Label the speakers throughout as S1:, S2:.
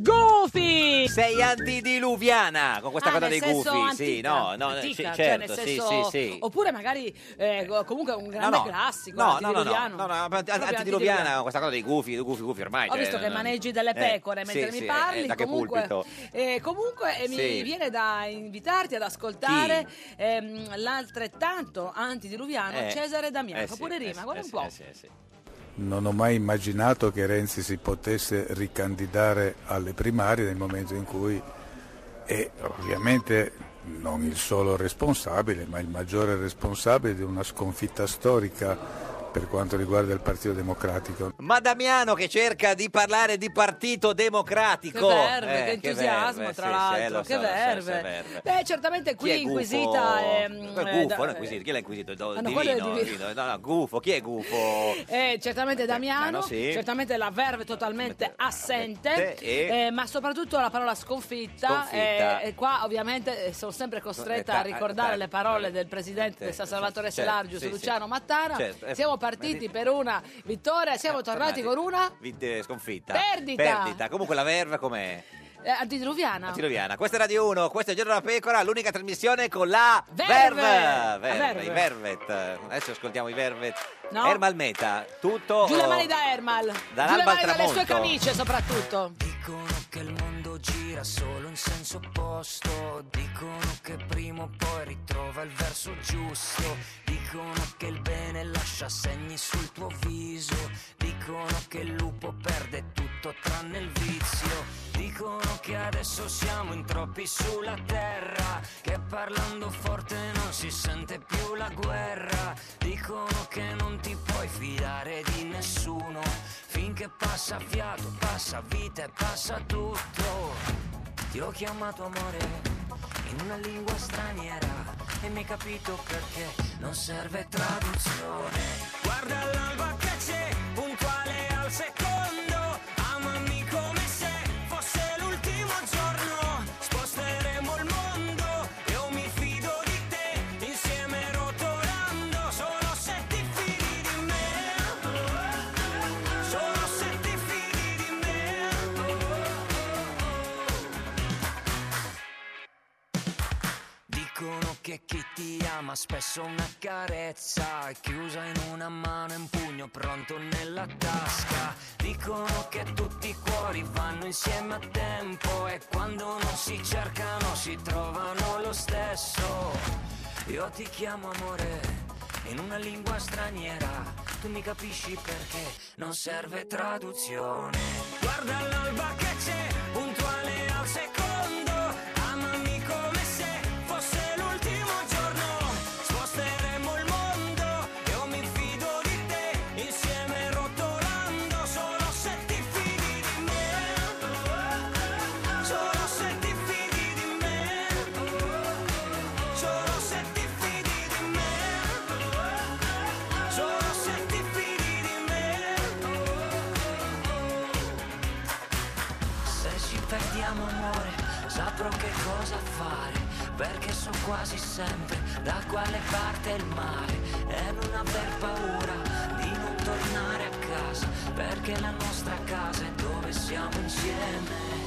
S1: Gufi!
S2: Sei antidiluviana con questa
S1: Ah,
S2: cosa
S1: nel
S2: dei gufi,
S1: senso
S2: sì,
S1: antica,
S2: no, no, sì,
S1: antica, cioè,
S2: certo,
S1: nel senso-
S2: sì, sì, sì.
S1: Oppure magari eh, co- comunque un grande
S2: no.
S1: classico, eh,
S2: No, no, no, no, no,
S1: antidiluviano.
S2: no, no,
S1: Proprio
S2: antidiluviana con questa cosa dei gufi, dei gufi, gufi ormai. cioè, eh,
S1: Ho visto che maneggi delle pecore mentre mi parli,
S2: da che
S1: comunque,
S2: pulpito?
S1: eh, comunque, eh, mi
S2: Sì.
S1: viene da invitarti ad ascoltare ehm, l'altrettanto antidiluviano
S3: Eh,
S1: Cesare Damiano,
S3: eh sì,
S1: pure
S3: eh
S1: rima,
S3: sì,
S1: guarda
S3: eh
S1: un
S3: sì,
S1: po'.
S3: eh
S4: Non ho mai immaginato che Renzi si potesse ricandidare alle primarie nel momento in cui è ovviamente non il solo responsabile, ma il maggiore responsabile di una sconfitta storica per quanto riguarda il Partito Democratico.
S2: Ma Damiano che cerca di parlare di partito democratico. Eh,
S1: Che verve, che entusiasmo,
S2: verve,
S1: tra
S2: sì,
S1: l'altro,
S2: sì, lo
S1: che
S2: so, lo so,
S1: verve.
S2: sì, verve.
S1: Beh, certamente qui
S2: Chi è
S1: inquisita...
S2: Gufo?
S1: ehm,
S2: Quel
S1: eh, da-
S2: gufo, non inquisito, chi l'ha inquisito? Do-
S1: Ah, no, quello è
S2: divino,
S1: divino.
S2: divino. No, no, gufo, chi è gufo?
S1: Eh, certamente Damiano,
S2: Damiano, Ah, sì.
S1: certamente la verve totalmente assente,
S2: e-
S1: eh, ma soprattutto la parola sconfitta.
S2: Sconfitta.
S1: eh, e qua ovviamente eh, sono sempre costretta a
S2: Corretta,
S1: ricordare
S2: eh,
S1: le parole del presidente
S2: eh,
S1: del San Salvatore
S2: certo,
S1: Selargius,
S2: sì, sì.
S1: Luciano Mattara.
S2: Certo, eh,
S1: Siamo partiti per una vittoria, siamo tornati con una
S2: Vi- eh, sconfitta.
S1: Perdita.
S2: Comunque la verve com'è?
S1: eh, antidiluviana.
S2: Antiluviana. Questa è Radio 1, questo è Giorno della Pecora, l'unica trasmissione con la
S1: Verve. Ah,
S2: Verve.
S1: Verve.
S2: i Vervet. Adesso ascoltiamo i Vervet.
S1: No.
S2: Ermal Meta, tutto...
S1: Giù le mani da Ermal, giù le
S2: Oh, Dall'alba
S1: mani
S2: al
S1: dalle sue
S2: tramonto.
S1: camicie soprattutto.
S5: Dicono che il mondo gira solo in senso opposto. Dicono che prima o poi ritrova il verso giusto. Dicono che il bene lascia segni sul tuo viso. Dicono che il lupo perde tutto tranne il vizio. Dicono che adesso siamo in troppi sulla terra. Che parlando forte non si sente più la guerra. Dicono che non ti puoi fidare di nessuno. Finché passa fiato, passa vita e passa tutto. Ti ho chiamato amore in una lingua straniera e mi hai capito perché non serve traduzione. Guarda l'alba che c'è, puntuale al secondo. Amami come se fosse l'ultimo giorno. Sposteremo il mondo, io mi fido di te. Insieme rotolando, solo se ti fidi di me. Solo se ti fidi di me. Dicono che chi ti ama spesso una carezza è chiusa in una mano e un pugno pronto nella tasca. Dicono che tutti i cuori vanno insieme a tempo e quando non si cercano si trovano lo stesso. Io ti chiamo amore in una lingua straniera, tu mi capisci perché non serve traduzione. Guarda l'alba che c'è, puntuale al secondo. Amami come se fosse l'ultimo giorno. Sposteremo il mondo, io mi fido di te. Insieme rotolando, solo se ti fidi di me. Solo se ti fidi di me. Solo se ti fidi di me. Solo se ti fidi di me. Se ci perdiamo amore, saprò che cosa fare, perché so quasi sempre da quale parte è il mare e non aver paura di non tornare a casa, perché la nostra casa è dove siamo insieme.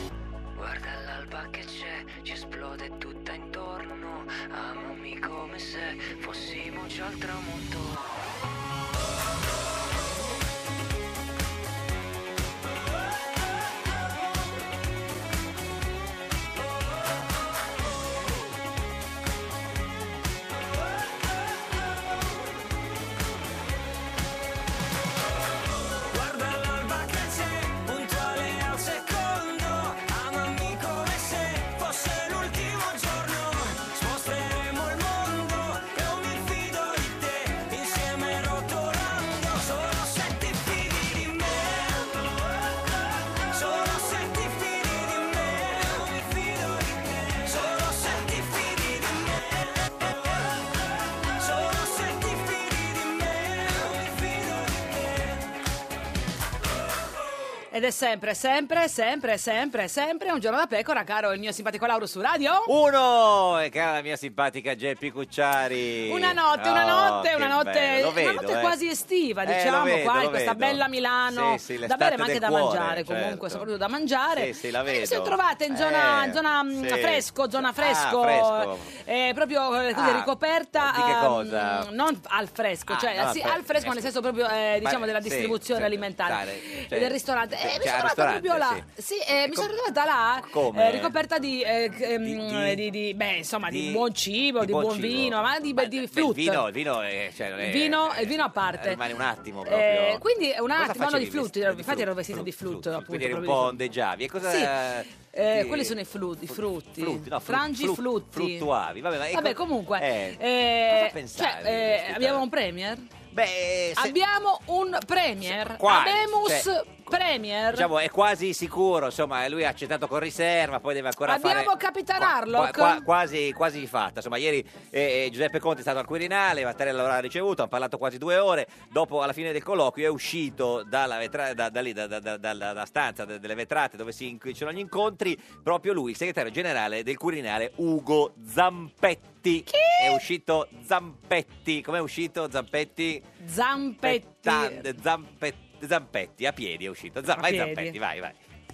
S5: Guarda l'alba che c'è, ci esplode tutta intorno, amami come se fossimo già al tramonto. Guarda l'alba che c'è, puntuale al secondo. Amami come se fosse l'ultimo giorno. Sposteremo il mondo, io mi fido di te. Insieme
S1: Ed è sempre, sempre, sempre, sempre, sempre un giorno da pecora, caro il mio simpatico Lauro su radio.
S2: Uno! E cara la mia simpatica Geppi Cucciari.
S1: Una notte, una
S2: Oh,
S1: notte,
S2: che
S1: una notte,
S2: bello, lo
S1: una
S2: vedo,
S1: notte
S2: eh.
S1: quasi estiva,
S2: Eh, lo
S1: diciamo,
S2: vedo,
S1: qua in
S2: lo
S1: questa
S2: vedo.
S1: bella Milano,
S2: Sì, sì,
S1: da
S2: l'estate
S1: bere ma anche
S2: del
S1: da
S2: cuore,
S1: mangiare comunque,
S2: certo.
S1: soprattutto da mangiare.
S2: Sì, sì, la
S1: Ma Vi
S2: vedo.
S1: siamo trovate in zona,
S2: Eh,
S1: zona, mh,
S2: sì.
S1: fresco, zona
S2: Ah,
S1: fresco,
S2: fresco.
S1: eh, proprio eh, così
S2: Ah,
S1: ricoperta,
S2: di che
S1: ehm,
S2: cosa? Eh,
S1: non al fresco,
S2: Ah,
S1: cioè
S2: no,
S1: sì,
S2: al
S1: al fresco
S2: fresco.
S1: nel senso proprio eh, diciamo
S2: Vale,
S1: della
S2: sì,
S1: distribuzione
S2: certo,
S1: alimentare
S2: tale,
S1: e
S2: cioè,
S1: del ristorante.
S2: sì,
S1: Eh, mi
S2: cioè,
S1: sono
S2: al
S1: trovata proprio là,
S2: ristorante,
S1: sì, eh, mi sono trovata là,
S2: Come?
S1: eh, ricoperta di, eh, c- ehm,
S2: di-
S1: di- di- beh, insomma, di
S2: di-
S1: buon cibo, di,
S2: di buon
S1: buon
S2: cibo.
S1: vino, ma di,
S2: Ma
S1: di
S2: beh,
S1: frutta.
S2: Il vino, il vino, è, cioè, non è-
S1: Il vino, il vino a parte.
S2: Rimane un attimo proprio.
S1: Eh, quindi è un
S2: Cosa
S1: attimo, no,
S2: facevi
S1: di flute,
S2: vestito-
S1: infatti ero vestita di flute, appunto.
S2: Quindi eri un
S1: proprio
S2: po'
S1: di
S2: ondeggiavi. E cosa...
S1: Sì. Eh,
S2: ti-
S1: quelli sono i, flu- i frutti,
S2: frutti, no, fru-
S1: frangi
S2: fru-
S1: frutti.
S2: fruttuavi, vabbè, ma-
S1: Vabbè,
S2: ecco-
S1: comunque,
S2: eh,
S1: eh,
S2: cosa pensavi,
S1: cioè, eh,
S2: scusa?
S1: abbiamo un premier?
S2: Beh, eh, se-
S1: Abbiamo un premier.
S2: quale?
S1: Abemus
S2: Cioè,
S1: premier.
S2: Diciamo, è quasi sicuro, insomma, lui ha accettato con riserva, poi deve ancora
S1: abbiamo
S2: fare...
S1: Capitan
S2: Qua-
S1: Harlock.
S2: qua- quasi, quasi fatta, insomma ieri eh, eh, Giuseppe Conte è stato al Quirinale, Mattarella l'ha ricevuto, hanno parlato quasi due ore, dopo alla fine del colloquio è uscito dalla, vetra- da, da lì, da- da- da- dalla- da stanza de- delle vetrate dove si inc- c'erano gli incontri, proprio lui, il segretario generale del Quirinale, Ugo Zampetti. È uscito Zampetti, com'è uscito Zampetti?
S6: Eh,
S1: Zampetti.
S2: Tan- Zampe- Zampetti, a piedi è uscito, Zam-
S6: A
S2: vai
S6: piedi.
S2: Zampetti, vai, vai.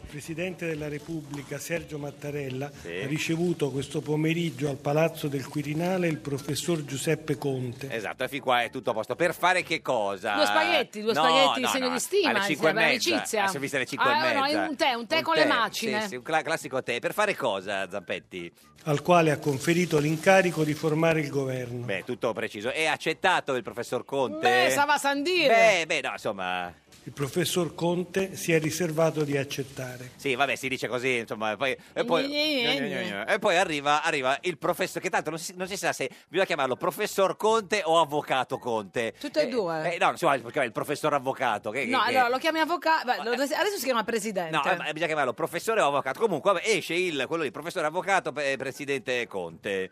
S6: Presidente della Repubblica Sergio Mattarella
S2: Sì.
S6: ha ricevuto questo pomeriggio al Palazzo del Quirinale il professor Giuseppe Conte.
S2: Esatto, e fin qua è tutto a posto. Per fare che cosa?
S1: Due spaghetti, due spaghetti in segno di stima,
S2: Alle
S1: in
S2: 5 e
S1: segno di
S2: mezza.
S1: amicizia.
S2: Ah, sono viste le 5
S1: Ah,
S2: e
S1: no, no,
S2: mezza.
S1: un tè, un tè con le macine.
S2: Sì, sì, un cla- classico tè. Per fare cosa, Zampetti?
S6: al quale ha conferito l'incarico di formare il governo.
S2: Beh, tutto preciso. È accettato il professor Conte?
S6: Beh, sa va
S1: a San dire.
S2: Beh, beh, no, insomma...
S6: Il professor Conte si è riservato di accettare.
S2: Sì, vabbè, si dice così, insomma, e poi, e poi,
S6: Gne, gne, gne.
S2: e poi arriva, arriva il professor, che tanto non si, non si sa se bisogna chiamarlo professor Conte o avvocato Conte.
S1: Tutte e due.
S2: Eh, no, insomma, perché il professor avvocato. Che,
S1: No,
S2: che-
S1: allora lo chiami avvocato. Adesso si chiama presidente.
S2: No, eh, ma bisogna chiamarlo professore o avvocato. Comunque vabbè, esce il, quello lì, professore avvocato, eh, presidente Conte.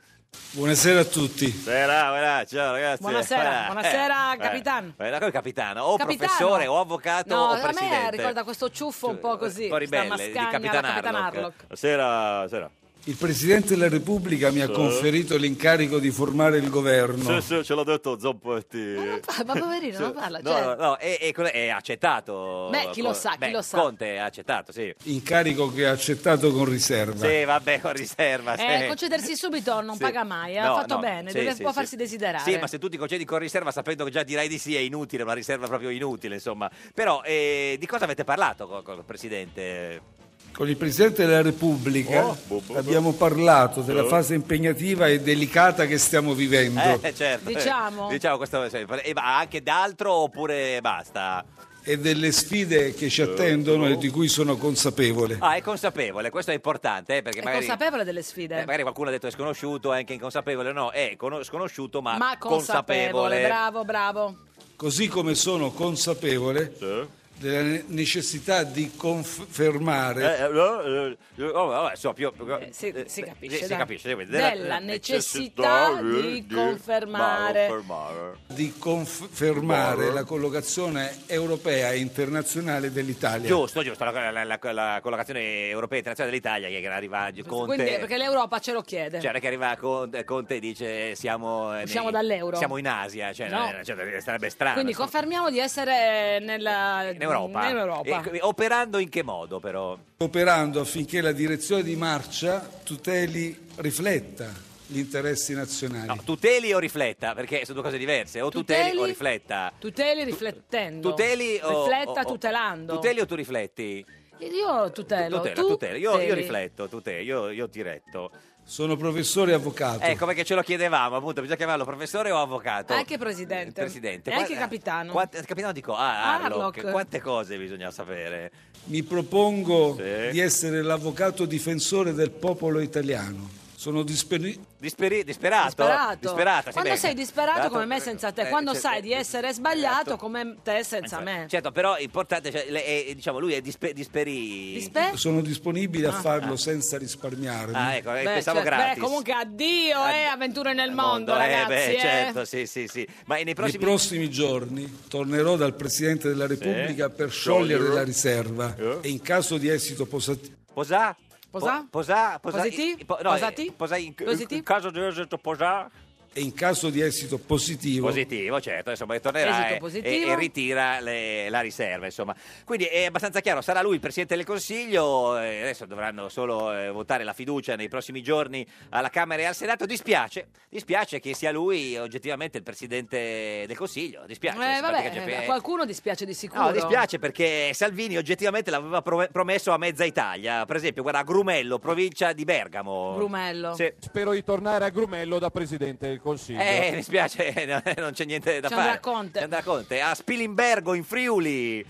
S7: Buonasera a tutti.
S2: Buonasera, buona- ciao ragazzi.
S1: Buonasera,
S2: Eh,
S1: buonasera,
S2: eh,
S1: capitano.
S2: eh, come capitano, o
S1: Capitano.
S2: professore o avvocato
S1: No,
S2: o
S1: a
S2: presidente.
S1: me eh, ricorda questo ciuffo un po' così.
S2: Un po'
S1: questa
S2: ribelle, di
S1: mascagna alla
S2: Capitan
S1: Capitan
S2: Harlock.
S1: Harlock.
S2: Buonasera, buonasera.
S7: Il Presidente della Repubblica mi ha
S8: Sì.
S7: conferito l'incarico di formare il governo.
S8: Sì, sì, ce l'ha detto Zampetti.
S1: Ah, Ma poverino, non parla.
S2: No,
S1: cioè-
S2: no, no, è, è- è accettato.
S1: Beh, chi lo sa, chi
S2: Beh,
S1: lo sa.
S2: Conte ha accettato, sì.
S7: Incarico che ha accettato con riserva.
S2: Sì, vabbè, con riserva.
S1: Eh,
S2: sì.
S1: concedersi subito non
S2: Sì.
S1: paga mai, eh, ha
S2: No,
S1: fatto
S2: no,
S1: bene,
S2: sì,
S1: deve
S2: sì,
S1: può
S2: sì.
S1: farsi desiderare.
S2: Sì, ma se tu ti concedi con riserva sapendo che già dirai di sì è inutile, una riserva proprio inutile, insomma. Però eh, di cosa avete parlato co- con il Presidente?
S7: Con il Presidente della
S2: Oh,
S7: Repubblica abbiamo parlato della
S2: Sì.
S7: fase impegnativa e delicata che stiamo vivendo
S2: Eh, certo.
S1: Diciamo?
S2: Diciamo questo, eh, ma anche d'altro oppure basta?
S7: e delle sfide che ci attendono e di cui sono consapevole.
S2: Ah, è consapevole, questo è importante, eh, perché
S1: È
S2: magari...
S1: consapevole delle sfide.
S2: eh, magari qualcuno ha detto è sconosciuto, è anche inconsapevole, no, è cono- sconosciuto ma,
S1: ma consapevole, bravo, bravo.
S7: Così come sono consapevole della ne- necessità di confermare
S2: Eh, eh, no, eh, eh, oh, vabbè, insomma, più- eh,
S1: si, si
S2: sì,
S1: capisce.
S2: si
S1: dai.
S2: capisce, Eh, sì,
S1: Della necessità di confermare.
S7: di confermare la collocazione europea e internazionale dell'Italia.
S2: Giusto, giusto, la, la- la- la collocazione europea e internazionale dell'Italia che arriva Conte.
S1: Quindi, perché l'Europa ce lo chiede.
S2: Cioè, non è che arriva Conte, Conte e dice eh, siamo... eh,
S1: Usciamo
S2: nei-
S1: dall'euro.
S2: Siamo in Asia, cioè,
S1: No.
S2: eh, cioè, sarebbe strano.
S1: Quindi
S2: insomma.
S1: confermiamo di essere nella,
S2: in Europa. Eh,
S1: nell'Europa.
S2: E- operando in che modo però?
S7: operando affinché la direzione di marcia tuteli, rifletta gli interessi nazionali.
S2: Tuteli o rifletta? Perché sono due cose diverse. O tuteli,
S1: Tuteli?
S2: o rifletta.
S1: Tuteli riflettendo.
S2: Tuteli o...
S1: Rifletta
S2: o- o-
S1: tutelando.
S2: Tuteli o tu rifletti?
S1: Io tutelo.
S2: Tutela,
S1: tu
S2: tutela. Io, io
S1: tuteli.
S2: rifletto, tutela, io, io ti retto.
S7: Sono professore e avvocato.
S2: Ecco perché ce lo chiedevamo, appunto, bisogna chiamarlo professore o avvocato?
S1: Anche presidente.
S2: Presidente.
S1: E anche
S2: Qua-
S1: capitano.
S2: Quante, capitano dico, ah, Harlock,
S1: Harlock.
S2: quante cose bisogna sapere?
S7: Mi propongo di essere l'avvocato difensore del popolo italiano.
S9: Sono disperi-
S2: Disperi- disperato?
S1: Disperato.
S2: Disperata, sì,
S1: quando
S2: beh,
S1: sei disperato
S2: dato-
S1: come me senza te,
S2: eh, esatto.
S1: quando
S2: cioè,
S1: sai di essere sbagliato come te senza me.
S2: Certo, però è importante, cioè, le- è- diciamo, lui è dispe- disperi...
S1: Dispe-
S9: Sono disponibile a
S1: Ah.
S9: farlo senza risparmiarmi.
S2: Ah, ecco, eh,
S1: Beh,
S2: pensavo
S1: cioè,
S2: gratis.
S1: beh, comunque addio eh, avventure nel mondo,
S2: Mondo, eh,
S1: ragazzi.
S2: beh,
S1: eh.
S2: certo, sì, sì, sì. Ma e nei
S9: Nei
S2: prossimi...
S9: prossimi giorni tornerò dal Presidente della Repubblica per
S7: Sciogliere.
S9: sciogliere la riserva
S7: Eh.
S9: e in caso di esito positivo
S2: Posà?
S1: Posà?
S2: Po- posà? Posà?
S1: Positi?
S2: i- i- po- no,
S1: Posati?
S2: eh, posà in,
S1: Positi?
S2: in caso di esito posà?
S9: e in caso di esito positivo
S2: Positivo, certo, insomma, e tornerà
S1: Esito
S2: e,
S1: positivo.
S2: e- e ritira le- la riserva, insomma. Quindi è abbastanza chiaro, sarà lui il Presidente del Consiglio, eh, adesso dovranno solo eh, votare la fiducia nei prossimi giorni alla Camera e al Senato. Dispiace, dispiace che sia lui oggettivamente il Presidente del Consiglio,
S1: Eh,
S2: dispiace. insomma,
S1: vabbè,
S2: perché-
S1: eh, a qualcuno dispiace di sicuro.
S2: No, dispiace perché Salvini oggettivamente l'aveva pro- promesso a mezza Italia, per esempio, guarda, a Grumello, provincia di Bergamo.
S1: Grumello.
S2: Sì.
S10: Spero di tornare a Grumello da Presidente del Consiglio.
S2: Eh, mi spiace, no, non c'è niente da
S1: Ci
S2: fare.
S1: andrà Conte.
S2: Ci andrà Conte. A Spilimbergo in Friuli.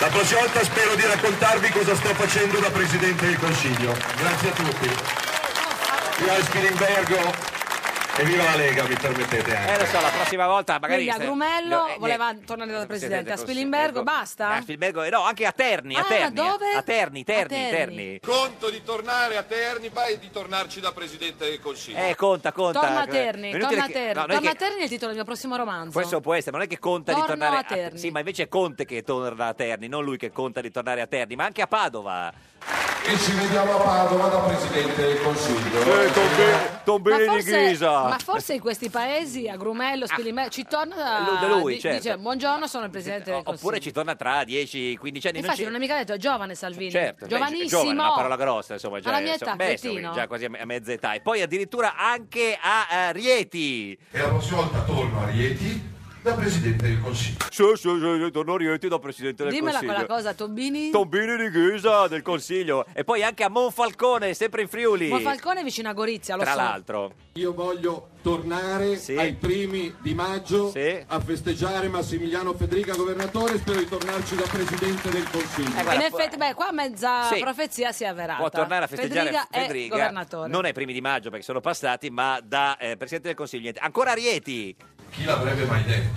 S11: La prossima volta spero di raccontarvi cosa sto facendo da Presidente del Consiglio. Grazie a tutti. Viva il Spilimbergo e viva la Lega, mi permettete anche.
S2: Eh, lo so, la prossima volta magari...
S1: Quindi a
S2: se-
S1: Grumello
S2: no, eh,
S1: voleva
S2: niente.
S1: tornare da presidente,
S2: Presidente
S1: a
S2: del
S1: Spilimbergo,
S2: Consiglio.
S1: basta?
S2: Eh, a Spilimbergo, eh, no, anche a Terni, a
S1: Ah,
S2: Terni.
S1: dove?
S2: A Terni, Terni,
S1: A Terni.
S2: Terni.
S11: Conto di tornare a Terniba e di tornarci da Presidente del Consiglio.
S2: Eh, conta, conta.
S1: Torna a Terni,
S2: Inutile
S1: torna a
S2: che-
S1: Terni.
S2: no, non è
S1: torna a
S2: che-
S1: Terni è il titolo del mio prossimo romanzo.
S2: Questo può essere, ma non è che conta di
S1: Torno
S2: tornare
S1: a Terni.
S2: Sì, ma invece è Conte che torna a Terni, non lui che conta di tornare a Terni, ma anche a Padova.
S11: E ci vediamo a Padova da Presidente del Consiglio.
S1: ma
S2: Tombini
S1: forse, ma forse in questi paesi, a Grumello, Spilimbergo, ci torna
S2: Lui- da lui,
S1: di-
S2: certo.
S1: dice buongiorno, sono il presidente del Consiglio.
S2: Oppure ci torna tra 10-15 anni.
S1: Infatti
S2: ci-
S1: non è mica detto, è giovane Salvini.
S2: Cioè, Certo, beh,
S1: Giovanissimo.
S2: giovane, una parola grossa, insomma, già,
S1: Alla mia
S2: insomma,
S1: età,
S2: beh, insomma,
S1: cretino.
S2: già quasi a me- a mezza età. E poi addirittura anche a eh, Rieti.
S11: E la prossima volta torno a Rieti da Presidente del Consiglio.
S2: Sì, sì, sì, torno a Rieti da Presidente del
S1: Dimmela
S2: Consiglio.
S1: quella cosa, Tobini.
S2: Tombini di Ghisa del Consiglio. E poi anche a Monfalcone, sempre in Friuli.
S1: Ma Falcone è vicino a Gorizia, lo
S2: tra
S1: so.
S2: l'altro.
S11: Io voglio tornare
S2: Sì.
S11: ai primi di maggio
S2: Sì.
S11: a festeggiare Massimiliano Federica governatore, spero di tornarci da Presidente del Consiglio.
S2: Eh, guarda,
S1: In
S2: può-
S1: effetti, beh, qua mezza
S2: Sì.
S1: profezia si è avverata.
S2: Può tornare a festeggiare
S1: Federica è
S2: Federica.
S1: governatore.
S2: Non ai primi di maggio perché sono passati, ma da eh, Presidente del Consiglio. Niente. Ancora a Rieti.
S11: Chi l'avrebbe mai detto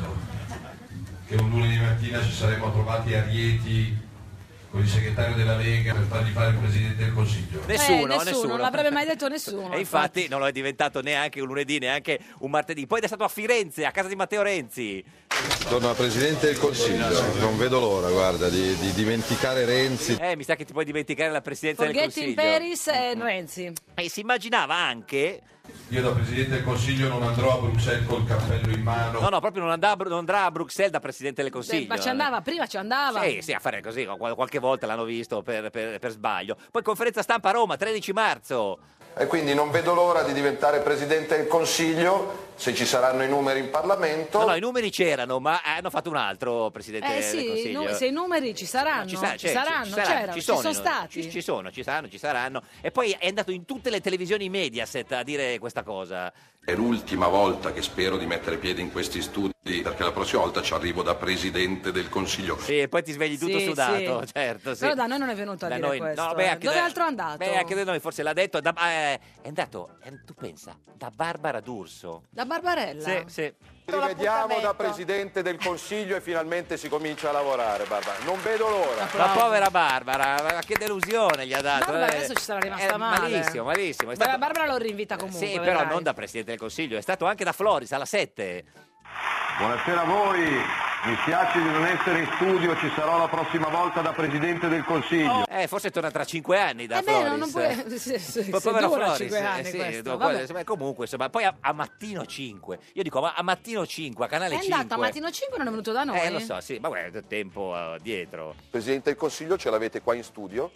S11: che un lunedì mattina ci saremmo trovati a Rieti con il segretario della Lega per fargli fare il Presidente del Consiglio?
S1: Eh,
S2: Nessuno,
S1: nessuno, non l'avrebbe mai detto nessuno.
S2: E infatti non lo è diventato neanche un lunedì, neanche un martedì. Poi è stato a Firenze, a casa di Matteo Renzi.
S11: Torno a Presidente del Consiglio, non vedo l'ora, guarda, di, di dimenticare Renzi.
S2: Eh, mi sa che ti puoi dimenticare la presidenza
S1: Forghetti
S2: del
S1: in
S2: Consiglio.
S1: Peris e Renzi.
S2: E si immaginava anche,
S11: Io da Presidente del Consiglio non andrò a Bruxelles col cappello in mano.
S2: no, no, proprio non, andrà, a Bru- non andrà a Bruxelles da presidente del Consiglio.
S1: Beh, Cioè, ma ci andava, prima ci andava.
S2: Sì, sì, a fare così, qual- qualche volta l'hanno visto per, per- per sbaglio. Poi conferenza stampa a Roma, 13 marzo.
S11: E quindi non vedo l'ora di diventare Presidente del Consiglio, se ci saranno i numeri in Parlamento.
S2: No, no, i numeri c'erano, ma hanno fatto un altro presidente
S1: Eh
S2: del
S1: sì, i
S2: Consiglio.
S1: nu- se i numeri ci saranno, ci,
S2: sa- c'è-
S1: saranno,
S2: ci
S1: c'erano, ci sono, stati.
S2: Ci, ci sono, ci saranno, ci saranno. E poi è andato in tutte le televisioni Mediaset a dire questa cosa.
S11: È l'ultima volta che spero di mettere piede in questi studi, perché la prossima volta ci arrivo da Presidente del Consiglio.
S2: Sì, e poi ti svegli tutto
S1: Sì,
S2: sudato,
S1: sì.
S2: certo. Sì.
S1: Però da noi non è venuto a
S2: Da
S1: dire
S2: noi-
S1: questo.
S2: beh,
S1: eh.
S2: anche
S1: Dove
S2: da-
S1: altro è andato?
S2: Beh, anche da noi forse l'ha detto. da- eh, è andato, eh, tu pensa, da Barbara D'Urso.
S1: Da Barbarella.
S2: Sì, sì.
S11: Rivediamo da Presidente del Consiglio e finalmente si comincia a lavorare, Barbara. Non vedo l'ora.
S2: La povera Barbara, ma che delusione gli ha dato.
S1: Barbara
S2: eh.
S1: adesso ci sarà rimasta
S2: Eh,
S1: male.
S2: Malissimo, malissimo. È
S1: Beh,
S2: stato- eh,
S1: Barbara lo rinvita comunque.
S2: Sì, però
S1: vedrai.
S2: non da Presidente del Consiglio, è stato anche da Floris alla 7.
S11: Buonasera a voi. Mi spiace di non essere in studio, ci sarò la prossima volta da Presidente del Consiglio.
S2: Eh, forse torna tra 5 anni da
S1: Eh beh,
S2: Floris.
S1: no, non puoi... se, se,
S2: Po-
S1: se
S2: povero
S1: dura
S2: Floris,
S1: 5
S2: eh,
S1: anni
S2: sì,
S1: questo,
S2: dopo-
S1: vabbè.
S2: insomma, comunque, insomma, poi a, a mattino 5. Io dico, ma a mattino 5, a canale
S1: È
S2: 5.
S1: andato a mattino 5 e non è venuto da noi.
S2: Eh, lo so, sì, ma guarda, tempo eh, dietro.
S11: Presidente del Consiglio ce l'avete qua in studio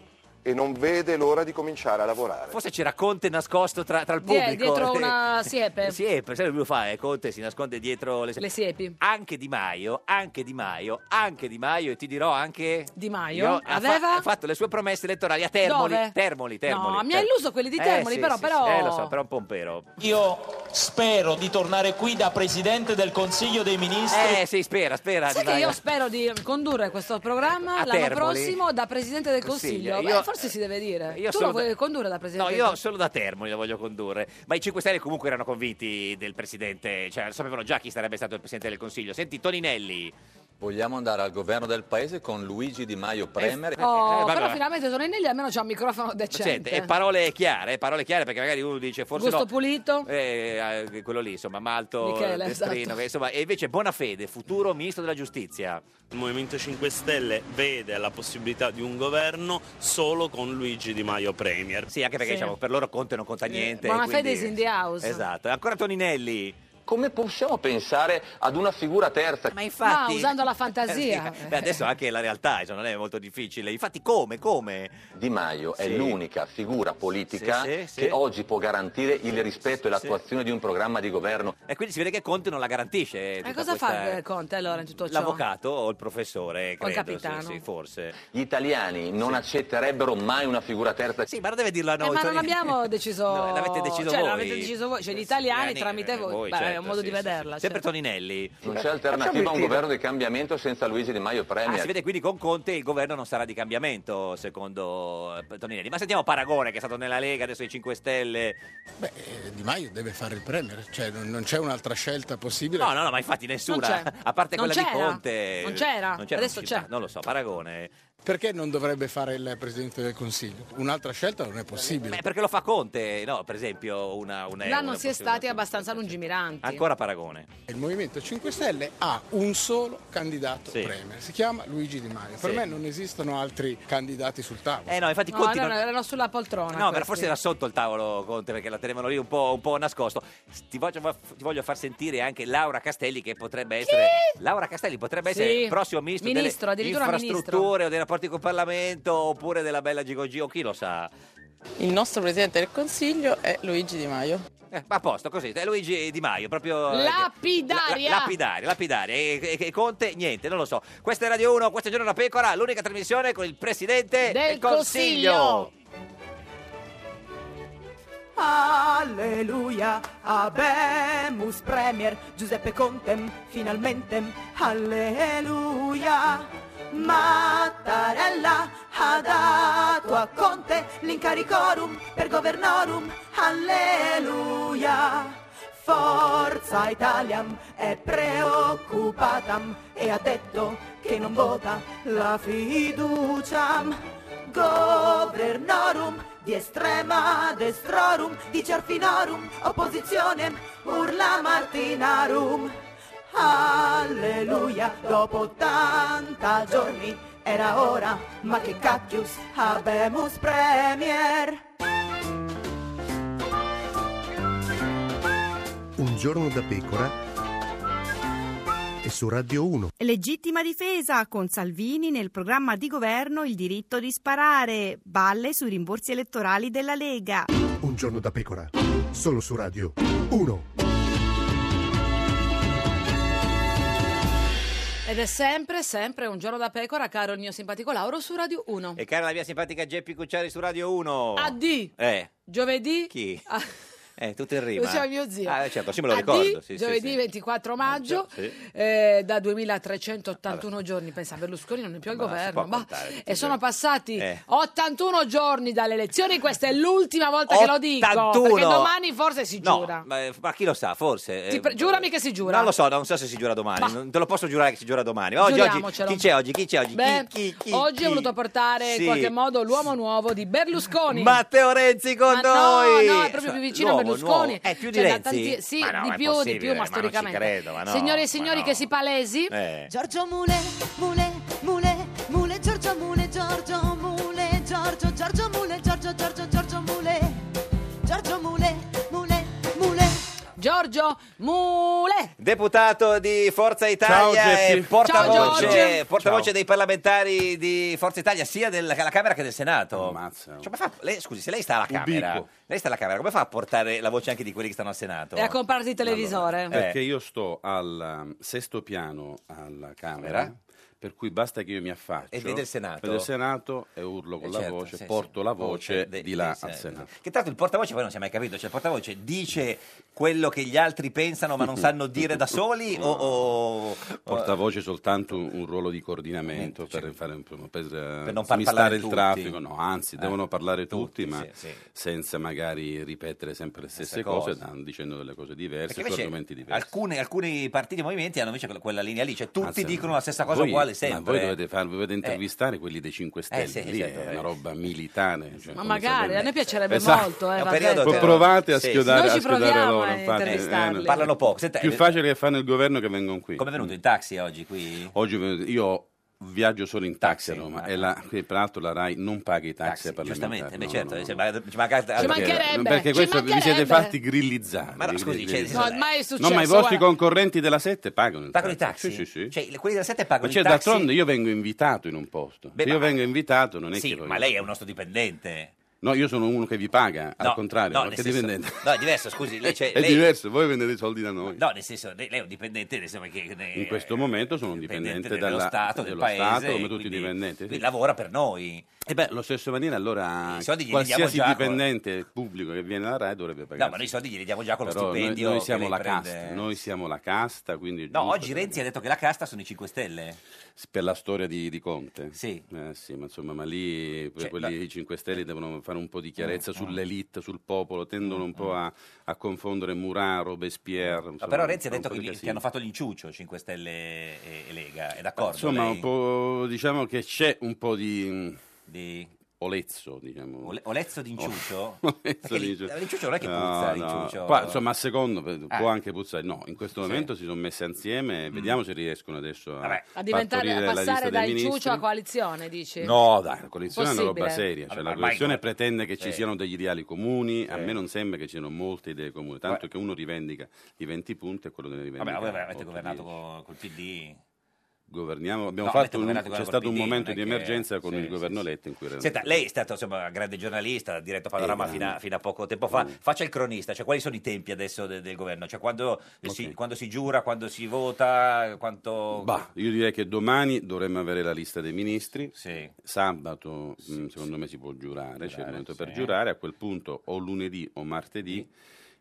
S11: e non vede l'ora di cominciare a lavorare.
S2: Forse c'era Conte nascosto tra, tra il
S1: Die-
S2: pubblico.
S1: dietro
S2: Eh,
S1: una siepe.
S2: Siepe, sai come lo fa? eh, Conte si nasconde dietro le,
S1: Le siepi.
S2: Anche Di Maio, anche Di Maio, anche Di Maio, e ti dirò anche...
S1: Di Maio?
S2: Io- ha fa-
S1: Aveva?
S2: Ha fatto le sue promesse elettorali a Termoli.
S1: Dove?
S2: Termoli, Termoli.
S1: No, mi ha
S2: Ter-
S1: illuso quelli di
S2: Eh,
S1: Termoli,
S2: sì,
S1: però-
S2: sì,
S1: però-
S2: sì, eh, lo so, però è un pompero.
S12: Io spero di tornare qui da Presidente del Consiglio dei Ministri.
S2: Eh, sì, spera, spera.
S1: Sai
S2: Di
S1: che
S2: Maio.
S1: io spero di condurre questo programma
S2: A
S1: l'anno
S2: Termoli.
S1: prossimo da Presidente del Consiglio.
S2: Consiglio. Io- eh,
S1: Beh, corsi si deve dire.
S2: Io
S1: tu
S2: sono
S1: lo vuoi
S2: da-
S1: condurre da presidente?
S2: No, io solo da Termoli la voglio condurre. Ma i 5 Stelle comunque erano convinti del presidente, cioè sapevano già chi sarebbe stato il presidente del Consiglio. Senti, Toninelli.
S13: Vogliamo andare al governo del paese con Luigi Di Maio Premier.
S2: Eh,
S1: Oh, però finalmente Toninelli almeno c'ha un microfono decente.
S2: Senti, e parole chiare, eh, parole chiare perché magari uno dice forse
S1: Certo. Gusto
S2: no.
S1: pulito.
S2: Eh, eh, quello lì, insomma, Malto,
S1: Michele,
S2: Destrino,
S1: esatto.
S2: che, insomma, e invece Bonafede, futuro ministro della giustizia.
S14: Il Movimento 5 Stelle vede la possibilità di un governo solo con Luigi Di Maio Premier.
S2: Sì, anche perché
S14: Sì.
S2: diciamo, per loro Conte non conta niente.
S1: Buona
S2: quindi-
S1: fede Eh, is in the house.
S2: Esatto, E ancora Toninelli.
S13: Come possiamo pensare ad una figura terza?
S2: Ma
S1: Ma
S2: infatti...
S1: usando la fantasia.
S2: Eh, Beh, adesso anche la realtà insomma, non è molto difficile. Infatti, come? Come?
S13: Di Maio è
S2: Sì.
S13: l'unica figura politica
S2: Sì, sì, sì.
S13: che oggi può garantire il rispetto e l'attuazione di un programma di governo.
S2: E quindi si vede che Conte non la garantisce.
S1: E
S2: tutta
S1: cosa
S2: questa-
S1: fa eh, Conte allora in tutto ciò?
S2: L'avvocato o il professore, credo.
S1: capitano.
S2: Sì, sì, forse.
S13: Gli italiani non accetterebbero mai una figura terza.
S2: Sì, ma non deve dirlo a
S1: Eh, ma non abbiamo deciso,
S2: No, l'avete deciso
S1: cioè,
S2: voi.
S1: l'avete deciso voi, cioè gli italiani
S2: italiani,
S1: tramite
S2: eh,
S1: voi.
S2: voi,
S1: Beh, è
S2: certo,
S1: un modo
S2: sì,
S1: di
S2: sì, sì.
S1: vederla.
S2: Sempre
S1: certo.
S2: Toninelli.
S13: Non c'è alternativa a un
S2: Facciamo il
S13: governo di cambiamento senza Luigi Di Maio
S2: Ah,
S13: Premier.
S2: si vede quindi con Conte il governo non sarà di cambiamento, secondo eh, Toninelli. Ma sentiamo Paragone, che è stato nella Lega, adesso ai 5 Stelle.
S15: Eh, Di Maio deve fare il premier, cioè non, non c'è un'altra scelta possibile.
S2: No, no, no, ma infatti nessuna.
S15: c'è.
S2: A parte
S15: Non
S2: quella di
S15: c'era.
S2: Conte.
S15: Non c'era. Adesso
S2: non ci sta,
S15: c'è.
S2: Non lo so, Paragone.
S15: Perché non dovrebbe fare il Presidente del Consiglio? Un'altra scelta non è possibile.
S2: Beh, Eh, perché lo fa Conte, no? Per esempio, una. una
S1: Là
S2: una
S1: non si è
S2: possibilità.
S1: stati abbastanza lungimiranti.
S2: Ancora Paragone.
S15: Il Movimento 5 Stelle ha un solo candidato
S2: Sì.
S15: premier, si chiama Luigi Di Maio. Per
S2: Sì.
S15: me non esistono altri candidati sul tavolo.
S2: Eh no, infatti
S1: No,
S2: Conte.
S1: no,
S2: non-
S1: no, erano sulla poltrona.
S2: No, però
S1: questi.
S2: forse era sotto il tavolo Conte perché la tenevano lì un po', un po' nascosto. Ti voglio, ti voglio far sentire anche Laura Castelli che potrebbe essere Laura Castelli potrebbe
S1: Sì.
S2: essere il prossimo ministro,
S1: Ministro,
S2: delle
S1: addirittura
S2: infrastrutture o dei rapporti col Parlamento oppure della bella Gigogì o chi lo sa.
S16: Il nostro presidente del consiglio è Luigi Di Maio.
S2: Eh, ma a posto, così. È Luigi Di Maio, proprio... eh,
S1: Lapidaria!
S2: la- lapidaria, lapidaria. E, e- e Conte, niente, non lo so. Questa è Radio 1, questo è Giorno da Pecora, l'unica trasmissione con il Presidente del,
S17: Consiglio. Alleluia, abemus premier, Giuseppe Contem, finalmente, alleluia. Mattarella ha dato a Conte l'incaricorum per governorum, alleluia. Forza Italiam è preoccupatam e ha detto che non vota la fiduciam. Governorum di estrema destrorum, di cerfinorum, opposizione, urla martinarum. Alleluia, dopo 80 giorni era ora, ma che cacchius habemus premier.
S18: Un giorno da pecora e su Radio 1.
S19: Legittima difesa con Salvini nel programma di governo il diritto di sparare. Balle sui rimborsi elettorali della Lega.
S18: Un giorno da pecora, solo su Radio 1.
S1: Ed è sempre, sempre un giorno da pecora, caro il mio simpatico Lauro, su Radio 1.
S2: E cara la mia simpatica Geppi Cucciari su Radio 1.
S1: AD,
S2: Eh,
S1: giovedì...
S2: chi?
S1: Ah,
S2: Eh, tutto in rima.
S1: Lo diceva mio zio.
S2: Ah, certo, sì me lo
S1: AD,
S2: ricordo. Sì, sì,
S1: giovedì
S2: sì.
S1: 24 maggio,
S2: Sì.
S1: eh, da 2381 giorni, pensa Berlusconi non è più al
S2: Ma si
S1: governo,
S2: può
S1: ma-
S2: contare tutti
S1: e
S2: i
S1: sono passati
S2: Eh.
S1: 81 giorni dalle elezioni, questa è l'ultima volta che lo dico,
S2: 81.
S1: perché domani forse si
S2: No,
S1: giura.
S2: ma, eh, ma chi lo sa, forse.
S1: Ti
S2: eh,
S1: pre- giurami che si giura.
S2: Non lo so, non so se si giura domani.
S1: Ma-
S2: Non te lo posso giurare che si giura domani. Ma oggi, oggi,
S1: Giuriamocelo.
S2: chi c'è oggi? Chi c'è oggi?
S1: Beh, oggi ho voluto portare
S2: Sì.
S1: in qualche modo l'uomo nuovo di Berlusconi.
S2: Matteo Renzi con
S1: Ma
S2: noi! Cioè,
S1: No, no, è proprio più vicino
S2: Nuovo,
S1: a
S2: nuovo.
S1: Berlusconi.
S2: Eh, più di
S1: Cioè, da
S2: Renzi?
S1: tanti- Sì,
S2: Ma no,
S1: di
S2: ma è
S1: più, di
S2: possibile,
S1: più, ma,
S2: ma non ci
S1: storicamente.
S2: credo, ma no,
S1: Signore e
S2: ma
S1: signori,
S2: no.
S1: che si palesi.
S2: Eh.
S17: Giorgio Mule, Mule, Mule, Mule, Giorgio Mule, Giorgio Mule, Giorgio, Giorgio Mule, Giorgio, Giorgio, Giorgio Mule, Giorgio Mule, Mule, Mule.
S1: Giorgio Mule.
S2: Deputato di Forza Italia
S1: Ciao, Geppi.
S2: e portavoce,
S1: Ciao, Giorgio.
S2: portavoce dei parlamentari di Forza Italia sia della alla Camera che del Senato. Cioè, ma fa- lei- scusi, se lei sta alla Camera,
S20: Ubiquo.
S2: lei sta alla Camera, come fa a portare la voce anche di quelli che stanno al Senato?
S1: E a
S2: Eh,
S1: comprarti il televisore.
S20: Perché io sto al um, sesto piano alla Camera per cui basta che io mi affaccio
S2: E vede il Senato.
S20: vedo il Senato e urlo con
S2: Eh,
S20: la
S2: certo,
S20: voce,
S2: sì,
S20: porto
S2: sì.
S20: la voce
S2: Voce
S20: di
S2: de-
S20: là
S2: dei
S20: al
S2: Senato.
S20: Senato.
S2: Che tanto il portavoce poi non si è mai capito, cioè il portavoce dice quello che gli altri pensano ma non sanno dire da soli o... o- o-
S20: Mm-hmm. Portavoce soltanto un un ruolo di coordinamento per, fare un- per, eh,
S2: Per non far
S20: smistare
S2: parlare
S20: il
S2: tutti.
S20: traffico, no, anzi
S2: Eh,
S20: devono parlare tutti,
S2: tutti,
S20: ma
S2: sì, sì.
S20: senza magari ripetere sempre le stesse
S2: Stesse
S20: cose,
S2: cose.
S20: dan- dicendo delle cose diverse,
S2: Perché
S20: su
S2: invece
S20: argomenti diversi.
S2: alcune, alcuni partiti e movimenti hanno invece quella- quella linea lì, cioè tutti
S20: Anzi,
S2: dicono la stessa cosa
S20: voi-
S2: uguale
S20: Ma voi
S2: sempre.
S20: dovete, farvi dovete
S2: Eh.
S20: intervistare quelli dei 5 Stelle,
S2: sì,
S20: lì
S2: certo,
S20: è una roba militare. cioè,
S1: Ma
S20: come
S1: magari,
S20: sarebbe-
S1: a noi piacerebbe
S20: Esatto.
S1: molto. Eh,
S20: È un
S1: va
S20: periodo
S1: detto.
S20: che- Provate a
S2: Sì, sì.
S20: schiodare,
S1: Noi ci
S20: a schiodare
S1: proviamo
S20: loro,
S1: a
S20: infatti, eh,
S1: intervistarli.
S20: no.
S2: Parlano poco. Senta,
S20: Più
S2: eh,
S20: facile che fanno il governo che vengono qui.
S2: Come è venuto in taxi oggi qui? ah,
S20: Oggi ven- io viaggio solo in taxi a Roma e la, che peraltro la RAI non paga i taxi, parlamentari.
S2: Giustamente, beh,
S20: no,
S2: certo,
S20: no, no.
S2: cioè, ma- ci manca-
S20: Perché- Perché questo vi siete fatti grillizzare.
S2: Ma no, scusi,
S20: Grilli-
S2: cioè,
S20: grilli-
S2: No, ormai
S1: è
S20: No, ma i
S2: successo, eh.
S20: vostri
S2: guarda.
S20: concorrenti della 7 pagano il
S2: Pagano i
S20: taxi.
S2: taxi?
S20: Sì, sì, sì.
S2: Cioè, le- quelli della 7 pagano
S20: Ma c'è
S2: i taxi?
S20: d'altronde io vengo invitato in un posto.
S2: Beh,
S20: Se io
S2: ma-
S20: vengo invitato non è
S2: Sì,
S20: che
S2: ma lei è un nostro dipendente.
S20: No, io sono uno che vi paga, al
S2: No,
S20: contrario,
S2: no,
S20: ma
S2: nel
S20: che
S2: senso-
S20: dipendente.
S2: No, è diverso, scusi, lei, cioè,
S20: è
S2: lei-
S20: diverso, voi vendete i soldi da noi.
S2: No, nel senso, lei, lei è un dipendente, nel senso che ne-
S20: In questo momento sono un
S2: dipendente
S20: dipendente
S2: dello
S20: dalla-
S2: Stato, del
S20: dello
S2: Paese,
S20: Stato, come tutti i
S2: quindi-
S20: dipendenti.
S2: quindi lavora per noi.
S20: E beh, lo stesso maniera, allora
S2: I soldi glieli
S20: qualsiasi
S2: diamo già con-
S20: dipendente pubblico che viene alla RAI dovrebbe pagare.
S2: No, ma noi i soldi glieli diamo già con lo
S20: Però noi-
S2: stipendio.
S20: Noi,
S2: che
S20: siamo
S2: lei
S20: la
S2: prende.
S20: casta, noi siamo la casta, quindi... è
S2: No,
S20: giusto
S2: oggi
S20: che-
S2: Renzi ha detto che la casta sono i 5 Stelle.
S20: Per la storia di, di Conte.
S2: Sì.
S20: Eh, sì, ma insomma, ma lì per
S2: Cioè,
S20: quelli
S2: la-
S20: i 5 Stelle devono fare un po' di chiarezza
S2: Mm, mm.
S20: sull'elite, sul popolo, tendono un po' a, a confondere Murat, Robespierre.
S2: Ma
S20: insomma,
S2: però Renzi ha
S20: fa un
S2: detto
S20: po'
S2: che,
S20: di
S2: gli- che
S20: casino.
S2: hanno fatto l'inciuccio 5 Stelle e, e Lega. È d'accordo?
S20: Insomma,
S2: lei?
S20: un po', diciamo che c'è un po' di... Olezzo, diciamo.
S2: Ole- olezzo d'inciucio?
S20: Olezzo
S2: Perché lì- eh,
S20: d'inciucio.
S2: l'inciucio non è che
S20: No, no.
S2: puzza, l'inciucio.
S20: Qua, insomma, a secondo p-
S2: Ah.
S20: può anche puzzare. No, in questo
S2: Sì. Mm.
S20: momento si sono messe insieme. Vediamo se riescono adesso a,
S1: A diventare,
S20: partorire
S1: a
S20: la
S1: passare
S20: lista
S1: dal
S20: dei
S1: ciuccio
S20: ministri.
S1: a coalizione, dici?
S20: No, dai, la coalizione è una roba
S1: Possibile?
S20: seria. Cioè,
S2: Vabbè,
S20: la
S2: ormai
S20: coalizione
S2: co-
S20: pretende che ci
S2: sì.
S20: siano degli ideali comuni. A
S2: Sì.
S20: me non sembra che ci siano molte idee comuni. Tanto che uno rivendica i 20 punti e quello ne rivendica.
S2: Vabbè, voi avete
S20: otto,
S2: governato
S20: dieci.
S2: co- col PD.
S20: Governiamo, abbiamo
S2: No, avete
S20: fatto un,
S2: governato
S20: c'è
S2: col
S20: stato un
S2: PD,
S20: momento
S2: non
S20: di
S2: è che-
S20: emergenza con
S2: sì,
S20: il
S2: sì,
S20: governo Letta in cui era
S2: Senta, lei è stato insomma un grande giornalista, ha diretto Panorama
S20: Eh,
S2: fino a,
S20: grande.
S2: fino a poco tempo fa. Faccia il cronista, cioè quali sono i tempi adesso de- del governo? Cioè quando, eh, si, quando si giura, quando si vota, quanto...
S20: Bah, io direi che domani dovremmo avere la lista dei ministri. Sabato, mh, secondo me, si può giurare, c'è il momento per
S2: sì.
S20: giurare. A quel punto, o lunedì o martedì,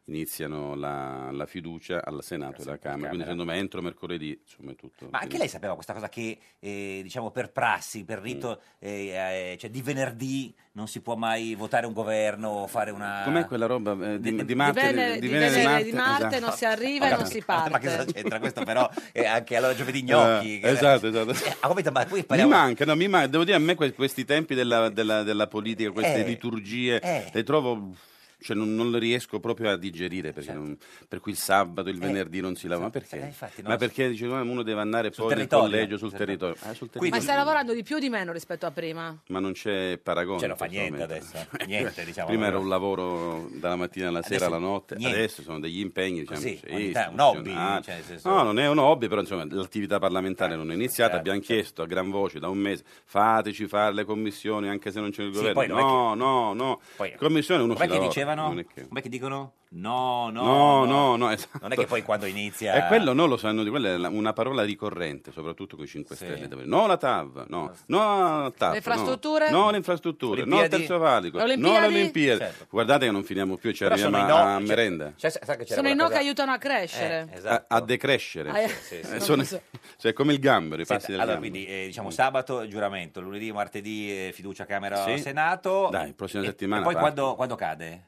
S20: iniziano la, la fiducia al Senato e alla Camera. Quindi, secondo me, entro mercoledì, insomma, è tutto.
S2: Ma anche lei sapeva questa cosa che, eh, diciamo, per prassi,
S20: Mm.
S2: per rito, eh, eh, cioè di venerdì non si può mai votare un governo o fare una...
S20: Com'è quella roba eh, di, di, Marte?
S1: di Venere- di Venere di Marte
S20: esatto.
S1: non si arriva e non si parte.
S2: Ma che cosa c'entra questo però? Eh, anche allora giovedì gnocchi.
S20: Eh, esatto, esatto.
S2: Ah, capito, ma poi
S20: Mi
S2: parliamo...
S20: mancano, mi man- devo dire a me que- questi tempi della, della- della politica, queste
S2: Eh,
S20: liturgie,
S2: eh.
S20: le trovo, cioè non, non le riesco proprio a digerire, perché
S2: Certo.
S20: non- per cui il sabato, il venerdì non si lava, ma perché?
S2: Eh, infatti, no,
S20: ma
S2: su-
S20: perché dice, "No, uno deve andare poi nel
S2: territorio, certo.
S20: collegio, sul
S2: sul-
S20: territorio. Ah, sul
S1: Ma
S20: territorio.
S1: stai lavorando di più o di meno rispetto a prima?
S20: Ma non c'è paragone.
S2: Cioè, non
S20: in
S2: fa
S20: questo
S2: niente
S20: momento.
S2: adesso, niente, diciamo,
S20: Prima era
S2: allora.
S20: un lavoro dalla mattina alla sera
S2: Adesso
S20: alla notte,
S2: niente.
S20: adesso sono degli impegni, diciamo,
S2: Così,
S20: sì,
S2: ogni tanto, un
S20: istituzionali.
S2: hobby, cioè, nel senso- Eh, certo,
S20: No, non è un hobby, però insomma l'attività parlamentare non è iniziata, abbiamo chiesto a gran voce da un mese, fateci fare le commissioni anche se non c'è il
S2: Sì,
S20: governo.
S2: poi non è
S20: no, no, no. Commissione uno
S2: Com'è
S20: si
S2: che
S20: lavora,
S2: dicevano?
S20: non è che-
S2: Com'è che dicono? No, no,
S20: No, no, no, esatto. Eh,
S2: Non è che poi quando inizia...
S20: E quello non lo sanno di quella è la- una parola ricorrente, soprattutto con i 5 Stelle. dove- No la TAV, no, no la TAV.
S1: Le infrastrutture?
S20: No, no le infrastrutture, no
S2: Olimpiadi?
S20: il terzo valico,
S1: Le
S20: no le
S1: Olimpiadi?
S20: Olimpiadi.
S2: Certo.
S20: Guardate che non finiamo più, ci
S2: Però
S20: arriviamo
S2: sono i no,
S20: a, a
S2: cioè-
S20: merenda.
S2: Cioè, sa che c'era
S1: Sono i
S2: quella
S1: no
S2: cosa-
S1: che aiutano a crescere.
S2: Eh,
S20: A, a decrescere.
S1: Ah, eh.
S20: Sì, sì,
S1: Non
S20: sono-
S1: so.
S20: cioè, come il gambero, i passi
S2: Senta,
S20: del Mm.
S2: allora,
S20: gambero.
S2: quindi eh, diciamo sabato giuramento, lunedì, martedì eh, fiducia Camera
S20: Sì.
S2: Senato.
S20: Dai, prossima
S2: E-
S20: settimana
S2: E poi
S20: parte.
S2: quando, quando cade?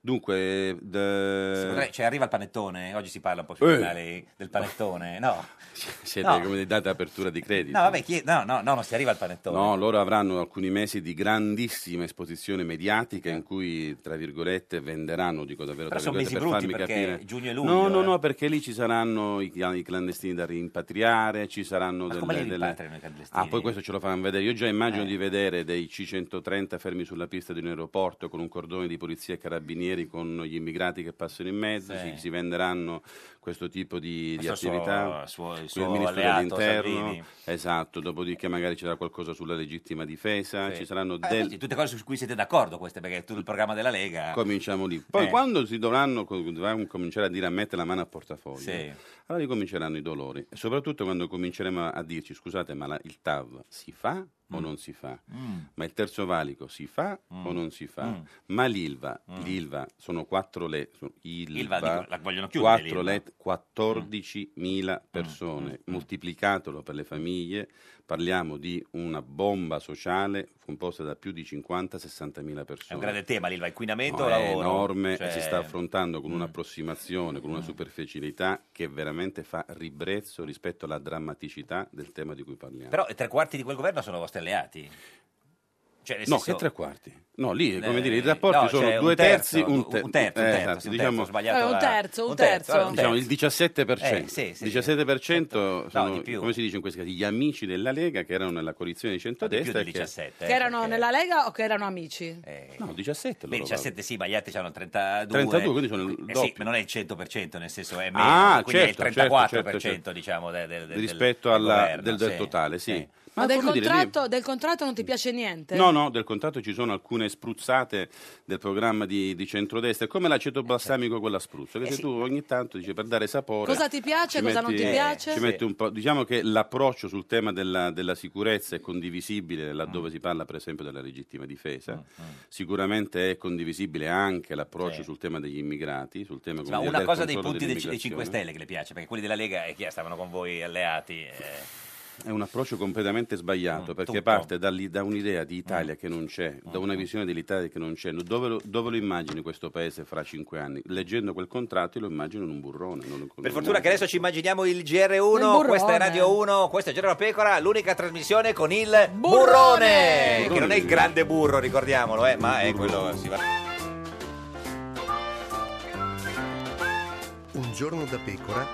S20: Dunque,
S2: Secondo lei,
S20: de-
S2: cioè, arriva il panettone? Oggi si parla un po'
S20: Eh.
S2: sui giornali del panettone, no?
S20: siete
S2: no.
S20: come dei date apertura di credito.
S2: No, vabbè, chi- no, no, no, non si arriva al panettone.
S20: No, loro avranno alcuni mesi di grandissima esposizione mediatica in cui, tra virgolette, venderanno, dico davvero,
S2: Però
S20: tra
S2: sono mesi
S20: virgolette, per
S2: brutti
S20: farmi
S2: perché
S20: capire.
S2: giugno e luglio.
S20: No, no,
S2: eh.
S20: no, perché lì ci saranno i, i clandestini da rimpatriare, ci saranno
S2: Ma
S20: delle...
S2: come li
S20: delle-
S2: rimpatriano i clandestini? Eh.
S20: Ah, poi questo ce lo faranno vedere. Io già immagino di vedere dei C-130 fermi sulla pista di un aeroporto con un cordone di polizia e carabinieri con gli immigrati che passano in mezzo,
S21: Sì.
S20: si, si venderanno questo tipo di, di
S21: Questo è il suo-
S20: attività.
S21: il suo- il
S20: Qui
S21: suo
S20: ministro
S21: alleato,
S20: dell'interno,
S21: Salvini.
S20: esatto, dopodiché magari ci sarà qualcosa sulla legittima difesa,
S21: Sì.
S20: ci saranno
S21: Eh,
S20: del-
S21: tutti- tutte cose su cui siete d'accordo queste, perché è tutto il programma della Lega.
S20: Cominciamo lì. Poi
S21: Eh.
S20: quando si dovranno co- dovranno cominciare a dire a mettere la mano al portafoglio,
S21: Sì.
S20: allora ricominceranno i dolori. E soprattutto quando cominceremo a- a dirci scusate, ma la- il TAV si fa o
S21: Mm.
S20: non si fa?
S21: Mm.
S20: Ma il terzo valico si fa
S21: Mm.
S20: o non si fa?
S21: Mm.
S20: Ma l'ILVA,
S21: Mm.
S20: l'ILVA sono quattro le sono- ILVA,
S21: ILVA, dico, la vogliono chiudere,
S20: quattro
S21: l'ILVA. Mm.
S20: let- 14.000 persone, moltiplicatelo per le famiglie, parliamo di una bomba sociale composta da più di 50-60.000 persone.
S21: È un grande tema l'ILVA, inquinamento
S20: No,
S21: o
S20: è
S21: lavoro?
S20: enorme
S21: Cioè- mm.
S20: e si sta affrontando con un'approssimazione, con una superficialità che veramente fa ribrezzo rispetto alla drammaticità del tema di cui parliamo.
S21: Però i tre quarti di quel governo sono vostri alleati. Cioè, nel
S20: no,
S21: senso-
S20: che tre quarti. No, lì, come
S21: Eh,
S20: dire, i rapporti
S21: no,
S20: sono
S21: cioè, un
S20: due
S21: terzo,
S20: terzi, un,
S21: un terzo, un
S20: eh,
S21: terzo,
S20: esatto,
S21: sì, un terzo,
S20: diciamo,
S21: ho sbagliato
S1: Eh, un la- terzo, un un terzo, terzo. un
S20: Diciamo il
S1: terzo.
S20: 17%.
S21: Eh, sì, sì,
S20: 17% sono,
S21: di più.
S20: come si dice in questi casi, gli amici della Lega che erano nella coalizione di centrodestra.
S21: del eh.
S20: e
S21: 17,
S1: Che erano nella Lega o che erano amici?
S20: No, 17.
S21: Beh,
S20: loro
S21: 17 cioè, sì, ma gli altri hanno 32.
S20: 32, quindi sono il
S21: Eh sì,
S20: doppio.
S21: ma non è il 100%, nel senso è meno,
S20: Ah,
S21: quindi
S20: certo,
S21: è il
S20: certo,
S21: 34%
S20: certo.
S21: diciamo del, del- del-
S20: rispetto
S21: del
S20: alla-
S21: governo,
S20: del, del
S21: sì. Eh.
S20: totale, sì.
S1: Ma, del,
S20: come dire, lì-
S1: contratto, del contratto non ti piace niente?
S20: No, no, del contratto ci sono alcune spruzzate del programma di, di centrodestra, è come l'aceto balsamico con la spruzzo, che se tu ogni tanto dici per dare sapore...
S1: Eh Cosa ti piace,
S20: ci
S1: cosa non ti piace?
S20: Ci
S1: Sì.
S20: metti un po', diciamo che l'approccio sul tema della, della sicurezza è condivisibile
S1: Mm.
S20: laddove si parla per esempio della legittima difesa,
S21: Mm,
S20: sicuramente è condivisibile anche l'approccio sul tema degli immigrati, sul tema... come
S21: Ma
S20: dire,
S21: una
S20: del
S21: cosa dei
S20: controllo
S21: punti dei, dei 5
S20: dell'immigrazione.
S21: Stelle che le piace, perché quelli della Lega eh, chi- stavano con voi alleati. eh.
S20: È un approccio completamente sbagliato perché
S21: tutto.
S20: parte dall'i- da un'idea di Italia
S2: Mm.
S20: che non c'è, da una visione dell'Italia che non c'è. Dove lo, dove lo immagini questo paese fra cinque anni? Leggendo quel contratto io lo immagino in un burrone. non in-
S21: Per fortuna che adesso ci immaginiamo il GR1,
S20: burrone.
S21: questa è Radio 1, questa è Genera Pecora, l'unica trasmissione con il burrone, che non è il grande burro, ricordiamolo, eh,
S2: Ah,
S21: ma è quello si va.
S18: Un giorno da pecora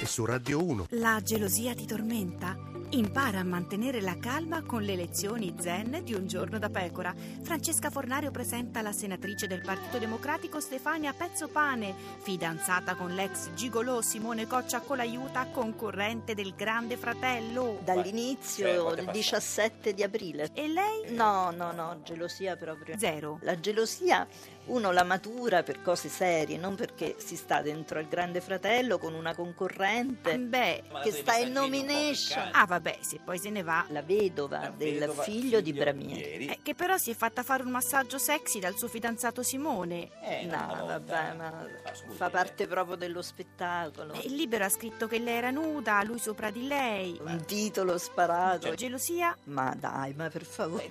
S18: e su Radio 1.
S19: La gelosia ti tormenta? Impara a mantenere la calma con le lezioni zen di un giorno da pecora. Francesca Fornario presenta la senatrice del Partito Democratico Stefania Pezzopane, fidanzata con l'ex gigolò Simone Coccia Colaiuta, concorrente del Grande Fratello.
S22: Dall'inizio, il 17 di aprile.
S19: E lei?
S22: No, no, no, gelosia proprio.
S19: Zero.
S22: La gelosia uno la matura per cose serie, non perché si sta dentro al grande fratello con una concorrente
S19: Ah, Beh,
S22: che sta in nomination.
S19: Ah, vabbè, se poi se ne va.
S22: La vedova del
S19: vedova,
S22: figlio di Bramieri.
S19: Eh, che però si è fatta fare un massaggio sexy dal suo fidanzato Simone.
S22: no, vabbè, ma Eh, fa parte proprio dello spettacolo.
S19: Eh, Il libero ha scritto che lei era nuda, lui sopra di lei.
S22: Un titolo sparato.
S19: gelosia?
S22: Ma dai, ma per favore.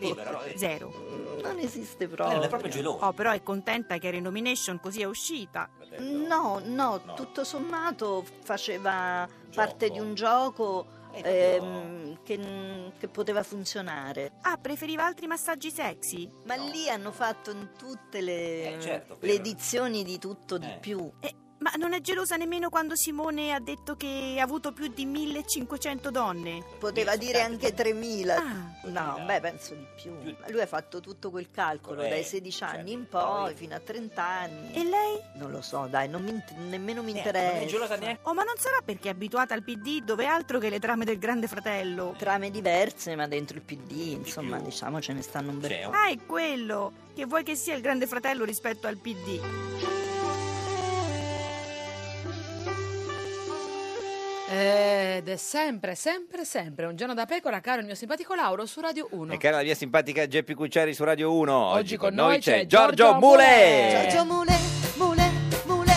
S19: Zero.
S22: Non esiste Eh. proprio.
S19: Oh, però è contenta che era in nomination, così è uscita.
S22: Eh, No, no, tutto sommato faceva parte di un gioco ehm, che, n- che poteva funzionare.
S19: Ah, preferiva altri massaggi sexy?
S22: Ma lì hanno fatto in tutte le,
S19: certo,
S22: le edizioni di tutto di
S19: Eh.
S22: più.
S19: Ma non è gelosa nemmeno quando Simone ha detto che ha avuto più di 1500 donne. Ah.
S22: Poteva dire anche 3.000.
S19: Eh,
S22: no, beh, penso di più. Ma Lui ha fatto tutto quel calcolo
S19: Corretto,
S22: dai 16 anni in poi, fino a 30 anni. E
S19: lei?
S22: Non lo so, dai, non mi int- nemmeno mi interessa.
S19: Interessa. Oh, ma non sarà perché è abituata al PD dove altro che le trame del Grande Fratello?
S22: Trame diverse, ma dentro il PD, insomma, diciamo ce ne stanno un bel po'.
S19: Ah, è quello! Che vuoi che sia il Grande Fratello rispetto al PD?
S1: Eh, Ed è sempre, sempre, sempre un giorno da pecora, caro il mio simpatico Lauro su Radio 1.
S2: E cara la mia simpatica Geppi Cucciari su Radio 1. Oggi,
S1: con noi c'è
S2: Giorgio
S1: Giorgio
S2: Mule.
S22: Giorgio Mule, Mule, Mule.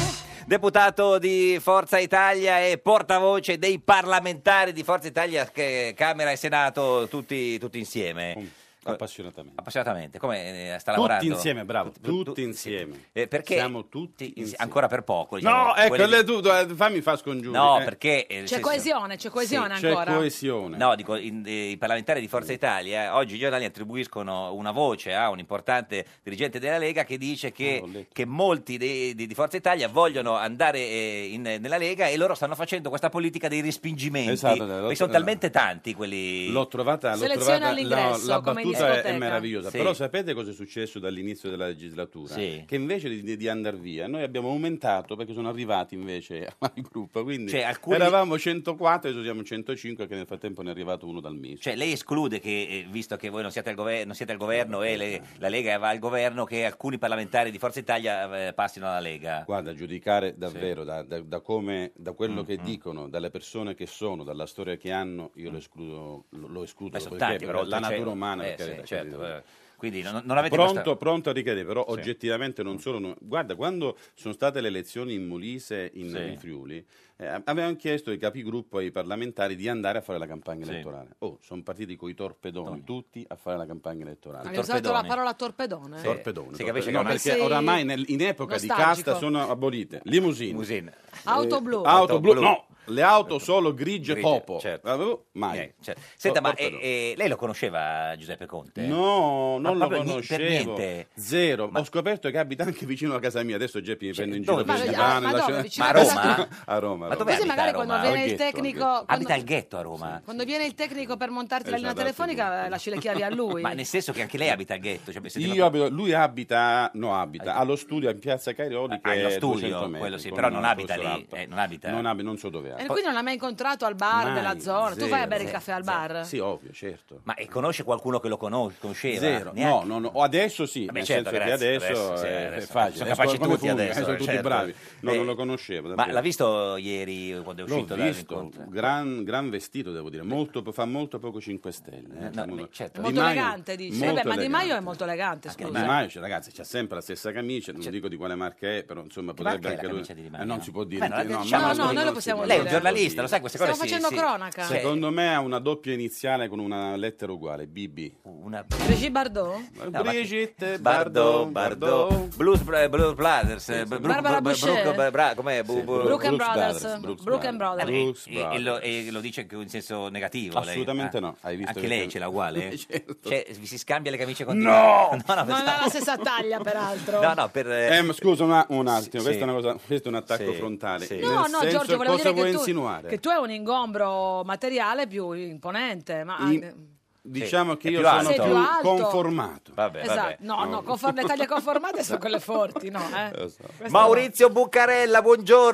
S2: Deputato di Forza Italia e portavoce dei parlamentari di Forza Italia, che Camera e Senato, tutti, tutti insieme.
S20: Appassionatamente.
S2: Appassionatamente, come eh, sta
S20: Tutti
S2: lavorando?
S20: insieme, bravo, tutti
S2: insieme. Eh, perché
S20: Siamo
S2: tutti Ancora per poco. diciamo.
S20: No, ecco,
S2: quelli-
S20: le tu, eh, fammi fa scongiuri.
S2: No,
S20: eh.
S2: perché... eh, nel
S1: C'è
S2: senso-
S1: coesione, c'è coesione
S2: Sì, c'è
S1: ancora.
S2: coesione. No, dico, in- eh, i parlamentari di Forza Italia, eh, oggi i giornali attribuiscono una voce a un importante dirigente della Lega che dice
S20: Ah,
S2: che, che molti dei- di, di Forza Italia vogliono andare eh, in- nella Lega e loro stanno facendo questa politica dei respingimenti.
S20: Esatto,
S2: perché
S20: lo-
S2: sono talmente tanti quelli...
S20: L'ho trovata, l'ho
S2: Selezione
S20: trovata la,
S2: all'ingresso,
S20: la
S2: come
S20: battuta battuta è,
S1: discoteca.
S20: è meravigliosa,
S1: Sì.
S20: però sapete cosa è successo dall'inizio della legislatura?
S2: Sì.
S20: Che invece di, di andare via, noi abbiamo aumentato perché sono arrivati invece al gruppo, quindi
S2: Cioè, alcuni-
S20: eravamo 104 adesso siamo 105 che nel frattempo ne è arrivato uno dal MIS.
S2: Cioè, lei esclude che, eh, visto che voi non siete al, gover- non siete al governo e le- la Lega va al governo, che alcuni parlamentari di Forza Italia eh, passino alla Lega?
S20: Guarda, giudicare davvero da, da- da come, da quello che dicono, dalle persone che sono, dalla storia che hanno, io lo escludo, lo, lo escludo
S2: Mm. Beh, sono
S20: perché
S2: tanti, però,
S20: la
S2: oltre
S20: natura
S2: c'è-
S20: umana,
S2: eh,
S20: per carità,
S2: sì, certo,
S20: capito?
S2: eh. Quindi non- non avete
S20: pronto,
S2: questa-
S20: pronto a ricadere, però
S2: Sì.
S20: oggettivamente non solo. noi. Guarda, quando sono state le elezioni in Molise, in,
S2: Sì.
S20: in Friuli, eh, avevano chiesto ai capigruppo e ai parlamentari di andare a fare la campagna
S2: Sì.
S20: elettorale. Oh, sono partiti coi torpedoni, tutti a fare la campagna elettorale.
S1: Hai usato la parola torpedone?
S20: Sì. Torpedone,
S2: Eh, Si
S20: torpedone.
S2: capisce che
S20: No,
S2: ormai-
S20: perché
S2: Sei
S20: oramai nel- in epoca di
S1: nostalgico.
S20: casta sono abolite limousine,
S1: Auto
S20: eh,
S1: blu.
S20: auto blu.
S2: blu.
S20: no, le auto solo grigie,
S2: Grigie,
S20: popo,
S2: certo.
S20: Avevo- mai.
S2: Eh, cioè, Senta,
S20: Tor-
S2: ma
S20: torpedone.
S2: eh, eh, lei lo conosceva Giuseppe Conte?
S20: No,
S2: Ma
S20: non lo
S2: proprio ni- per
S20: conoscevo.
S2: niente.
S20: Zero. Ho scoperto che abita anche vicino a casa mia. Adesso Geppi mi prende in
S2: Cioè, dove
S20: giro per
S2: abita?
S20: il
S2: Ma-
S20: divano.
S2: ma
S20: la
S2: dove?
S20: cena-
S2: Vicino a casa-
S20: A Roma? A Roma.
S2: Ma
S20: a
S2: dove
S20: Roma.
S1: Così magari quando
S2: Roma?
S1: viene
S20: Al
S1: il
S20: ghetto, al
S1: tecnico...
S20: ghetto.
S1: quando-
S2: Abita al ghetto a Roma.
S1: Quando viene il tecnico per montarti la linea
S20: Esatto.
S1: telefonica, eh, lasci le chiavi a lui.
S2: Ma nel senso che anche lei abita al ghetto. Cioè, siete
S20: Io
S2: proprio-
S20: abito, lui abita, no, abita allo studio in piazza Cairoli.
S2: Ah,
S20: che
S2: lo
S20: è
S2: studio,
S20: 200 metri,
S2: quello sì,
S20: con
S2: però
S20: una
S2: non abita
S20: costola
S2: lì,
S20: alta.
S2: eh, non abita.
S20: Non abita, non so dove
S1: E
S20: abita.
S1: quindi non l'ha mai incontrato al bar
S20: Mai,
S1: della zona. tu vai a
S20: zero,
S1: bere il
S20: zero,
S1: caffè al bar?
S20: Sì, ovvio, certo.
S2: Ma e conosce qualcuno che lo conos- conosceva?
S20: Zero. No,
S2: Neanche?
S20: no, no, adesso sì,
S2: Vabbè,
S20: nel
S2: certo,
S20: senso
S2: grazie,
S20: che adesso,
S2: adesso, sì,
S20: è,
S2: adesso.
S20: è facile.
S2: Sono capaci
S20: escono come
S2: tutti
S20: funghi,
S2: adesso,
S20: sono tutti
S2: certo.
S20: bravi. No,
S2: Eh,
S20: non lo conoscevo.
S2: Ma
S20: davvero.
S2: l'ha visto ieri quando è
S20: L'ho
S2: uscito
S20: visto,
S2: dall'incontro?
S20: gran, gran vestito devo dire, molto, fa molto poco 5 Stelle. eh.
S2: no,
S20: Molto-
S1: È
S20: Di
S1: molto
S20: Maio-
S1: elegante, dici.
S20: molto
S1: Vabbè, ma Di
S20: elegante.
S1: Maio è molto elegante, scusa.
S20: Di Maio, cioè, ragazzi, c'ha sempre la stessa camicia, non dico di quale marca è, però insomma potrebbe
S2: marca è la
S20: anche lui...
S2: camicia di Di
S20: Eh,
S2: Maio?
S20: non si può dire.
S2: Beh, non la
S20: ma
S2: diciamo,
S20: non si
S2: no, noi lo
S20: può
S2: possiamo
S20: dire.
S2: Lei è un dire. giornalista, lo sa queste cose,
S1: Stiamo sì, facendo sì. cronaca.
S20: Secondo me ha una doppia iniziale con una lettera uguale, BB.
S2: Una...
S1: Brigitte
S20: Eh,
S1: Bardot?
S2: No, ma-
S20: Brigitte
S2: Bardot,
S20: Bardot,
S2: Bardot, oh, Blues, Bra- Blues Brothers, eh, Bru-
S1: Barbara
S2: Bru- Bru-
S1: Boucher.
S2: Bru- Bru- Bra- com'è? Bu- bu-
S1: Brooke and Brothers. Brooke and Brothers.
S2: Vabbè, e- e, lo, e lo dice anche in senso negativo? lei?
S20: Assolutamente
S2: Ah,
S20: no. Hai visto
S2: anche
S20: che-
S2: lei ce l'ha uguale?
S20: Certo.
S2: Cioè, vi si scambia le camicie con
S20: No!
S2: no, no,
S1: Non
S2: pensavo-
S1: ha la stessa taglia, peraltro.
S2: no, no, per... eh,
S20: Eh, ma scusa un, un attimo,
S2: Sì,
S20: questo,
S2: sì.
S20: È una cosa- questo è un attacco
S2: Sì,
S20: frontale.
S2: sì.
S20: Eh, Nel
S1: No, no,
S20: senso,
S1: Giorgio, volevo
S20: cosa
S1: dire
S20: vuoi
S1: che tu,
S20: insinuare?
S1: che tu hai un ingombro materiale più imponente, ma
S20: In-
S1: anche-
S20: Diciamo che
S2: È
S20: io
S2: più
S20: sono
S1: alto. Sei
S20: più
S1: più alto.
S20: conformato.
S2: Vabbè,
S1: esatto.
S2: vabbè.
S1: No, no, conform- le taglie conformate sono quelle forti, no? eh. Questa no.
S2: Maurizio Buccarella,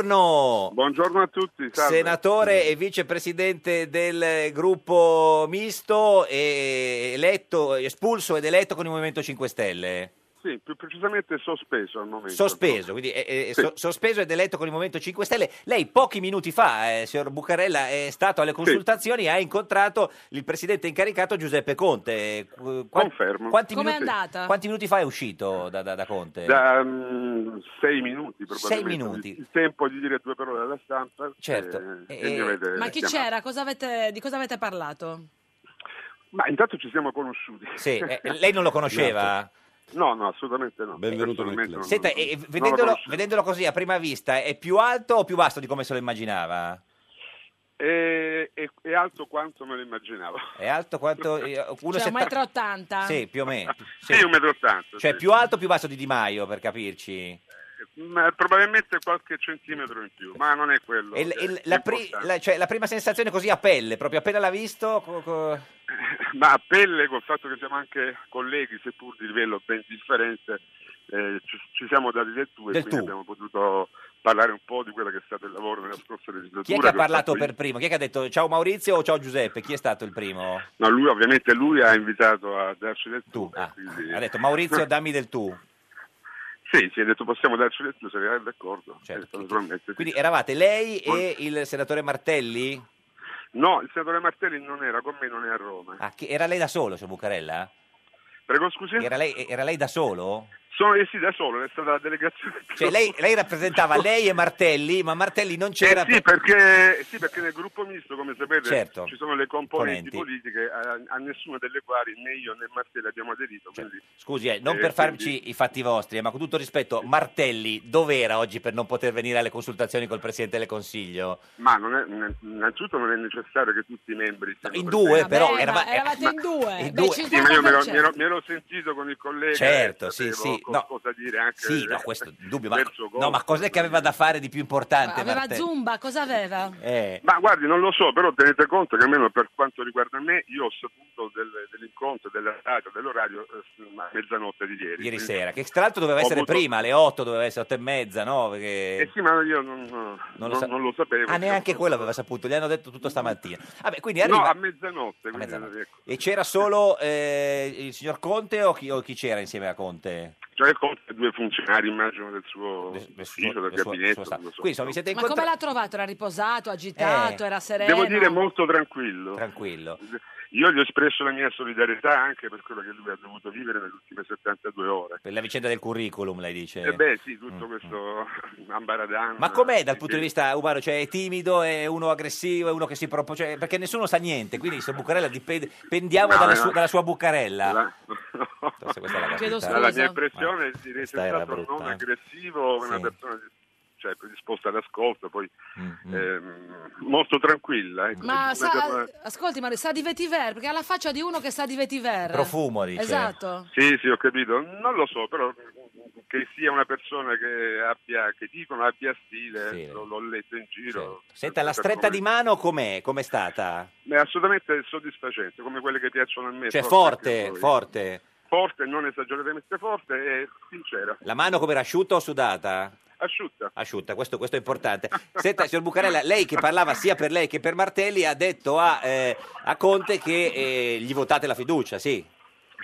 S2: buongiorno.
S23: Buongiorno a tutti, salve.
S2: Senatore e vicepresidente del gruppo misto, e eletto, espulso ed eletto con il Movimento 5 Stelle.
S23: Sì, più precisamente sospeso al momento.
S2: Sospeso, quindi eh, eh, so- sospeso ed eletto con il Movimento 5 Stelle. Lei pochi minuti fa, eh, signor Buccarella, è stato alle consultazioni e ha incontrato il presidente incaricato Giuseppe Conte. Confermo. Quanti
S1: Com'è
S2: minuti,
S1: andata?
S2: Quanti minuti fa è uscito da, da- da Conte?
S23: Da mm, sei minuti
S2: Sei
S23: probabilmente.
S2: minuti.
S23: Il tempo di dire due parole alla stampa.
S2: Certo.
S23: eh,
S2: Eh,
S23: e mi avete
S1: Ma chi
S23: chiamato.
S1: c'era? Cosa avete- di cosa avete parlato?
S23: Ma intanto ci siamo conosciuti.
S2: Sì, eh, lei non lo conosceva?
S23: Certo. No, no, assolutamente no.
S20: Benvenuto nel
S23: Assolutamente
S20: club.
S23: no,
S2: Senta,
S23: no,
S2: e- e
S23: no, non lo
S2: vedendolo,
S23: conoscevo.
S2: vedendolo così a prima vista, è più alto o più basso di come se lo immaginava?
S23: E, e- è alto quanto me lo immaginavo.
S2: È alto quanto... eh, uno
S1: Cioè,
S2: setta-
S1: 1,80 m?
S2: Sì, più o meno. Sì,
S23: Sì, 1,80
S2: Cioè,
S23: sì.
S2: più alto o più basso di Di Maio, per capirci?
S23: Ma probabilmente qualche centimetro in più, ma non è quello.
S2: E l-
S23: che-
S2: e l-
S23: che
S2: la, pri-
S23: importa.
S2: la- cioè, la prima sensazione così a pelle, proprio appena l'ha visto... co- co-
S23: ma a pelle col fatto che siamo anche colleghi seppur di livello ben differente eh, ci, ci siamo dati del tu e
S2: Del
S23: quindi
S2: tu.
S23: abbiamo potuto parlare un po' di quello che è stato il lavoro nella scorsa legislatura
S2: Chi è che ha
S23: ho
S2: parlato
S23: fatto io.
S2: per primo? Chi è che ha detto ciao Maurizio o ciao Giuseppe? Chi è stato il primo?
S23: no lui ovviamente lui ha invitato a darci del tu,
S2: ah,
S23: quindi-
S2: Ha detto Maurizio dammi del tu.
S23: sì ci ha detto possiamo darci del tu se eravate d'accordo Certo, naturalmente sì.
S2: Quindi eravate lei e il senatore Martelli?
S23: no il senatore Martelli non era con me non è a Roma
S2: Ah, chi- era lei da solo, signor Bucarella?
S23: prego scusi
S2: Era lei, era lei da solo?
S23: sono eh sì da solo è stata la delegazione
S2: Cioè, lei, lei rappresentava lei e Martelli, ma Martelli non c'era.
S23: Eh sì, perché, sì, perché nel gruppo misto, come sapete,
S2: Certo.
S23: ci sono le componenti
S2: Componenti.
S23: politiche a, a nessuna delle quali né io né Martelli abbiamo aderito. quindi-
S2: Scusi, eh, non
S23: Eh,
S2: per farci
S23: quindi-
S2: i fatti vostri, eh, ma con tutto rispetto, Martelli dov'era oggi per non poter venire alle consultazioni col Presidente del Consiglio?
S23: Ma non è, innanzitutto non è necessario che tutti i membri... siano
S2: in
S23: presenti.
S2: due, Vabbè, però,
S1: Eh, ma eravate in due.
S2: in
S1: Beh,
S2: due.
S23: Sì, ma io me l'ero,
S1: 50%.
S23: me l'ero- me l'ero sentito con il collega. eh,
S2: Certo,
S23: e
S2: sì,
S23: sapevo-
S2: sì.
S23: co- cosa dire anche
S2: Sì, no, questo
S23: eh,
S2: dubbio, ma,
S23: verso
S2: no, ma cos'è che aveva da fare di più importante?
S1: Aveva
S2: Martelli?
S1: Zumba, cosa aveva?
S2: Eh,
S23: Ma guardi, non lo so, però tenete conto che almeno per quanto riguarda me, io ho saputo del- dell'incontro, della radio, dell'orario eh, a mezzanotte di ieri.
S2: ieri
S23: Quindi-
S2: sera, che tra l'altro doveva
S23: Ho
S2: essere
S23: avuto-
S2: prima, alle 8, doveva essere 8 e mezza, no?
S23: Eh
S2: Perché...
S23: sì, ma io non, non-
S2: Non
S23: non
S2: lo
S23: lo,
S2: sa-
S23: sapevo.
S2: Ah, neanche quello aveva saputo, gli hanno detto tutto stamattina. Vabbè, quindi
S23: No,
S2: arriva...
S23: a mezzanotte. quindi,
S2: mezzanotte.
S23: ecco.
S2: E c'era solo eh, il signor Conte o chi, o chi c'era insieme a Conte?
S23: Cioè, conta due funzionari, immagino, del suo ufficio, del
S2: del suo-
S23: gabinetto.
S2: suo staff.
S23: non lo so.
S2: Quindi, insomma, vi siete
S1: Ma
S2: incontrati...
S1: come l'ha trovato? Era riposato, agitato,
S23: Eh.
S1: Esatto, era sereno?
S23: Devo dire molto tranquillo. Io gli ho espresso la mia solidarietà anche per quello che lui ha dovuto vivere nelle ultime 72 ore.
S2: Per la vicenda del curriculum, lei dice. Mm,
S23: E beh, sì, tutto questo ambaradano.
S2: Ma com'è dal punto di vista umano? Cioè, è timido, è uno aggressivo, è uno che si propone. cioè, perché nessuno sa niente, quindi su Bucarella dipende, pendiamo
S23: No,
S2: dalle
S23: no.
S2: su- dalla sua Bucarella. Forse questa è la
S1: Chiedo
S2: capitale.
S23: La mia impressione è di essere
S2: questa era
S23: stato un
S2: brutta,
S23: non
S2: eh.
S23: aggressivo, una
S2: Sì.
S23: persona cioè, predisposta all'ascolto, poi
S2: Mm-hmm.
S23: ehm, molto tranquilla. ecco.
S1: Ma
S23: Una
S1: sa,
S23: persona-
S1: ascolti Mario, sa di vetiver, perché ha la faccia di uno che sa di vetiver.
S23: Profumo, dice.
S1: Esatto.
S23: Sì, sì, ho capito. Non lo so, però che sia una persona che abbia, che dicono abbia stile, lo- l'ho letto in giro.
S2: Senta, la stretta di mano com'è? Com'è stata?
S23: È assolutamente soddisfacente, come quelle che piacciono a me.
S2: Cioè,
S23: forse anche a
S2: forte,
S23: voi.
S2: forte.
S23: Forte, non esageratamente forte e sincera.
S2: La mano come era asciutta o sudata?
S23: Asciutta.
S2: Asciutta, questo, questo è importante. Senta, signor Bucarella, lei che parlava sia per lei che per Martelli ha detto a, eh, a Conte che eh, gli votate la fiducia, sì?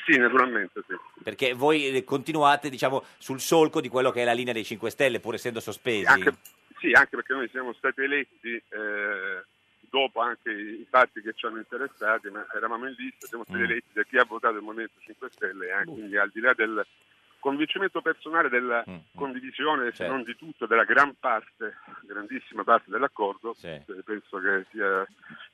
S23: Sì, naturalmente, sì.
S2: Perché voi eh, continuate, diciamo, sul solco di quello che è la linea dei 5 Stelle, pur essendo sospesi.
S23: Anche- Sì, anche perché noi siamo stati eletti eh, dopo anche i fatti che ci hanno interessati, ma eravamo in lista, siamo stati
S4: Mm.
S23: eletti da chi ha votato il Movimento 5 Stelle, e anche, quindi al di là del convincimento personale, della condivisione, se
S4: Mm, Certo.
S23: non di tutto, della gran parte, grandissima parte dell'accordo, eh, penso che sia,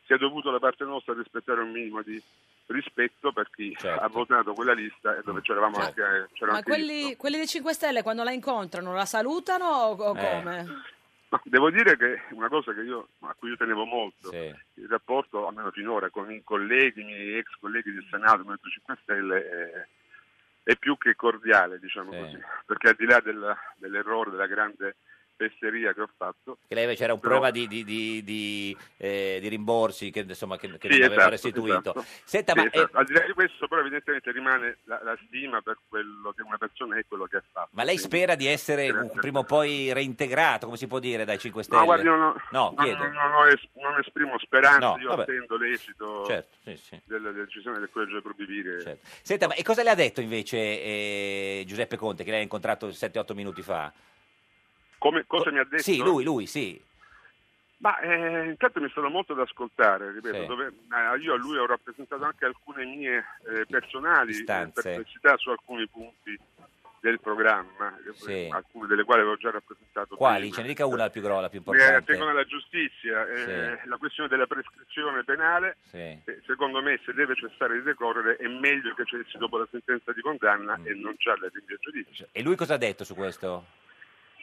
S23: sia dovuto da parte nostra rispettare un minimo di rispetto per chi
S4: Certo.
S23: ha votato quella lista e dove c'eravamo
S1: Certo.
S23: anche, c'era
S1: Ma
S23: anche io.
S1: quelli, quelli dei 5 Stelle quando la incontrano la salutano o, o
S23: Eh.
S1: come?
S23: Ma devo dire che una cosa che io, a cui io tenevo molto, il rapporto, almeno finora, con i colleghi, i miei ex colleghi del Senato, del Movimento 5 Stelle, è, è più che cordiale, diciamo così, perché al di là della- dell'errore, della grande fesseria che ho fatto,
S2: Che lei invece era un
S23: Però-
S2: problema di, di- di- di, eh, di rimborsi che, insomma, che, che
S23: Sì,
S2: non aveva
S23: esatto,
S2: restituito.
S23: esatto.
S2: Senta,
S23: Sì,
S2: ma eh,
S23: esatto. al di là di questo però evidentemente rimane la, la stima per quello che una persona è e quello che ha fatto.
S2: Ma lei
S23: Quindi-
S2: spera di essere
S23: Grazie.
S2: prima o poi reintegrato, come si può dire, dai 5 Stelle?
S23: No, guardi, io no,
S2: No,
S23: no,
S2: chiedo.
S23: no, no, no, es- non esprimo speranze,
S2: No,
S23: io
S2: vabbè.
S23: attendo l'esito
S2: Certo, sì, sì. Certo.
S23: della decisione del collegio dei probivire.
S2: Senta, ma e cosa le ha detto invece eh, Giuseppe Conte, che lei ha incontrato 7-8 minuti fa?
S23: Come, cosa mi ha detto?
S2: Sì, lui, lui, sì.
S23: Ma eh, intanto mi è stato molto da ascoltare, ripeto,
S2: Sì.
S23: dove, eh, io a lui ho rappresentato anche alcune mie eh, personali eh,
S2: Istanze.
S23: perplessità su alcuni punti del programma, eh,
S2: Sì.
S23: alcune delle quali avevo già rappresentato.
S2: Quali?
S23: prima.
S2: Ce ne dica una la più grossa, la più
S23: Eh,
S2: importante.
S23: secondo la giustizia, eh, la questione della prescrizione penale,
S2: Sì.
S23: eh, secondo me se deve cessare di decorrere è meglio che cessi dopo la sentenza di condanna
S2: Mm.
S23: e non già la rinvio a giudizio.
S2: E lui cosa ha detto su questo?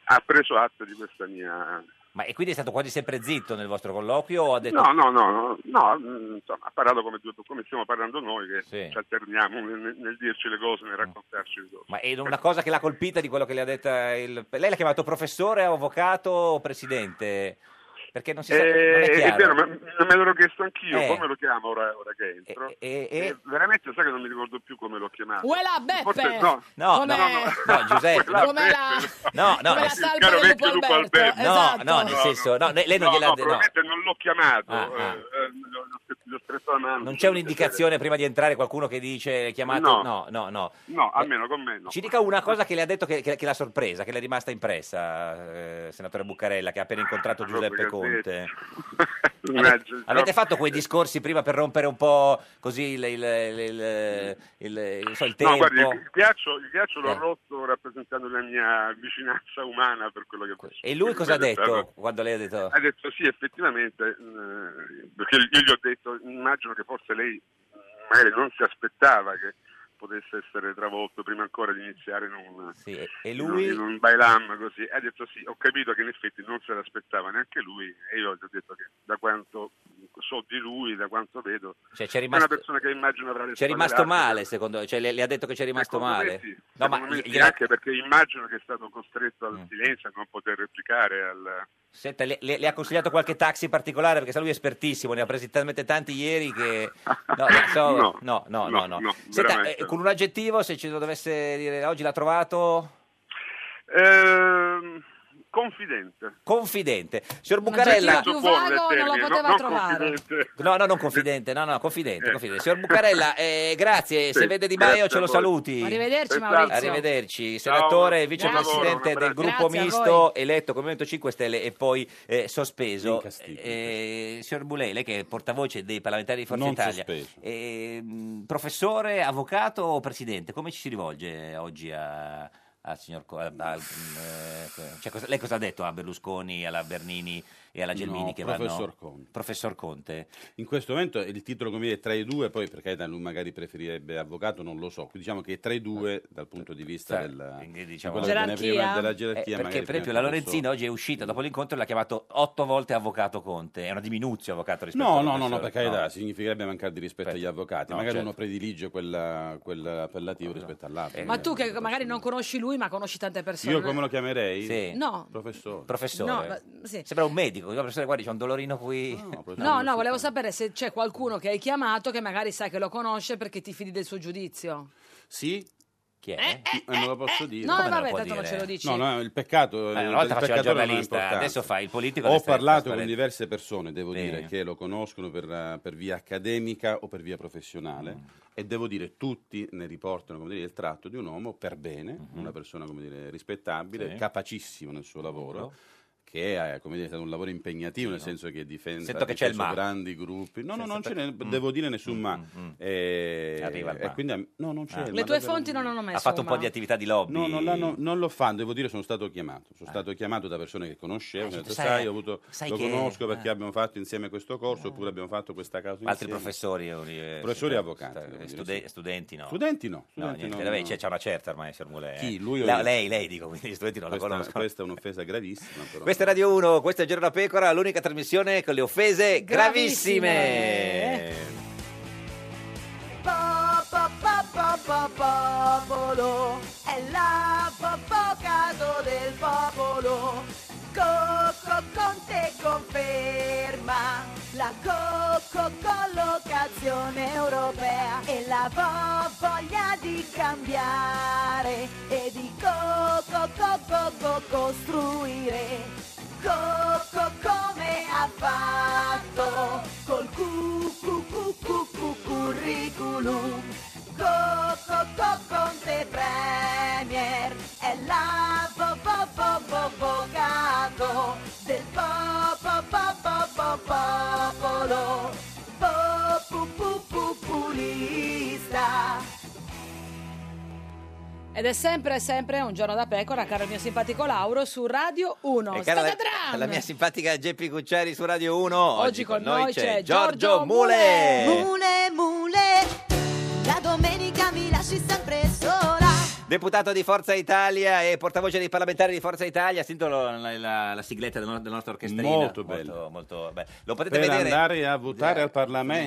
S23: Ha preso atto di questa mia
S2: Ma e quindi è stato quasi sempre zitto nel vostro colloquio o ha detto...
S23: No, no, no, no, no, mh, insomma, ha parlato come, due- come stiamo parlando noi, che ci alterniamo nel, nel dirci le cose,
S2: Mm.
S23: nel raccontarci le cose.
S2: Ma è una cosa che l'ha colpita di quello che le ha detto il... Lei l'ha chiamato professore, avvocato o presidente? Perché non si sa... non
S23: Eh,
S2: è
S23: è
S2: chiaro.
S23: vero, ma me me l'ero chiesto anch'io,
S2: Eh.
S23: come lo chiamo ora, ora che entro? Eh, veramente sai che non mi ricordo più come l'ho chiamato.
S1: Uela Beppe!
S23: Forse- no.
S2: No,
S1: Come-
S2: no, no, no, Giuseppe, no.
S1: Come la...
S2: No, no, nel-
S1: come la talpa
S23: Il caro
S1: del
S23: vecchio
S1: Lupo
S23: Lupo
S1: Alberto.
S23: Alberto.
S1: Esatto.
S2: No, no, nel senso, no, lei lei non
S23: No,
S2: gliel'ha
S23: no,
S2: detto. No.
S23: probabilmente non l'ho chiamato,
S2: Ah,
S23: eh,
S2: ah.
S23: eh, l'ho- l'ho- l'ho stretto la mano.
S2: Non c'è un'indicazione prima di entrare qualcuno che dice chiamate?
S23: No.
S2: no, no. no.
S23: No,
S2: Eh,
S23: almeno con me no.
S2: Ci dica una cosa che le ha detto che, che- che l'ha sorpresa, che le è rimasta impressa, eh, senatore Buccarella, che ha appena incontrato Giuseppe Conte.
S23: Mannaggia,
S2: Avete
S23: no.
S2: fatto quei discorsi prima per rompere un po' così il, il, il- il- il- non so, il tempo?
S23: No, guardi, il ghiaccio, il ghiaccio l'ho
S2: Eh.
S23: rotto rappresentando la mia vicinanza umana per quello che faccio.
S2: E lui cosa ha
S23: Quindi,
S2: detto quando lei ha detto?
S23: eh, Ha detto sì, effettivamente, eh, perché io gli ho detto, immagino che forse lei eh, magari non si aspettava che potesse essere travolto prima ancora di iniziare in un,
S2: Sì, e lui...
S23: in un- in un bailam così. Ha detto sì, ho capito che in effetti non se l'aspettava neanche lui e io gli ho detto che da quanto so di lui, da quanto vedo,
S2: Cioè, c'è
S23: è
S2: rimasto,
S23: una persona che immagino avrà le
S2: c'è
S23: spalle
S2: rimasto
S23: larghe.
S2: male, secondo cioè, le, le ha detto che c'è rimasto
S23: Secondo me
S2: male.
S23: Ecco, sì,
S2: No, ma Mm.
S23: secondo me
S2: gli-
S23: sì,
S2: gliela-
S23: anche perché immagino che è stato costretto al silenzio a non poter replicare al...
S2: senta, le, le- le ha consigliato qualche taxi particolare? Perché sa lui è espertissimo, ne ha presi talmente tanti ieri che... No, no, so-
S23: No,
S2: no, no, no,
S23: no,
S2: no.
S23: no,
S2: Senta,
S23: veramente.
S2: eh, con un aggettivo, se ce lo dovesse dire oggi, l'ha trovato...
S23: Ehm, confidente.
S2: Confidente. Signor
S23: Un
S2: Bucarella...
S23: aggettivo più vago non la poteva trovare.
S2: No, no, non confidente, no, no,
S23: Eh.
S2: confidente, confidente. Signor Bucarella, eh, grazie, se vede Di Maio ce lo saluti.
S1: Arrivederci, Maurizio.
S2: Arrivederci,
S1: Ciao,
S2: senatore,
S1: buon
S2: vicepresidente
S1: lavoro, un
S2: del gruppo
S1: abbraccio. Grazie a
S2: misto, eletto come Movimento 5 Stelle e poi eh, sospeso. Eh, signor Bulei, lei che è portavoce dei parlamentari di Forza
S7: Non
S2: Italia,
S7: sospeso.
S2: eh, mh, professore, avvocato o presidente, come ci si rivolge oggi a... al signor Co- a- a- mh, eh, cioè, cosa- lei cosa ha detto a Berlusconi, alla Bernini e alla Gelmini
S20: No,
S2: che
S20: professor
S2: vanno?
S20: Conte.
S2: Professor Conte.
S20: In questo momento il titolo come dire, è tra i due, poi perché carità, lui magari preferirebbe avvocato, non lo so. Diciamo che è tra i due dal punto di vista
S2: Sì,
S20: del-
S2: quindi,
S20: di
S2: diciamo-
S20: quello che viene prima della gerarchia.
S2: Eh, perché
S20: magari
S2: per esempio
S20: prima
S2: la
S20: del
S2: Lorenzina oggi è uscita dopo l'incontro e l'ha chiamato otto volte avvocato Conte è una diminuzione avvocato rispetto
S20: No,
S2: al
S20: no, no, no, per
S2: professore.
S20: carità, significherebbe mancare di rispetto agli avvocati.
S2: No,
S20: magari
S2: certo. Eh,
S20: uno predilige quella- quell'appellativo rispetto all'altro.
S1: Ma tu
S23: Eh,
S1: che magari non conosci lui, ma conosci tante persone.
S20: Io come lo chiamerei?
S1: No.
S20: Professore.
S2: Professore.
S1: No, ma- sì.
S2: sembra un medico io, professore guardi c'è un dolorino qui
S1: No, no, volevo sapere se c'è qualcuno che hai chiamato che magari sai che lo conosce perché ti fidi del suo giudizio.
S20: Sì?
S2: Chi è?
S20: Eh, non lo posso dire.
S1: no, Come non vabbè, lo può tanto non dire? ce lo dici.
S20: No, no, il peccato.
S2: Beh,
S20: il-
S2: una volta
S20: il
S2: faceva il
S20: peccatore non è
S2: giornalista,
S20: importante.
S2: adesso fa il politico,
S20: Ho
S2: adesso è
S20: parlato con
S2: trasparente.
S20: diverse persone, devo
S2: Bene.
S20: dire, che lo conoscono per, eh, per via accademica o per via professionale.
S2: Mm.
S20: E devo dire, tutti ne riportano come dire, il tratto di un uomo per bene, una persona come dire, rispettabile,
S2: Mm-hmm. Sì. Certo.
S20: capacissimo nel suo lavoro, che è, come dire, è stato un lavoro impegnativo, nel senso che difende
S2: Sento che c'è il
S20: difeso
S2: ma.
S20: grandi gruppi. No, no,
S2: Sì,
S20: non ce
S2: sento-
S20: n'è,
S2: Mm.
S20: devo dire, nessun ma. E,
S2: Arriva il
S20: e
S2: ma.
S20: quindi a- no, non c'è
S2: Ah.
S20: il
S1: Le
S20: ma,
S1: tue
S20: davvero
S1: fonti non hanno messo.
S2: ha fatto un po'
S1: ma-
S2: di attività di lobby Eh.
S20: No, non, l'hanno- non lo fanno, devo dire, sono stato chiamato. Sono stato chiamato da persone che conoscevo, mi hanno detto,
S2: sai-
S20: sai, ho avuto-
S2: sai
S20: lo
S2: che-
S20: conosco perché abbiamo fatto insieme questo corso, oppure abbiamo fatto questa causa
S2: altri
S20: insieme.
S2: professori eh,
S20: Professori e
S2: sta-
S20: avvocati,
S2: sta-
S20: devo dire,
S2: stude-
S20: sì.
S2: studenti no
S20: Studenti no, studenti
S2: niente,
S20: no,
S2: vabbè,
S20: no.
S2: c'è, c'è una certa ormai signor Mulè
S20: Chi, lui o
S2: La-
S20: io?
S2: lei lei dico quindi gli studenti non
S20: Questa-
S2: la conoscono
S20: Questa è un'offesa gravissima, però.
S2: questa è Radio 1 questa è Giro la Pecora l'unica trasmissione con le offese
S1: Gravissime.
S2: gravissime.
S17: Po, po, po, po, po, popolo è l'avvocato del popolo. Cocco Conte conferma la cocco collocazione europea e la vo- voglia di cambiare e di cocco cocco co- costruire. Cocco come ha fatto col cu cu cu cu cu curriculum. Cocco co- Conte Premier è la vo- vo- vo- vo- vocato del po- po- po- po- po- popolo. Po- pu- pu- pu- Populista.
S1: Ed è sempre, sempre un giorno da pecora, caro il mio simpatico Lauro, su Radio 1.
S2: E cara,
S1: State
S2: la, la mia simpatica Geppi Cucciari su Radio 1. Oggi, con noi c'è Giorgio
S1: Giorgio
S2: Mule.
S17: Mule, mule, la domenica mi lasci sempre sola.
S2: deputato di Forza Italia e portavoce dei parlamentari di Forza Italia. Sento lo- la, la- la sigletta del, no- della nostra orchestrina.
S20: Molto
S2: bello. Molto, bello. Lo potete
S20: Per
S2: vedere.
S20: andare a votare al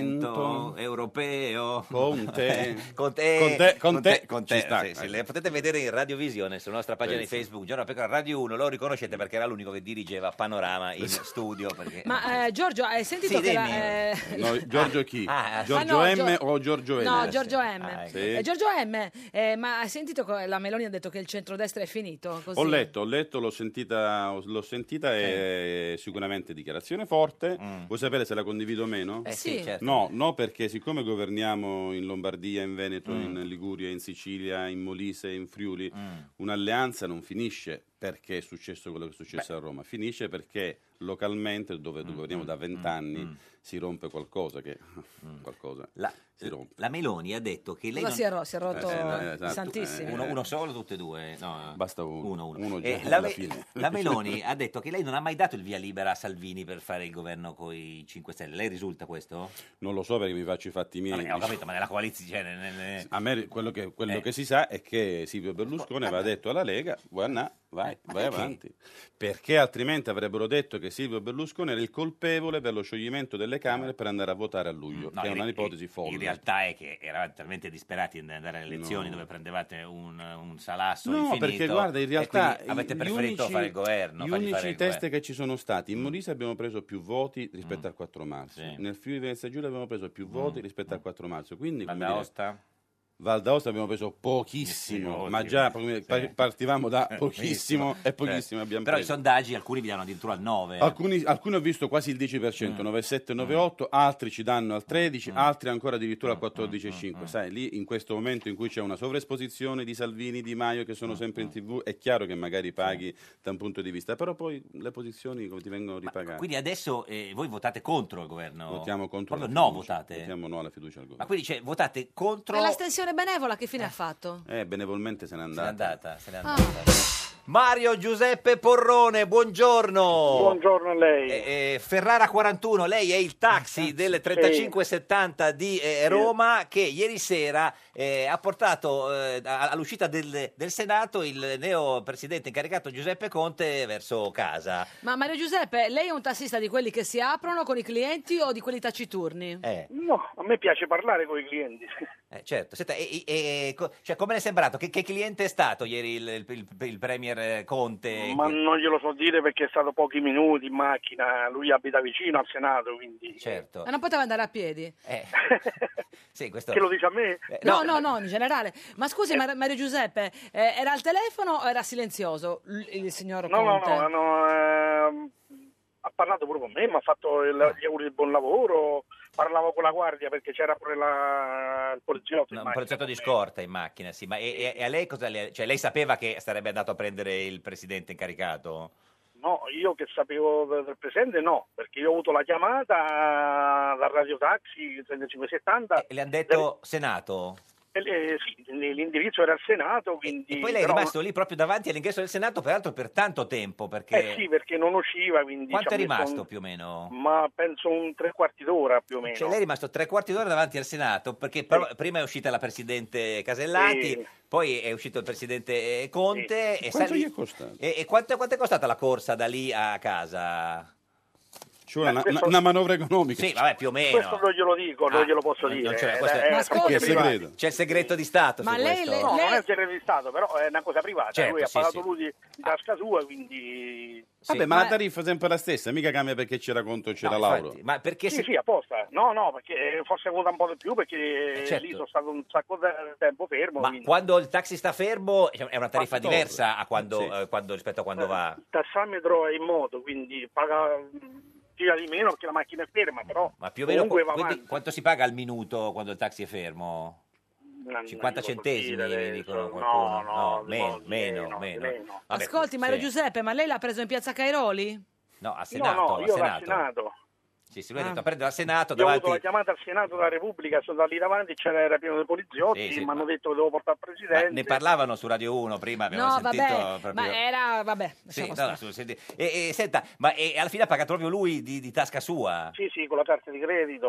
S20: Parlamento
S2: europeo
S20: con te.
S2: con te
S20: Con te, con te.
S2: con
S20: Ci sta,
S2: sì, sì,
S20: eh.
S2: le potete vedere in radiovisione sulla nostra pagina
S20: Pensa.
S2: di Facebook Giorno da Pecora Radio 1 lo riconoscete perché era l'unico che dirigeva Panorama in studio perché
S1: Ma eh, Giorgio, hai sentito
S2: Sì,
S1: che la,
S2: dimmi.
S1: eh,
S20: No, Giorgio chi?
S2: Ah, ah,
S20: Giorgio
S1: ah, no,
S20: M
S1: Gio-
S20: o Giorgio N?
S1: No, Giorgio M.
S20: sì. Ah, ecco.
S1: Eh, Giorgio M, eh, ma hai sentito che la Meloni ha detto che il centrodestra è finito? Così.
S20: Ho letto, ho letto, l'ho sentita, l'ho sentita e sicuramente dichiarazione forte. Vuoi sapere se la condivido o meno?
S1: Mm. Eh sì, Sì. certo.
S20: No, no, perché siccome governiamo in Lombardia, in
S1: Mm.
S20: Veneto, in Liguria, in Sicilia, in Molise, in Friuli, un'alleanza non finisce perché è successo quello che è successo a Roma, finisce perché localmente,
S2: Mm,
S20: dove, dove veniamo da vent'anni, si rompe qualcosa che... qualcosa si rompe.
S2: Mm. La Meloni ha detto che lei
S1: Cosa
S2: non...
S1: si è ro- si è rotto
S2: eh,
S1: esatto, Santissimo. eh.
S2: Uno, uno solo, tutte e due. No.
S20: Basta uno. Uno, già
S2: Eh, la,
S20: alla
S2: Me-
S20: fine.
S2: la Meloni ha detto che lei non ha mai dato il via libera a Salvini per fare il governo con i 5 Stelle. Lei risulta questo?
S20: Non lo so perché mi faccio i fatti miei.
S2: Vabbè, ho capito, ma nella coalizione... cioè, nel-
S20: A me quello che, quello
S2: Eh.
S20: che si sa è che Silvio Berlusconi aveva detto alla Lega, guarda, vai, vai
S2: Eh, perché?
S20: avanti, perché altrimenti avrebbero detto che Silvio Berlusconi era il colpevole per lo scioglimento delle Camere per andare a votare a luglio,
S2: Eh. No,
S20: che è
S2: in-
S20: un'ipotesi folle.
S2: In realtà è che eravate talmente disperati ad andare alle elezioni
S20: No.
S2: dove prendevate un, un salasso
S20: No,
S2: infinito.
S20: perché guarda,
S2: e
S20: in realtà
S2: quindi avete
S20: gli
S2: preferito
S20: unici-
S2: fare il governo.
S20: Gli
S2: fargli
S20: unici
S2: fare il
S20: test
S2: governo.
S20: che ci sono stati, in Molise abbiamo preso più voti rispetto al 4 marzo,
S2: Mm. Sì. Mm.
S20: nel Friuli Venezia Giulia abbiamo preso più voti rispetto al 4 marzo, quindi come dire,
S2: D'Aosta?
S20: Val d'Aosta abbiamo preso pochissimo,
S2: Sì,
S20: ma
S2: oddio.
S20: già come dire, par- partivamo da pochissimo e pochissimo
S2: Eh,
S20: abbiamo
S2: Però
S20: preso.
S2: i sondaggi alcuni vi danno addirittura il 9.
S20: Alcuni, alcuni ho visto quasi il
S2: Mm.
S20: 10%, 97, 98, altri ci danno al 13, altri ancora addirittura
S2: Mm,
S20: al 14,5. Sai, lì in questo momento in cui c'è una sovraesposizione di Salvini, Di Maio che
S2: Mm,
S20: sono sempre in tv, è chiaro che magari paghi da un punto di vista, però poi le posizioni come ti vengono ripagate.
S2: Quindi adesso eh, voi votate contro il governo.
S20: Votiamo contro
S2: Proprio
S20: la
S2: no,
S20: fiducia.
S2: votate.
S20: Votiamo no alla fiducia al governo.
S2: Ma quindi cioè, votate contro...
S24: E l'astensione benevola che fine ha fatto?
S20: Eh, benevolmente se n'è andata.
S2: se n'è andata. Mario Giuseppe Porrone, buongiorno. Eh,
S25: Buongiorno a lei.
S2: Ferrara 41, lei è il taxi del 3570 di eh, Roma che ieri sera eh, ha portato eh, a- all'uscita del, del Senato il neo presidente incaricato Giuseppe Conte verso casa.
S1: Ma Mario Giuseppe, lei è un tassista di quelli che si aprono con i clienti o di quelli taciturni?
S2: Eh,
S25: No, a me piace parlare con i clienti.
S2: eh, certo, Senta, e, e- e co- cioè, come le è sembrato? Che, che cliente è stato ieri il, il- il- il Premier eh, Conte?
S25: Ma non glielo so dire perché è stato pochi minuti in macchina, lui abita vicino al Senato, quindi...
S2: Certo.
S1: Ma non poteva andare a piedi?
S2: Eh, Sì, questo...
S25: Che lo dice a me?
S1: no, no, no, in generale. Ma scusi, Mar- Mario Giuseppe, eh, era al telefono o era silenzioso l- il signor
S25: No, no,
S1: Conte?
S25: no, no, ehm, ha parlato pure con me, mi ha fatto il- gli auguri di buon lavoro, parlavo con la guardia perché c'era pure la, il poliziotto
S2: No,
S25: in
S2: un
S25: macchina.
S2: progetto di scorta in macchina, sì. Ma e, e- e a lei cosa le, cioè, lei sapeva che sarebbe andato a prendere il presidente incaricato?
S25: No, io che sapevo del del presente no, perché io ho avuto la chiamata dal radio taxi 3570
S2: Le hanno detto Senato.
S25: e le- sì, l'indirizzo era al Senato, quindi...
S2: E poi lei è
S25: però-
S2: rimasto lì proprio davanti all'ingresso del Senato, peraltro per tanto tempo. Perché...
S25: Eh sì, diciamo perché non usciva, quindi...
S2: Quanto
S25: ci
S2: è
S25: ha messo
S2: rimasto
S25: un-
S2: più o meno?
S25: Ma penso un tre quarti d'ora più o meno.
S2: Cioè, lei è rimasto tre quarti d'ora davanti al Senato perché pro- prima è uscita la presidente Casellati,
S25: Sì.
S2: poi è uscito il presidente eh, Conte. E,
S20: Quanto
S2: sa lì-
S20: gli è costato?
S2: e- e quanto, quanto è costata la corsa da lì a casa?
S20: Ci vuole
S25: Eh,
S20: una,
S25: questo-
S20: una- una manovra economica.
S2: Sì, vabbè, più o meno.
S25: Questo non glielo dico, non
S2: Ah,
S25: glielo posso
S2: non-
S25: dire.
S2: non c'è-
S25: eh,
S2: questo
S25: eh,
S2: è-
S25: sono
S20: ascolti,
S25: cose
S20: segreto.
S25: private.
S2: C'è il segreto di Stato
S25: Ma
S2: su
S25: lei-
S2: questo.
S25: lei- No, non è segreto di Stato, però è una cosa privata.
S20: Certo,
S25: lui ha
S20: sì,
S25: pagato
S20: sì.
S25: lui di di
S2: Ah.
S25: tasca sua, quindi...
S20: Vabbè, ma,
S25: Eh.
S20: la tariffa è sempre la stessa, mica cambia perché c'era Conte o c'era
S2: No,
S20: Lauro.
S2: infatti, ma perché
S25: sì,
S2: se-
S25: sì, apposta. No, no, perché forse vota un po' di più perché
S2: Eh, certo.
S25: lì sono stato un sacco di tempo fermo.
S2: Ma
S25: quindi.
S2: quando il taxi sta fermo cioè, è una tariffa
S25: Quattro.
S2: diversa a quando- eh, quando- rispetto a quando va.
S25: Il tassametro è in moto, quindi paga tira di meno perché la macchina è ferma, però
S2: Ma più o meno
S25: comunque va
S2: quindi
S25: avanti.
S2: quanto si paga al minuto quando il taxi è fermo?
S25: Non-
S2: 50
S25: non glielo
S2: centesimi
S25: posso dire
S2: mi dicono
S25: adesso.
S2: qualcuno.
S25: No, no,
S2: meno,
S25: no,
S2: meno,
S25: meno,
S2: meno.
S25: meno.
S2: Vabbè,
S1: Ascolti, Mario
S2: sì.
S1: Giuseppe, ma lei l'ha preso in piazza Cairoli?
S2: No, al
S25: No,
S2: Senato,
S25: no,
S2: al
S25: io vado
S2: Senato.
S25: al Senato.
S2: Sì, sì, lui ha
S1: Ah.
S2: detto a prendere al Senato
S25: Io ho avuto la
S2: davanti.
S25: chiamata al Senato della Repubblica, sono andato lì davanti, c'era era pieno di poliziotti,
S2: Sì, sì,
S25: mi
S2: ma-
S25: hanno detto che devo portare al
S2: Ma
S25: Presidente.
S2: ne parlavano su Radio 1 prima, abbiamo
S1: No,
S2: sentito
S1: vabbè,
S2: proprio...
S1: ma era, vabbè,
S2: Sì,
S1: lasciamo
S2: no,
S1: stare.
S2: no, su- senti- e, e senta, ma e, alla fine ha pagato proprio lui di, di tasca sua?
S25: Sì, sì, con la carta di credito.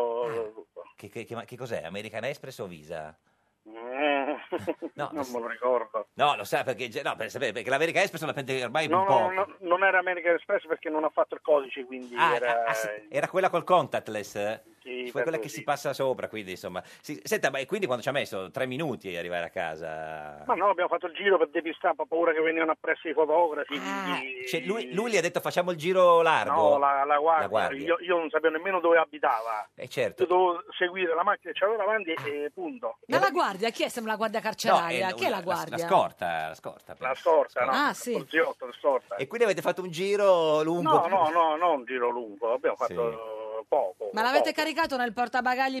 S2: Ah, Che, che- che- ma che cos'è? American Express o Visa?
S25: Mm. non me lo ricordo.
S2: No, lo sa perché, no, per sapere, perché l'American Express la prende ormai
S25: No,
S2: un
S25: no,
S2: po'.
S25: no, non era American Express perché non ha fatto il codice, quindi
S2: Ah,
S25: era...
S2: ah, sì, era quella col contactless? eh?
S25: Sì,
S2: Foi quella
S25: credo
S2: che
S25: sì.
S2: si passa sopra, quindi insomma. Sì, senta, ma e quindi quando ci ha messo tre minuti ad arrivare a casa?
S25: Ma no, abbiamo fatto il giro per depistare, ho paura che venivano appresso i fotografi. quindi-
S2: Cioè, lui, lui gli ha detto facciamo il giro largo?
S25: No, la, la guardia,
S2: La guardia.
S25: Io, io non sapevo nemmeno dove abitava.
S2: Eh, certo.
S25: Io dovevo seguire la macchina che c'avevo davanti e punto.
S2: Eh,
S1: Ma la guardia, chi è? Sembra la guardia carceraria. chi è la guardia?
S2: La, scorta, la scorta.
S25: La scorta, no?
S1: Ah,
S25: il
S1: sì.
S25: poliziotto, la scorta.
S2: E quindi avete fatto un giro lungo?
S25: No, no, no, non un giro lungo, abbiamo fatto eh, poco.
S1: Ma l'avete
S25: poco.
S1: caricato nel portabagagli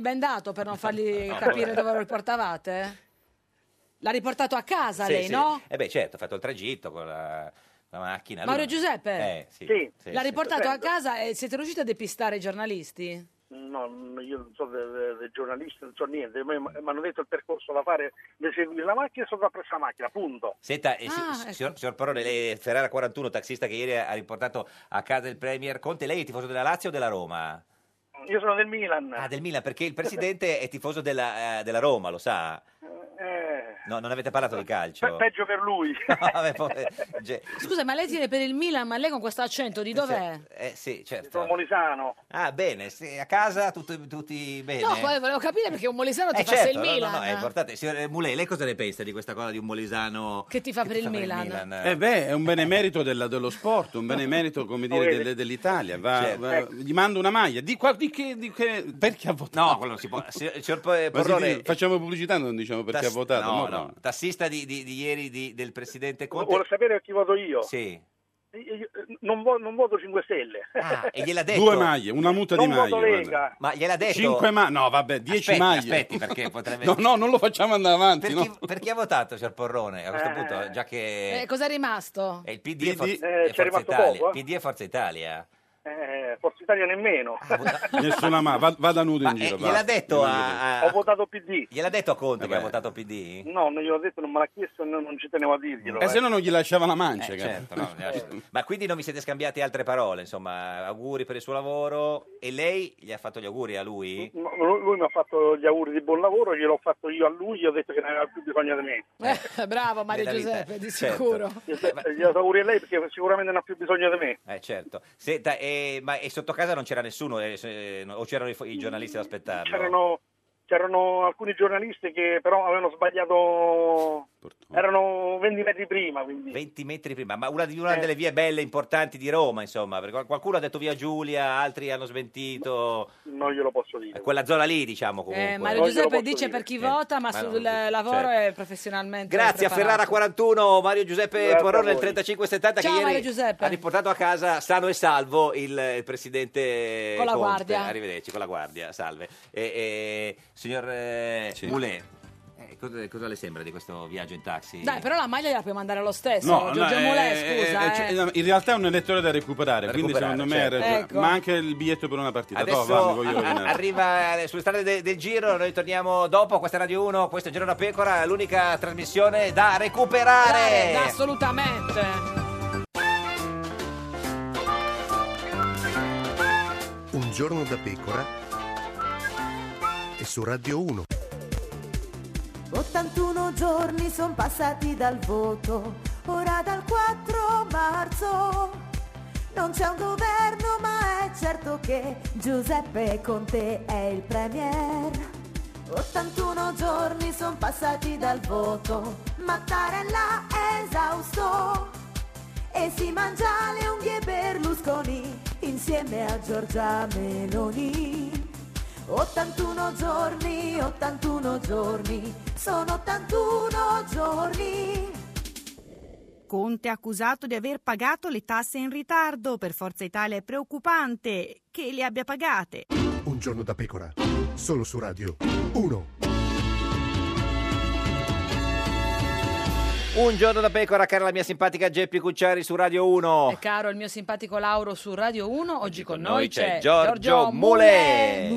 S1: bendato per non fargli
S2: Oh. No,
S1: capire
S2: vabbè.
S1: dove lo portavate? L'ha riportato a casa
S2: Sì,
S1: lei,
S2: sì.
S1: no?
S2: Eh beh, certo, ha fatto il tragitto con la... La macchina.
S1: Mario
S2: allora-
S1: Giuseppe,
S2: Eh, sì. Sì,
S1: l'ha
S2: sì.
S1: riportato a
S25: Prego.
S1: casa e siete riusciti a depistare i giornalisti?
S25: No, no, io non so de- de- dei giornalisti, non so niente, mi hanno detto il percorso da fare, di seguire la macchina e sono andato presso la macchina, punto.
S2: Senta, eh, si-
S25: Ah,
S2: si-
S25: ecco.
S2: signor, signor Parone, lei è Ferrara 41, taxista che ieri ha riportato a casa il Premier Conte, lei è tifoso della Lazio o della Roma?
S25: Io sono del Milan.
S2: Ah, del Milan, perché il presidente è tifoso della, eh, della Roma, lo sa?
S25: Eh,
S2: No, non avete parlato di calcio.
S25: peggio per lui.
S2: Vabbè, poi- ge-
S1: Scusa, ma lei tiene per il Milan, ma lei con questo accento di dov'è?
S2: eh, sì, certo.
S25: Sono molisano.
S2: Ah, bene, sì, a casa tutto- tutti bene?
S1: No, poi volevo capire perché un molisano ti
S2: Eh,
S1: fa
S2: certo,
S1: il
S2: no, no,
S1: Milan.
S2: no, è importante. Signor Mulei, lei cosa ne pensa di questa cosa di un molisano
S1: Che ti fa per il
S2: per il
S1: Milan?
S2: Milan?
S20: Eh beh, è un benemerito della- dello sport, un benemerito come dire, del- dell'Italia. Va-
S2: Certo.
S20: va- gli mando una maglia. Di, qua- di che, di che- perché ha votato?
S2: No, quello non si può. Signor- signor Po- eh,
S20: Ma si
S2: Porrone,
S20: dice- facciamo pubblicità, non diciamo perché
S2: tas-
S20: ha votato.
S2: No,
S20: mo
S2: no,
S20: no.
S2: tassista di, di- di ieri di- del presidente Conte.
S25: Vuole sapere chi voto io?
S2: Sì.
S25: Io- io- non, vo- non voto 5 Stelle.
S20: Ah,
S2: E gliel'ha detto.
S20: Due maglie, una muta di
S25: Non voto
S20: maglie.
S25: Lega.
S20: guarda.
S2: Ma gliel'ha detto.
S20: Cinque maglie, no, vabbè, dieci
S2: Aspetti,
S20: maglie.
S2: aspetti, perché potrebbe-
S20: No, no, non lo facciamo andare avanti.
S2: Per
S20: no.
S2: chi, per chi ha votato, signor Porrone? A questo
S20: Eh.
S2: punto, già che.
S1: Eh, cos'è rimasto?
S2: è il PD, e Forza,
S25: Eh,
S2: e
S25: c'è
S2: Forza
S25: rimasto
S2: Italia.
S25: poco, eh.
S2: PD e Forza Italia.
S25: Eh, Forza Italia nemmeno.
S20: Nessuna ma va- vada nudo in giro.
S2: Eh, gliel'ha
S20: va.
S2: detto a, a-
S25: Ho votato PD.
S2: gliel'ha detto a
S20: Eh
S2: Conte che ha votato PD?
S25: No, non gliel'ho detto, non me l'ha chiesto e non, non ci tenevo a dirglielo.
S20: E
S25: eh.
S20: se no non gli lasciava la mancia.
S2: Eh,
S20: cara.
S2: certo, no, eh, ma quindi non vi siete scambiati altre parole, insomma, auguri per il suo lavoro e lei gli ha fatto gli auguri a lui?
S25: No, Lui, lui mi ha fatto gli auguri di buon lavoro, gliel'ho fatto io a lui, gli ho detto che ne aveva più bisogno di me.
S1: Eh, bravo Mario
S2: Nella vita,
S1: Giuseppe, di
S2: certo.
S1: sicuro.
S25: Eh, Gli ho auguri a lei perché sicuramente ne ha più bisogno di me.
S2: Eh certo, Senta, eh, ma e sotto casa non c'era nessuno eh, se- no- o c'erano i, fo- i giornalisti ad aspettarlo?
S25: C'erano, c'erano alcuni giornalisti che però avevano sbagliato, erano 20 metri prima, quindi
S2: 20 metri prima, ma una, di- una
S25: Eh.
S2: delle vie belle importanti di Roma, insomma, perché qual- qualcuno ha detto via Giulia, altri hanno smentito.
S25: Non glielo posso dire.
S2: Quella zona lì, diciamo comunque.
S1: Eh, Mario Giuseppe dice per chi vota, ma,
S2: ma no,
S1: sul lavoro
S2: certo.
S1: è professionalmente.
S2: Grazie a
S1: preparato.
S2: Ferrara 41, Mario Giuseppe
S1: Grazie
S2: Porrone
S1: a
S2: del
S1: voi.
S2: 3570
S1: Ciao,
S2: che ieri
S1: Mario Giuseppe.
S2: ha riportato a casa sano e salvo il, il presidente
S1: Con la
S2: Conte.
S1: guardia.
S2: Arrivederci con la guardia, salve. E, e, signor eh, Moulet, eh, cosa, cosa le sembra di questo viaggio in taxi?
S1: Dai, però la maglia la puoi mandare lo stesso.
S20: No, no,
S1: Giorgio
S20: eh,
S1: Mulè,
S20: eh,
S1: scusa.
S20: eh, cioè, in realtà è un elettore da recuperare,
S2: Da
S20: quindi
S2: recuperare,
S20: secondo me
S2: certo.
S20: ha ragione.
S2: Ecco.
S20: ma anche il biglietto per una partita.
S2: Adesso
S20: Toh, vammi, voglio
S2: a-
S20: rovinare.
S2: arriva eh, sulle strade de- del giro, noi torniamo dopo, questa è Radio 1, questo è Giro da Pecora, l'unica trasmissione da recuperare.
S1: Dai, Assolutamente.
S18: Un giorno da pecora e su Radio 1.
S17: 81 giorni sono passati dal voto, ora dal 4 marzo. Non c'è un governo ma è certo che Giuseppe Conte è il premier. 81 giorni sono passati dal voto, Mattarella è esausto e si mangia le unghie Berlusconi insieme a Giorgia Meloni. 81 giorni, 81 giorni, sono 81 giorni.
S19: Conte è accusato di aver pagato le tasse in ritardo. Per Forza Italia è preoccupante che le abbia pagate.
S18: Un giorno da pecora, solo su Radio 1.
S2: Un giorno da pecora, cara la mia simpatica Geppi Cucciari su Radio 1.
S1: E caro il mio simpatico Lauro su Radio 1, oggi, con
S2: Ecco, noi
S1: noi
S2: c'è
S1: c'è
S2: Giorgio Mulè.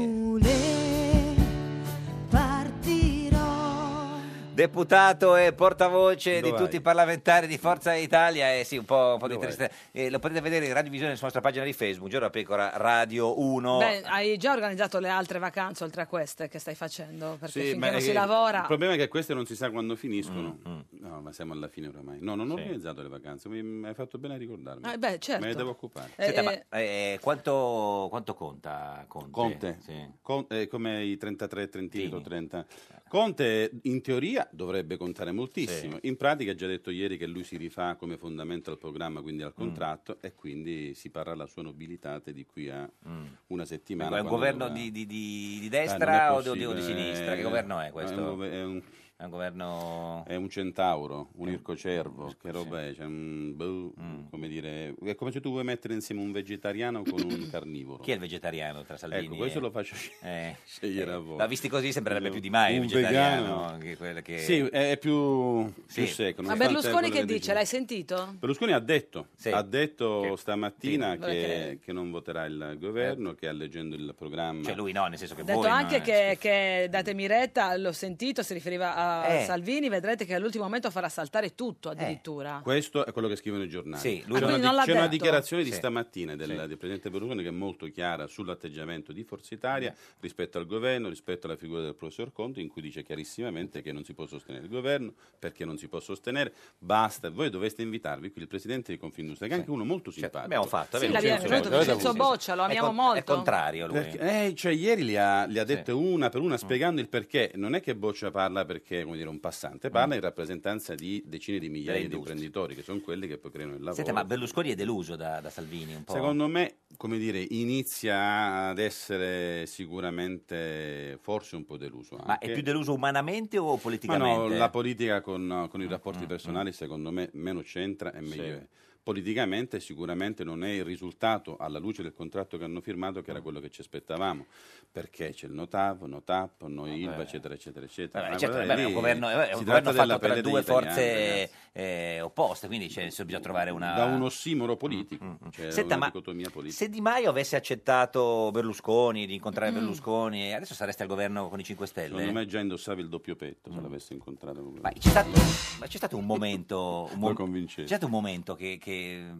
S2: Deputato e portavoce di
S21: Dov'hai?
S2: tutti i parlamentari di Forza Italia, eh sì, un po', un po' di tristezza. Eh, lo potete vedere in radiovisione sulla nostra pagina di Facebook, Giorno da Pecora Radio 1.
S1: Beh, hai già organizzato le altre vacanze oltre a queste che stai facendo? Perché
S20: Sì,
S1: finché non
S20: è
S1: si
S20: che
S1: lavora.
S20: Il problema è che queste non si sa quando finiscono. No, ma siamo alla fine oramai. No, non ho
S2: Mm, Sì.
S20: organizzato le vacanze, mi mi hai fatto bene a ricordarmi.
S1: Eh, beh, certo.
S20: Me ne devo occupare.
S1: Eh, Senta, eh.
S2: Ma, eh, quanto, quanto conta Conte?
S20: Conte,
S2: Sì.
S20: Con- eh, come i 33 trentini, o 30. Conte in teoria dovrebbe contare moltissimo, in pratica ha già detto ieri che lui si rifà come fondamento al programma, quindi
S2: Mm.
S20: al contratto, e quindi si parla alla sua nobilitate di qui a una
S2: Mm. È
S20: settimana.
S2: un
S20: quando
S2: governo
S20: dovrà-
S2: di, di- di- di
S20: Dai, non Ah, è
S2: destra o di- o di, o di
S20: possibile,
S2: sinistra? Che
S20: eh,
S2: governo è
S20: È un,
S2: questo?
S20: gove- è un-
S2: È un governo...
S20: È un centauro, un ircocervo, che roba è? Cioè, mm, boh, come dire, è come se tu vuoi mettere insieme un vegetariano con un carnivoro.
S2: Chi è il vegetariano tra Salvini?
S20: Ecco, questo
S2: e-
S20: lo faccio
S2: Eh,
S20: scegliere a voi. Eh,
S2: Ma visti così sembrerebbe più di mai
S20: Un
S2: vegetariano
S20: vegano.
S2: che quello che...
S20: Sì, eh, è, è più, più
S2: Sì.
S20: secco.
S1: Ma
S20: nonostante
S1: Berlusconi
S20: quello
S1: che dice?
S20: diceva.
S1: L'hai sentito?
S20: Berlusconi ha detto, ha detto stamattina
S1: sì, non lo
S20: che,
S1: credo.
S20: che non voterà il governo, che leggendo il programma... Cioè
S2: Eh. lui no, nel senso
S1: Ha detto anche che, che datemi retta, l'ho sentito, si riferiva a
S20: Eh.
S1: Salvini, vedrete che all'ultimo momento farà saltare tutto addirittura.
S20: Questo è quello che scrivono i giornali.
S2: Sì,
S1: lui-
S20: c'è
S1: Ah,
S20: una,
S1: quindi non l'ha
S20: c'è una
S1: detto?
S20: dichiarazione di
S1: Sì.
S20: stamattina del, del Presidente Berlusconi che è molto chiara sull'atteggiamento di Forza Italia rispetto al governo, rispetto alla figura del professor Conte, in cui dice chiarissimamente che non si può sostenere il governo, perché non si può sostenere, basta. Voi doveste invitarvi qui il Presidente di Confindustria, che è anche uno molto simpatico.
S2: abbiamo fatto, è
S1: Sì, l'abbiamo venuto Vincenzo Boccia, lo amiamo molto.
S20: Perché- eh, cioè, ieri li ha, li ha dette una per
S2: Mm.
S20: una spiegando il perché. Non è che Boccia parla perché come dire, un passante,
S2: Mm.
S20: parla in rappresentanza di decine di migliaia di
S2: industrie.
S20: imprenditori che sono quelli che poi creano il lavoro.
S2: Senta, ma Berlusconi è deluso da, da Salvini un po'?
S20: Secondo me, come dire, inizia ad essere sicuramente forse un po' deluso.
S2: Ma è
S20: anche.
S2: più deluso umanamente o
S20: Ma
S2: politicamente? Ah,
S20: no, la politica con, con i rapporti personali, secondo me, meno c'entra e meglio
S2: Sì.
S20: è. Politicamente sicuramente non è il risultato alla luce del contratto che hanno firmato
S2: Ah.
S20: che era quello che ci aspettavamo, perché c'è il Notav, Notap, noi Ilva, eccetera, eccetera, eccetera.
S2: Vabbè,
S20: Ma
S2: certo,
S20: guardate,
S2: vabbè, è un
S20: lì
S2: governo, è un
S20: si
S2: governo
S20: tratta della
S2: fatto tra
S20: pelle degli
S2: due
S20: italiani,
S2: forze
S20: ragazzi.
S2: eh, opposte, quindi c'è- insomma, bisogna trovare una...
S20: da un ossimoro politico, cioè
S2: Mm, Senta,
S20: una
S2: ma
S20: dicotomia politica.
S2: Se Di Maio avesse accettato Berlusconi, di incontrare Berlusconi, adesso sareste al governo con i 5 Stelle? Mm.
S20: Secondo me già indossava il doppio petto se l'avesse incontrato. con lui.
S2: Ma c'è stato, ma c'è stato un momento,
S20: Lo
S2: un mom-
S20: convincete.
S2: c'è stato un momento che, che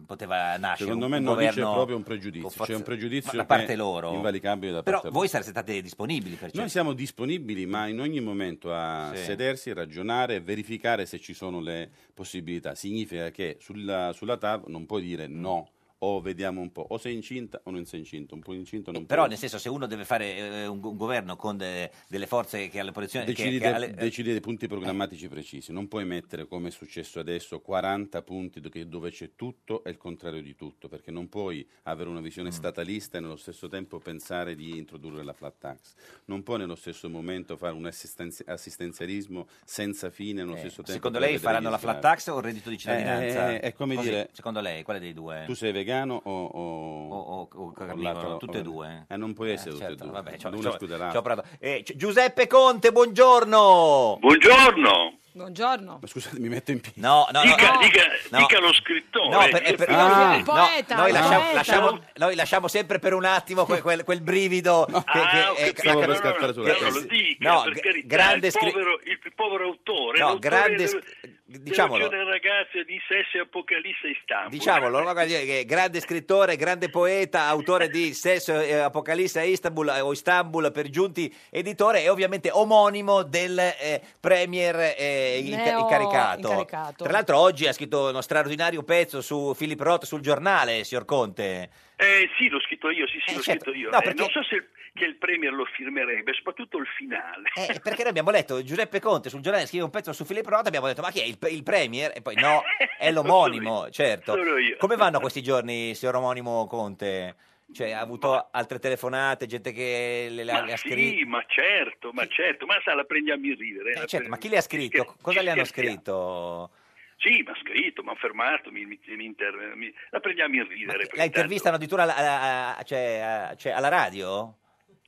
S2: poteva nascere
S20: Secondo
S2: un,
S20: me
S2: un
S20: non lì c'è
S2: governo
S20: proprio un
S2: con
S20: pregiudizio,
S2: forze-
S20: c'è un pregiudizio
S2: ma da parte
S20: che è
S2: loro.
S20: invalicabile da
S2: Però
S20: parte
S2: voi
S20: loro.
S2: sareste state disponibili per
S20: Noi
S2: certo.
S20: siamo disponibili, ma in ogni momento a
S2: Sì.
S20: sedersi, ragionare, verificare se ci sono le possibilità. Significa che sulla, sulla TAV non puoi dire no, o vediamo un po', o sei incinta o non sei incinta, un po' incinta o non
S2: Però
S20: puoi.
S2: nel senso se uno deve fare eh, un, un governo con de- delle forze che alle posizioni
S20: Decidi,
S2: che, che eh,
S20: dei-
S2: alle-
S20: decidi dei punti programmatici precisi, non puoi mettere come è successo adesso 40 punti do- che- dove c'è tutto e il contrario di tutto, perché non puoi avere una
S2: Mm.
S20: visione statalista e nello stesso tempo pensare di introdurre la flat tax, non puoi nello stesso momento fare un assistenzi- assistenzialismo senza fine, nello
S2: eh,
S20: stesso tempo
S2: secondo
S20: prevedere
S2: lei faranno
S20: gli
S2: la flat
S20: sgravi.
S2: tax o il reddito di
S20: Eh,
S2: cittadinanza?
S20: eh, è come
S2: Così,
S20: dire-
S2: Secondo lei, quale dei due?
S20: Tu sei vegano o, o,
S2: carnivoro?
S20: l'altro-
S2: Tutte e due?
S20: Eh, non puoi essere tutte
S2: certo,
S20: e due.
S2: vabbè, c'ho-
S20: L'uno
S2: c'ho-
S20: esclude l'altro.
S2: c'ho provato. Eh, Gi- Giuseppe Conte, buongiorno!
S3: Buongiorno!
S1: Buongiorno.
S20: Ma scusate, mi metto in piedi.
S2: No, no,
S3: dica,
S2: no.
S3: dica,
S2: No.
S3: dica lo scrittore.
S2: No, per- è per-
S3: Che-
S2: no,
S3: Il
S1: poeta,
S2: noi,
S1: il
S2: lasciamo,
S1: poeta.
S2: lasciamo- noi lasciamo sempre per un attimo quel, quel- quel brivido che, che- eh,
S20: Stavo
S2: che-
S20: per scattare sulla
S3: Ah, No, lo
S20: testa.
S3: dica,
S2: No,
S3: per
S2: gr-
S3: carità,
S2: grande
S3: il,
S2: scri-
S3: povero, il più povero autore,
S2: No,
S3: l'autore
S2: grande
S3: del-
S2: sc-
S3: del
S2: diciamolo.
S3: giovane ragazzo di Sessi Apocalisse Istanbul.
S2: Diciamolo, no, guarda, dire che grande scrittore, grande poeta, autore di Sesso e Apocalisse a Istanbul eh, o Istanbul per giunti editore e ovviamente omonimo del eh, premier eh, inca-
S1: Neo
S2: incaricato.
S1: incaricato.
S2: Tra l'altro oggi ha scritto uno straordinario pezzo su Filippo Roth sul giornale, signor Conte.
S3: Eh sì, l'ho scritto io, sì, sì, l'ho scritto
S2: certo.
S3: io.
S2: No,
S3: Eh,
S2: perché-
S3: non so se il- che il Premier lo firmerebbe, soprattutto il finale.
S2: Eh, perché noi abbiamo letto Giuseppe Conte sul giornale scrive un pezzo su Filippo Roth abbiamo detto ma chi è il, il premier? E poi no, è l'omonimo, certo.
S3: Solo io.
S2: Come vanno questi giorni, signor omonimo Conte? Cioè, ha avuto altre telefonate, gente che Eh, le, le ha-
S3: Ma
S2: le ha scritto?
S3: sì, ma certo, ma certo, ma sa, la prendiamo in ridere.
S2: Eh,
S3: la
S2: certo, ma
S3: prendiamo-
S2: chi le ha scritto? Cosa le hanno
S3: scherziamo.
S2: scritto?
S3: Sì, mi ha scritto, mi ha fermato, mi, mi- mi inter- mi- la prendiamo in ridere.
S2: La intervistano addirittura alla, alla- cioè, a- cioè, alla radio?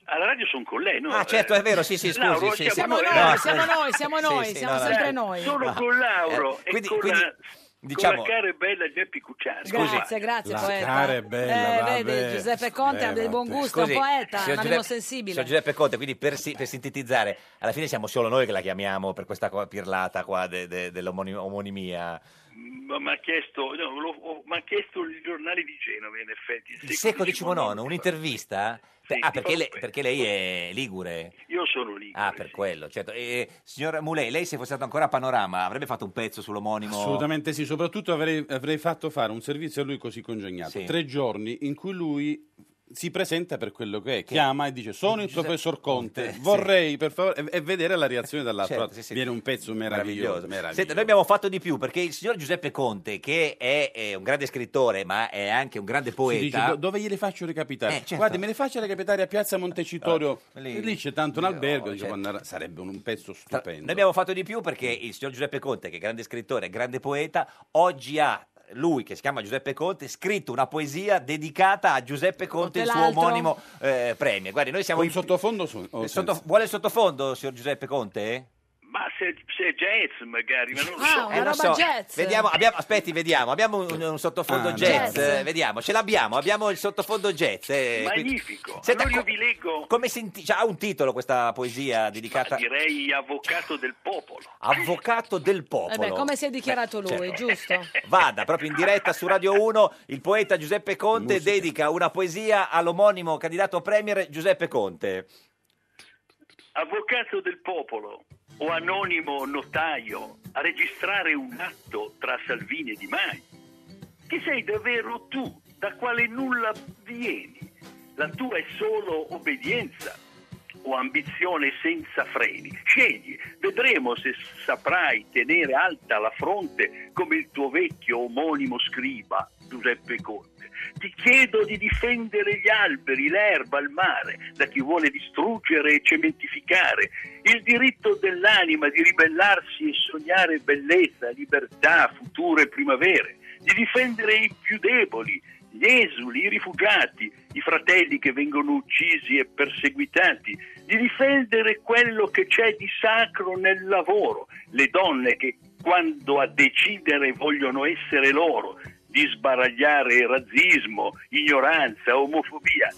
S3: Alla radio sono con lei, no?
S2: Ah, certo, è vero, sì, sì, scusi,
S3: Lauro,
S2: sì, sì.
S1: Eh, Siamo
S2: No,
S1: noi,
S2: no,
S1: siamo
S2: scusi.
S1: noi, siamo
S2: Sì,
S1: noi,
S2: sì,
S1: siamo
S2: no, no,
S1: sempre
S2: eh,
S1: noi.
S3: Sono
S2: No.
S3: con Lauro
S2: Eh,
S3: e
S2: quindi-
S3: con,
S2: quindi,
S3: la,
S2: diciamo-
S3: con la cara e bella Geppi Cucciari.
S1: Grazie, grazie
S3: La
S1: poeta.
S3: cara è bella,
S1: Eh, vedi,
S3: vabbè.
S1: Giuseppe Conte ha del buon gusto,
S2: Scusi,
S1: è un poeta,
S2: signor
S1: un animo
S2: Giuseppe-
S1: sensibile.
S2: Signor Giuseppe Conte, quindi per, si- per sintetizzare, alla fine siamo solo noi che la chiamiamo per questa qua pirlata qua de- de- dell'omonimia.
S3: Ma mi ha chiesto, no, lo- ho- m'ha chiesto il giornale di Genova, in effetti.
S2: Il secolo XIX, un'intervista? Per- ah, perché,
S3: fa-
S2: le- perché lei è ligure?
S3: Io sono lì.
S2: Ah, per quello, certo. E, signor Mulei, lei se fosse stato ancora a Panorama avrebbe fatto un pezzo sull'omonimo?
S20: Assolutamente sì, soprattutto avrei, avrei fatto fare un servizio a lui così congegnato.
S2: Sì.
S20: Tre giorni in cui lui si presenta per quello che è, chiama e dice sono il professor Conte, vorrei per favore e, e vedere la reazione dall'altro.
S2: Certo,
S20: lato. Viene un pezzo meraviglioso. meraviglioso.
S2: Senta, noi abbiamo fatto di più perché il signor Giuseppe Conte, che è, eh, un grande scrittore ma è anche un grande
S20: Si dice,
S2: poeta,
S20: "Do- dove gliele faccio recapitare?
S2: Eh, certo.
S20: Guardi, me le faccio recapitare a Piazza Montecitorio.
S2: Oh, lì-
S20: lì, c'è tanto un albergo, dice,
S2: certo.
S20: quando era- sarebbe un, un pezzo
S2: noi
S20: stupendo.
S2: abbiamo fatto di più perché il signor Giuseppe Conte, che è grande scrittore, grande poeta, oggi ha lui che si chiama Giuseppe Conte scritto una poesia dedicata a Giuseppe Conte, il suo
S20: l'altro?
S2: omonimo eh, premio. Guardi, noi siamo
S20: Con
S2: in-
S20: sottofondo su- oh, o
S2: Eh, sotto-
S20: senza?
S2: Vuole il sottofondo, signor Giuseppe Conte?
S3: Ma Ah, se, se è jazz magari, ma non lo
S2: Eh,
S3: so.
S2: non so. Vediamo, abbiamo- aspetti, vediamo. Abbiamo un, un sottofondo
S3: Ah,
S2: jazz.
S3: no. Jazz.
S2: eh, vediamo, ce l'abbiamo. Abbiamo il sottofondo jazz. eh, quindi-
S3: Magnifico.
S2: Senta,
S3: allora io
S2: co-
S3: vi leggo, Ah,
S2: come si inti- cioè, ha un titolo questa poesia dedicata
S3: direi, avvocato del popolo.
S2: Avvocato del popolo.
S1: Vabbè, Eh come si è dichiarato
S2: Beh,
S1: lui,
S2: certo.
S1: giusto?
S2: Vada proprio in diretta su Radio 1. Il poeta Giuseppe Conte dedica una poesia all'omonimo candidato a premier Giuseppe Conte.
S3: Avvocato del popolo o anonimo notaio a registrare un atto tra Salvini e Di Maio. Chi sei davvero tu, da quale nulla vieni? La tua è solo obbedienza o ambizione senza freni. Scegli, vedremo se saprai tenere alta la fronte come il tuo vecchio omonimo scriba Giuseppe Conte. Ti chiedo di difendere gli alberi, l'erba, il mare da chi vuole distruggere e cementificare, il diritto dell'anima di ribellarsi e sognare bellezza, libertà, future primavere, di difendere i più deboli, gli esuli, i rifugiati, i fratelli che vengono uccisi e perseguitati, di difendere quello che c'è di sacro nel lavoro, le donne che quando a decidere vogliono essere loro, di sbaragliare razzismo, ignoranza, omofobia.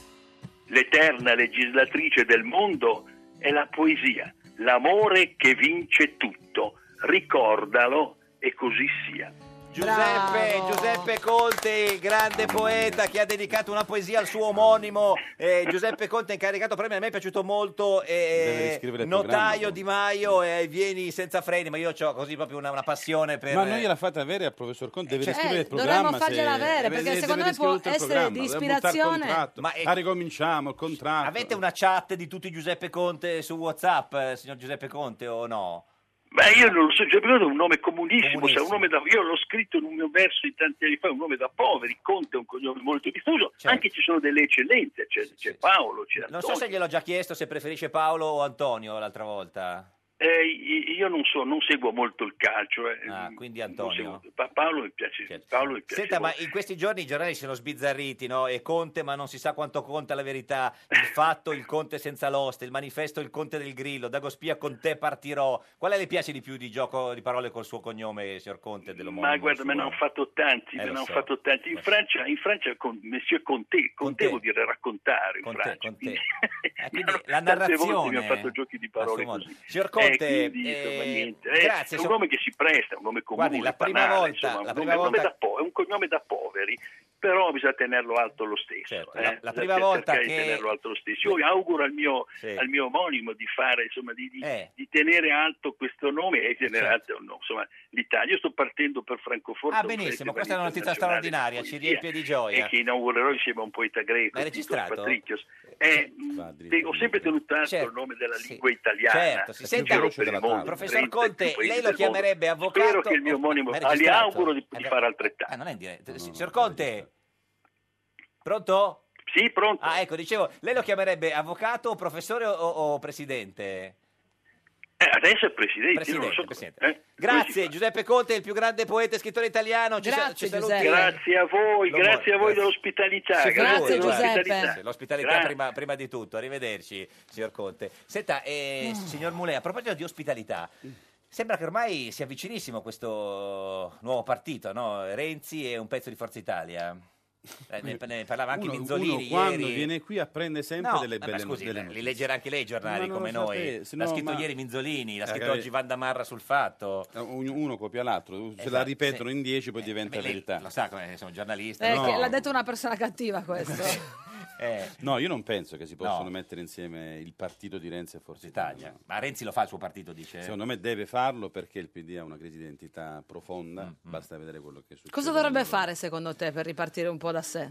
S3: L'eterna legislatrice del mondo è la poesia, l'amore che vince tutto. Ricordalo e così sia.
S2: Giuseppe, Giuseppe Conte, il grande poeta che ha dedicato una poesia al suo omonimo. Eh, Giuseppe Conte è incaricato premio, a me è piaciuto molto.
S20: Deve
S2: Eh,
S20: riscrivere il
S2: notaio
S20: programma,
S2: Di Maio, eh, vieni senza freni, ma io ho così proprio una, una passione per...
S20: Ma noi gliela fate avere al professor Conte, deve
S2: cioè-
S20: riscrivere
S2: Eh,
S20: il programma.
S2: dovremmo fargliela
S20: se-
S2: avere,
S20: deve-
S2: perché
S20: deve
S2: secondo me
S20: riscrivere
S2: può
S20: tutto il
S2: essere
S20: programma,
S2: di
S20: deve buttare il
S2: ispirazione.
S20: contratto.
S2: Ma è-
S20: Ah, ricominciamo il contratto.
S2: Avete una chat di tutti Giuseppe Conte su WhatsApp, eh, signor Giuseppe Conte, o no?
S3: Beh, io non lo so, Giuseppe Conte è un nome comunissimo, cioè un nome da- io l'ho scritto in un mio verso di tanti anni fa, è un nome da poveri, Conte è un cognome molto diffuso, anche ci sono delle eccellenze, c'è, c'è Paolo, c'è
S2: Certo. Non
S3: Antonio.
S2: so se gliel'ho già chiesto se preferisce Paolo o Antonio l'altra volta.
S3: Eh, i- io non so, non seguo molto il calcio. eh.
S2: Ah, quindi
S3: Non
S2: Antonio.
S3: seguo- Pa- Paolo mi piace. Paolo mi piace
S2: Senta, ma
S3: molto.
S2: in questi giorni i giornali si sono sbizzarriti, no? E Conte, ma non si sa quanto conta la verità. Il fatto, il Conte senza l'oste, il manifesto, il Conte del Grillo, Dagospia, con te partirò. Quale le piace di più di gioco di parole col suo cognome, signor Conte?
S3: Ma guarda, me ne hanno fatto tanti,
S2: Eh,
S3: me
S2: lo
S3: ne hanno
S2: so.
S3: fatto tanti. In Francia, in Francia con Monsieur Conte, Conte vuol dire raccontare in Francia. quindi-
S2: Eh, La
S3: Tante volte mi
S2: narrazione...
S3: hanno fatto giochi di parole
S2: a suo modo.
S3: così.
S2: Signor Conte,
S3: Eh, quindi, insomma,
S2: eh,
S3: niente. Eh,
S2: grazie,
S3: È un
S2: so-
S3: nome che si presta, è un nome comune.
S2: Guardi, la prima
S3: banale,
S2: volta-
S3: insomma,
S2: la
S3: un
S2: prima
S3: nome- nome
S2: volta-
S3: da po- è un cognome da poveri, però bisogna tenerlo alto lo stesso. eh.
S2: Certo, la- la
S3: Bisogna
S2: prima
S3: cercare
S2: volta
S3: di
S2: che-
S3: tenerlo alto lo stesso. Io auguro al mio,
S2: Sì.
S3: al mio omonimo di fare, insomma, di, di-
S2: Eh.
S3: di tenere alto questo nome e tenere alto no, insomma, l'Italia. Io sto partendo per
S2: Certo.
S3: Francoforte.
S2: Ah,
S3: un
S2: benissimo,
S3: festival
S2: questa è una notizia
S3: internazionale di
S2: straordinaria, ci
S3: poesia
S2: riempie di gioia.
S3: e che inaugurerò insieme a un poeta greco,
S2: L'hai
S3: Titos
S2: registrato?
S3: Patricios. Eh, mh, te- ho sempre tenuto alto il nome della lingua italiana.
S2: Certo, si senta-
S3: Giro per il
S2: Certo.
S3: mondo,
S2: Professor
S3: 30
S2: Conte,
S3: paesi
S2: lei lo
S3: del mondo.
S2: chiamerebbe avvocato
S3: Spero che il mio
S2: o-
S3: omonimo,
S2: ma è
S3: ah, gli
S2: registrato?
S3: auguro di, di fare altrettanto.
S2: Ah, non è in diretta. Signor Conte, pronto?
S3: Sì, pronto.
S2: Ah, ecco, dicevo, lei lo chiamerebbe avvocato, professore o, o presidente?
S3: Eh, adesso è presidente, io non
S2: Presidente,
S3: so-
S2: presidente.
S3: eh, come
S2: Grazie, Giuseppe Conte, il più grande poeta e scrittore italiano. Ci, sa-
S3: Grazie,
S2: ci saluti.
S3: Giuseppe. Grazie a voi, grazie a voi dell'ospitalità,
S2: Si
S3: grazie
S2: figuri,
S3: dell'ospitalità.
S2: guardi. L'ospitalità
S3: Grazie.
S2: prima, prima di tutto. Arrivederci, signor Conte. Senta,
S20: Ah.
S2: eh, signor Mulè, a proposito di ospitalità, sembra che ormai sia vicinissimo questo nuovo partito, no? Renzi e un pezzo di Forza Italia. Eh, ne, ne parlava anche
S20: Uno-
S2: Minzolini
S20: uno quando
S2: ieri.
S20: viene qui apprende sempre
S2: No,
S20: delle
S2: ma
S20: belle
S2: scusi,
S20: delle
S2: li leggerà anche lei i giornali
S20: Ma non
S2: come
S20: lo
S2: noi.
S20: sapevo, se
S2: l'ha
S20: no,
S2: scritto
S20: ma-
S2: ieri Minzolini, l'ha
S20: Eh,
S2: scritto
S20: magari-
S2: oggi Vanda Marra sul fatto.
S20: Uno, Eh, uno copia l'altro, se la
S2: Esatto,
S20: ripetono in dieci poi diventa
S2: Beh, lei
S20: verità.
S2: Lo sa, come sono giornalista.
S1: Eh,
S20: No.
S1: che l'ha detto una persona cattiva questo.
S2: Eh,
S20: No, io non penso che si possono
S2: No.
S20: mettere insieme il partito di Renzi e Forza Italia.
S2: Ma Renzi lo fa il suo partito, dice.
S20: Secondo me deve farlo perché il PD ha una crisi di identità
S2: Mm,
S20: profonda, basta vedere quello che succede.
S1: Cosa dovrebbe fare secondo te per ripartire un po' da sé?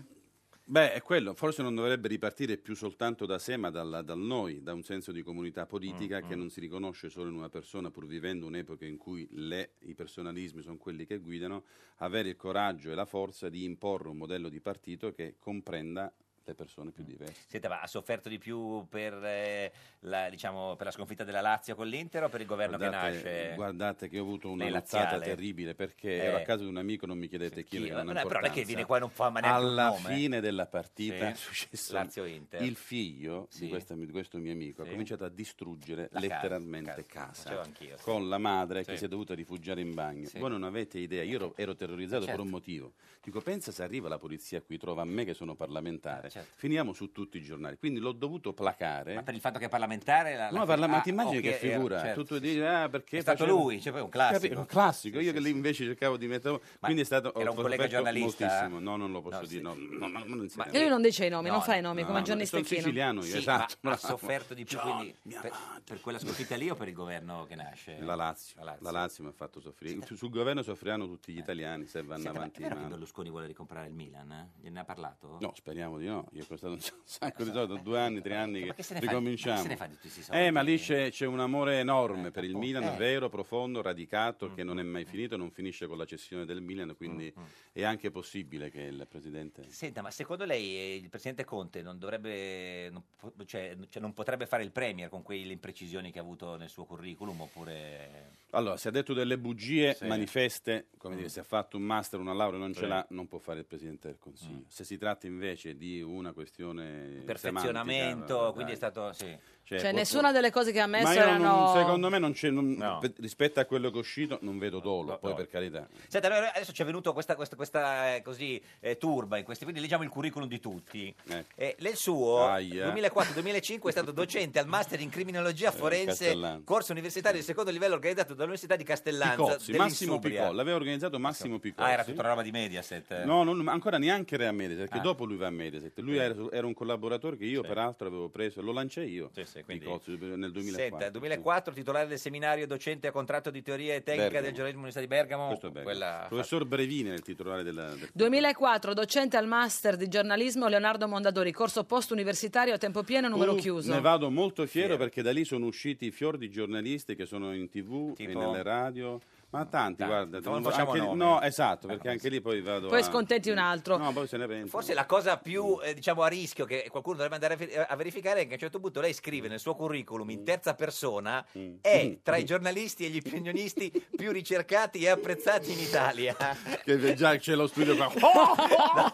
S20: Beh, è quello, forse non dovrebbe ripartire più soltanto da sé, ma dalla- dal noi, da un senso di comunità politica
S2: Mm,
S20: che
S2: mm.
S20: non si riconosce solo in una persona, pur vivendo un'epoca in cui le- i personalismi sono quelli che guidano, avere il coraggio e la forza di imporre un modello di partito che comprenda le persone
S2: Mm.
S20: più diverse.
S2: Senta, ma ha sofferto di più per, eh, la, diciamo, per la sconfitta della Lazio con l'Inter o per il governo
S20: Guardate,
S2: che nasce?
S20: guardate che ho avuto una
S2: nei
S20: nottata
S2: laziale?
S20: terribile perché
S2: Eh.
S20: ero a casa di un amico, non mi chiedete chi,
S2: Chi-
S20: perché non ha
S2: no, però lei che
S20: importanza.
S2: viene qua e non fa ma neanche un
S20: Alla
S2: nome.
S20: fine della partita è
S2: Sì.
S20: successo
S2: Lazio-Inter.
S20: il figlio di,
S2: Sì.
S20: questa- di questo mio amico
S2: Sì.
S20: ha cominciato a distruggere
S2: La casa,
S20: letteralmente
S2: casa.
S20: casa,
S2: Facevo anch'io, sì.
S20: con la madre che
S2: Sì.
S20: si è dovuta rifugiare in bagno.
S2: Sì.
S20: Voi non avete idea, io ero, ero terrorizzato
S2: Certo.
S20: per un motivo. Dico, pensa se arriva la polizia qui, trova me che
S2: Eh,
S20: sono parlamentare. Finiamo su tutti i giornali. Quindi l'ho dovuto placare.
S2: certo. Ma per il fatto che è parlamentare... La, la-
S20: No, parla, ma
S2: ah,
S20: ti immagini
S2: ok,
S20: che
S2: era-
S20: figura?
S2: certo,
S20: tu tu
S2: sì,
S20: dici,
S2: sì.
S20: ah, perché
S2: È stato
S20: faceva-
S2: lui, cioè, poi è un classico.
S20: Capi- un classico, io che lì invece cercavo di mettere... Quindi è stato...
S2: era
S20: ho
S2: un collega
S20: sofferto
S2: giornalista?
S20: moltissimo. No, non lo posso dire. No, no, ma- ma non si
S1: Che lui non dice i nomi,
S20: No,
S1: non fa i nomi,
S20: no,
S1: come
S20: no,
S1: Gianni
S20: sono
S1: Stecchino.
S20: siciliano io,
S2: Sì,
S20: esatto. Cioè,
S2: ma ha
S20: bravo.
S2: sofferto di più quindi, per, per quella sconfitta lì o per il governo che nasce?
S20: La Lazio,
S2: La Lazio. Eh.
S20: la Lazio mi ha fatto soffrire. Su- Sul governo soffriranno tutti gli italiani se vanno
S2: Senta, ma
S20: avanti.
S2: è vero che
S20: male.
S2: Berlusconi vuole ricomprare il Milan? eh? Gliene ha parlato?
S20: No, speriamo di no. Io ho costato un sacco di soldi,
S2: Eh,
S20: due anni, tre anni che,
S2: che se ne fa-
S20: ricominciamo.
S2: ma che se ne fa di tutti questi soldi?
S20: Eh, ma lì c'è, c'è un amore enorme per il
S2: appunto.
S20: Milan,
S2: Eh. Mm.
S20: vero, profondo, radicato, che non è mai finito, non finisce con la cessione del Milan, quindi
S2: mm.
S20: è anche possibile che il presidente...
S2: Senta, ma secondo lei eh, il presidente Conte non dovrebbe, non po- cioè, cioè, non potrebbe fare il premier con quelle imprecisioni che ha avuto nel suo curriculum oppure...
S20: Allora, se ha detto delle bugie
S2: Sì.
S20: manifeste, come
S2: Mm.
S20: dire, se ha fatto un master, una laurea, non
S2: Sì. Mm.
S20: ce l'ha, non può fare il Presidente del Consiglio. Se si tratta invece di una questione...
S2: Perfezionamento,
S20: semantica, vabbè,
S2: quindi è
S20: dai.
S2: stato... Sì.
S20: Cioè,
S1: Cioè,
S20: può-
S1: nessuna delle cose che ha messo
S20: Ma io non-
S1: erano...
S20: secondo me non c'è, non- per- rispetto a quello che è uscito non vedo dolo, poi per carità.
S2: Senta, allora, adesso ci è venuto questa, questa, questa, eh, così, eh, turba in questi, quindi leggiamo il curriculum di tutti. Eh, nel suo
S20: Aia.
S2: 2004-2005 è stato docente al master in criminologia forense,
S20: Eh, Castellanza.
S2: corso universitario di secondo livello organizzato dall'Università di Castellanza.
S20: Picozzi, Massimo
S2: dell'Insubria.
S20: Picozzi, l'aveva organizzato Massimo Picozzi.
S2: Ah, era tutta una roba di Mediaset. eh.
S20: No, non- ma ancora neanche era a Mediaset, perché
S2: Ah. Eh.
S20: dopo lui va a Mediaset. Lui
S2: Sì.
S20: era, era un collaboratore che io peraltro avevo preso, lo lanciai io,
S2: quindi-
S20: Picozzi, nel 2004.
S2: Senta, 2004 titolare del seminario docente a contratto di teoria e tecnica
S20: Bergamo.
S2: del giornalismo all'Università di Bergamo.
S20: Questo è bello.
S2: Quella-
S20: Professor Brevini era il titolare della... del-
S1: 2004, docente al Master di giornalismo Leonardo Mondadori, corso post-universitario a tempo pieno, numero
S20: Uh,
S1: chiuso.
S20: Ne vado molto fiero perché da lì sono usciti fior di giornalisti che sono in tv e
S2: Tipo?
S20: nelle radio. Ma tanti, guarda,
S2: non facciamo Eh,
S20: anche lì-
S2: nomi.
S20: no, esatto, perché anche lì poi vado.
S1: Poi
S20: a-
S1: scontenti un altro.
S20: Ah, No, poi se ne pentono.
S2: Forse la cosa più eh, diciamo a rischio che qualcuno dovrebbe andare a ver- a verificare è che a un certo punto lei scrive nel suo curriculum in terza persona
S20: Mm.
S2: è tra i giornalisti e gli opinionisti più ricercati e apprezzati in Italia.
S20: Che già c'è lo studio qua.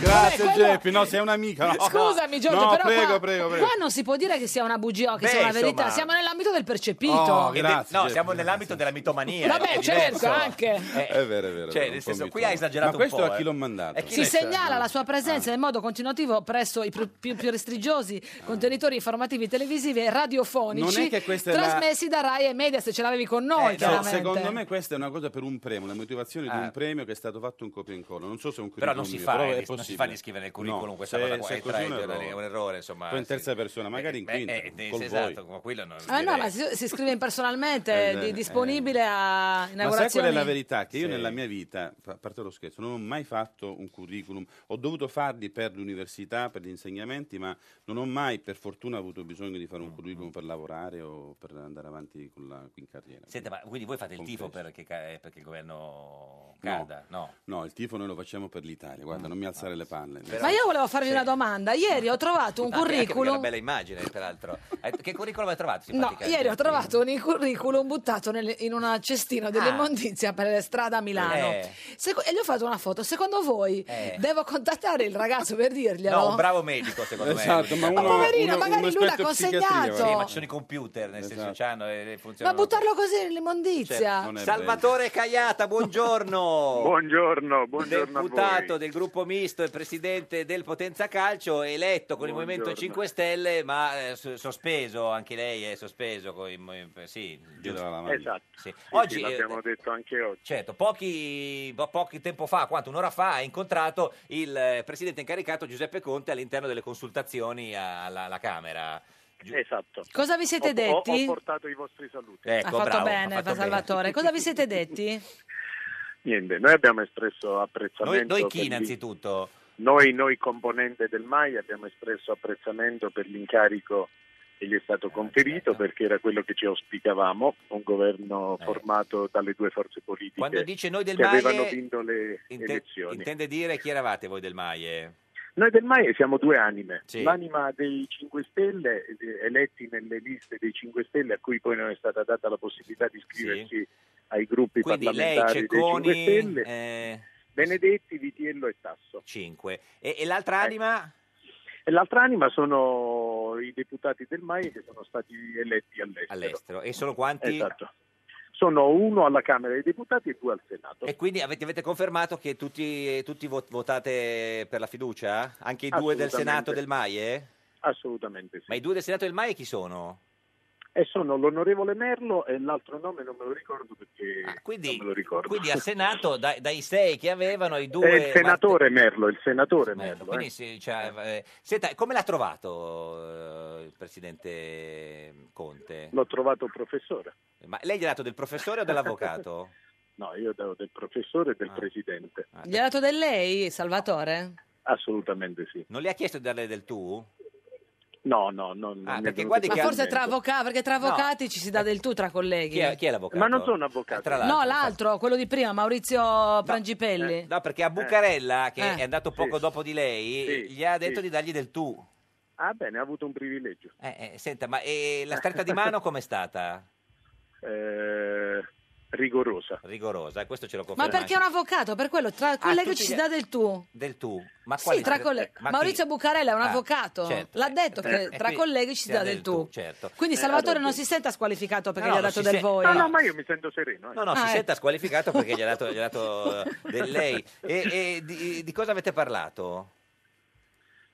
S20: Grazie, Geppi. No, sei un'amica. no.
S1: Scusami Giorgio,
S20: No,
S1: però
S20: prego,
S1: qua,
S20: prego, prego.
S1: qua non si può dire che sia una bugia o che
S2: Beh,
S1: sia una verità,
S2: insomma.
S1: siamo nell'ambito del percepito.
S2: Oh,
S1: E
S2: no,
S20: grazie,
S2: siamo nell'ambito della mitomania.
S1: Vabbè,
S2: è
S1: certo,
S2: diverso.
S1: anche.
S2: Eh,
S20: È vero, è vero. è vero,
S2: Cioè, nel
S20: un po'
S2: senso,
S20: mi
S2: qui ha
S20: trovo.
S2: esagerato
S20: Ma
S2: un
S20: questo
S2: po',
S20: a
S2: eh.
S20: chi Ah. l'ho
S1: beh,
S20: mandato?
S1: Si segnala la sua presenza in modo continuativo presso i più, più- più restringiosi contenitori informativi televisivi e radiofonici
S20: Non è che questa è la-
S1: trasmessi da Rai e Media se ce l'avevi con noi,
S20: Eh, no,
S1: chiaramente.
S20: secondo me questa è una cosa per un premio, la motivazione di
S2: Ah.
S20: un premio che è stato fatto un copia e incolla. Non so se è un
S2: Però
S20: curriculum
S2: non si
S20: mio,
S2: fa,
S20: però
S2: eh,
S20: è
S2: non si
S20: possibile.
S2: fa di scrivere nel curriculum questa
S20: se-
S2: cosa qua,
S20: se
S2: è tra
S20: così
S2: i giornali- è un errore, insomma,
S20: Poi in
S2: sì.
S20: terza persona, magari in
S2: Beh,
S20: quinta.
S2: eh, eh,
S20: col
S2: sì,
S20: voi.
S2: esatto, ma quello non
S1: Ah, no,
S2: direi.
S1: ma si, si scrive
S20: Eh,
S1: impersonalmente, di-
S20: eh,
S1: disponibile a
S20: Ma sai qual
S1: inaugurazioni.
S20: è la verità? Che io
S2: Sì.
S20: nella mia vita, fa- a parte lo scherzo, non ho mai fatto un curriculum. Ho dovuto farli per l'università, per gli insegnamenti, ma non ho mai, per fortuna, avuto bisogno di fare
S2: Mm,
S20: un curriculum per lavorare o per andare avanti con la, in carriera.
S2: Senta, ma quindi voi fate il tifo
S20: Confesso.
S2: perché, ca- eh, perché il governo cada? No. Mm.
S20: No, il tifo noi lo facciamo per l'Italia. Guarda, non mi alzare le palle.
S1: Ma io volevo farvi una domanda. Ieri ho trovato un
S20: Ah,
S2: Anche- anche perché è
S1: curriculum.
S2: una bella immagine, peraltro. Eh, Che curriculum hai trovato?
S1: No,
S2: simpatica? Eh,
S1: ieri ho trovato un curriculum buttato nel- in una cestina
S20: Ah.
S1: dell'immondizia per le strade a Milano.
S2: Eh.
S1: Seco- e gli ho fatto una foto. Secondo voi
S2: Eh.
S1: devo contattare il ragazzo per dirglielo?
S2: No, un bravo medico, secondo
S20: Esatto,
S2: me.
S20: ma
S2: Ma
S20: uno-
S1: Oh, poverino,
S20: uno-
S1: magari
S20: uno
S1: lui l'ha
S20: esperto di psichiatria, Esatto.
S1: consegnato.
S20: guarda.
S2: Sì, ma ci sono i computer, nel senso c'hanno e e
S1: Ma
S2: funzionano.
S1: buttarlo così
S2: Cioè,
S1: nell'immondizia?
S2: Salvatore Caiata, buongiorno.
S26: Buongiorno, buongiorno a voi.
S2: Deputato del gruppo misto e presidente del Potenza Calcio, eletto con il Movimento
S26: Buongiorno.
S2: 5 Stelle, ma eh, s- sospeso, anche lei è sospeso. Con i mo- sì, giusto?
S26: Esatto.
S2: Sì.
S26: Sì,
S2: Oggi,
S26: sì,
S2: eh,
S26: l'abbiamo detto anche oggi.
S2: Certo, pochi, po- pochi tempo fa, quanto un'ora fa, ha incontrato il eh, presidente incaricato Giuseppe Conte all'interno delle consultazioni a- alla, alla Camera.
S26: Esatto.
S1: Cosa vi siete
S26: Ho- ho- Ho,
S1: detti?
S26: portato i vostri saluti.
S2: Ecco,
S1: ha fatto bene, fa Salvatore. Cosa vi siete detti?
S26: Niente, noi abbiamo espresso
S2: Noi,
S26: apprezzamento.
S2: noi chi
S26: per gli-
S2: innanzitutto?
S26: Noi, noi componente del MAI abbiamo espresso apprezzamento per l'incarico che gli è stato conferito perché era quello che ci auspicavamo, un governo formato dalle due forze politiche
S2: Eh. Quando dice noi del
S26: che
S2: Maie,
S26: avevano vinto le
S2: Inte-
S26: elezioni.
S2: intende dire chi eravate voi del Maie?
S26: Noi del MAI siamo due anime,
S2: Sì.
S26: l'anima dei 5 Stelle, eh, eletti nelle liste dei 5 Stelle a cui poi non è stata data la possibilità di iscriversi ai gruppi
S2: Quindi lei,
S26: parlamentari dei 5
S2: Cecconi,
S26: Stelle,
S2: eh,
S26: Benedetti, Vitiello e Tasso. Eh.
S2: 5. E, e l'altra anima?
S26: E l'altra anima sono i deputati del MAI che sono stati eletti all'estero.
S2: All'estero. E sono quanti?
S26: Esatto. Sono uno alla Camera dei Deputati e due al Senato.
S2: E quindi avete, avete confermato che tutti, tutti vot- votate per la fiducia? Anche i due del
S26: Assolutamente.
S2: Senato e del Maie?
S26: Assolutamente sì.
S2: Ma i due del Senato e del Maie chi sono?
S26: E sono l'onorevole Merlo e l'altro nome non me lo ricordo perché non me lo ricordo.
S2: Ah, Quindi al Senato, dai, dai sei che avevano, i
S26: È
S2: due...
S26: il senatore Merlo, il senatore
S2: Marte-
S26: Merlo.
S2: Quindi
S26: eh.
S2: sì, cioè, eh, senta, come l'ha trovato eh, il presidente Conte?
S26: L'ho trovato professore.
S2: Ma lei gli ha dato del professore o dell'avvocato? Ah.
S26: No, io devo del professore e del presidente.
S1: Gli ha dato del lei, Salvatore?
S26: Assolutamente sì.
S2: Non le ha chiesto di darle del tu? Ah,
S26: No, no, no. non mi è
S2: perché
S26: venuto
S2: guardi
S1: Ma
S26: in
S1: forse
S26: mente.
S1: tra avvocati, perché tra
S26: No.
S1: avvocati ci si dà del tu tra colleghi.
S2: Chi è, chi è l'avvocato?
S26: Ma non sono avvocato.
S2: Tra l'altro.
S1: No, l'altro, quello di prima, Maurizio Prangipelli.
S2: No, perché a Bucarella, che
S1: Eh.
S2: è andato poco dopo di lei, gli ha detto
S26: sì.
S2: di dargli del tu.
S26: Ah bene, ha avuto un privilegio.
S2: Eh, eh, senta, ma eh, la stretta di mano com'è stata?
S26: Eh, rigorosa.
S2: Rigorosa, eh, questo ce lo
S1: Ma
S2: conferma
S1: perché è un
S2: anche
S1: avvocato? Per quello, tra colleghi
S2: Ah, tutti
S1: ci si
S2: gli-
S1: dà del tu.
S2: del tu. Ma
S1: Sì,
S2: quali-
S1: tra colleghi.
S2: ma chi?
S1: Maurizio Bucarella è un
S2: Ah,
S1: avvocato.
S2: certo.
S1: L'ha detto
S2: Eh,
S1: che
S2: eh,
S1: tra
S2: quindi
S1: colleghi ci si dà del tu.
S2: certo.
S26: Eh,
S1: Quindi Salvatore non si senta squalificato perché gli ha dato del voi.
S26: No, no, Ah, ma io mi sento sereno. eh.
S2: No, no, si
S1: Ah, eh.
S2: senta squalificato perché gli ha dato, gli ha dato, eh, del lei. E, e di, di cosa avete parlato?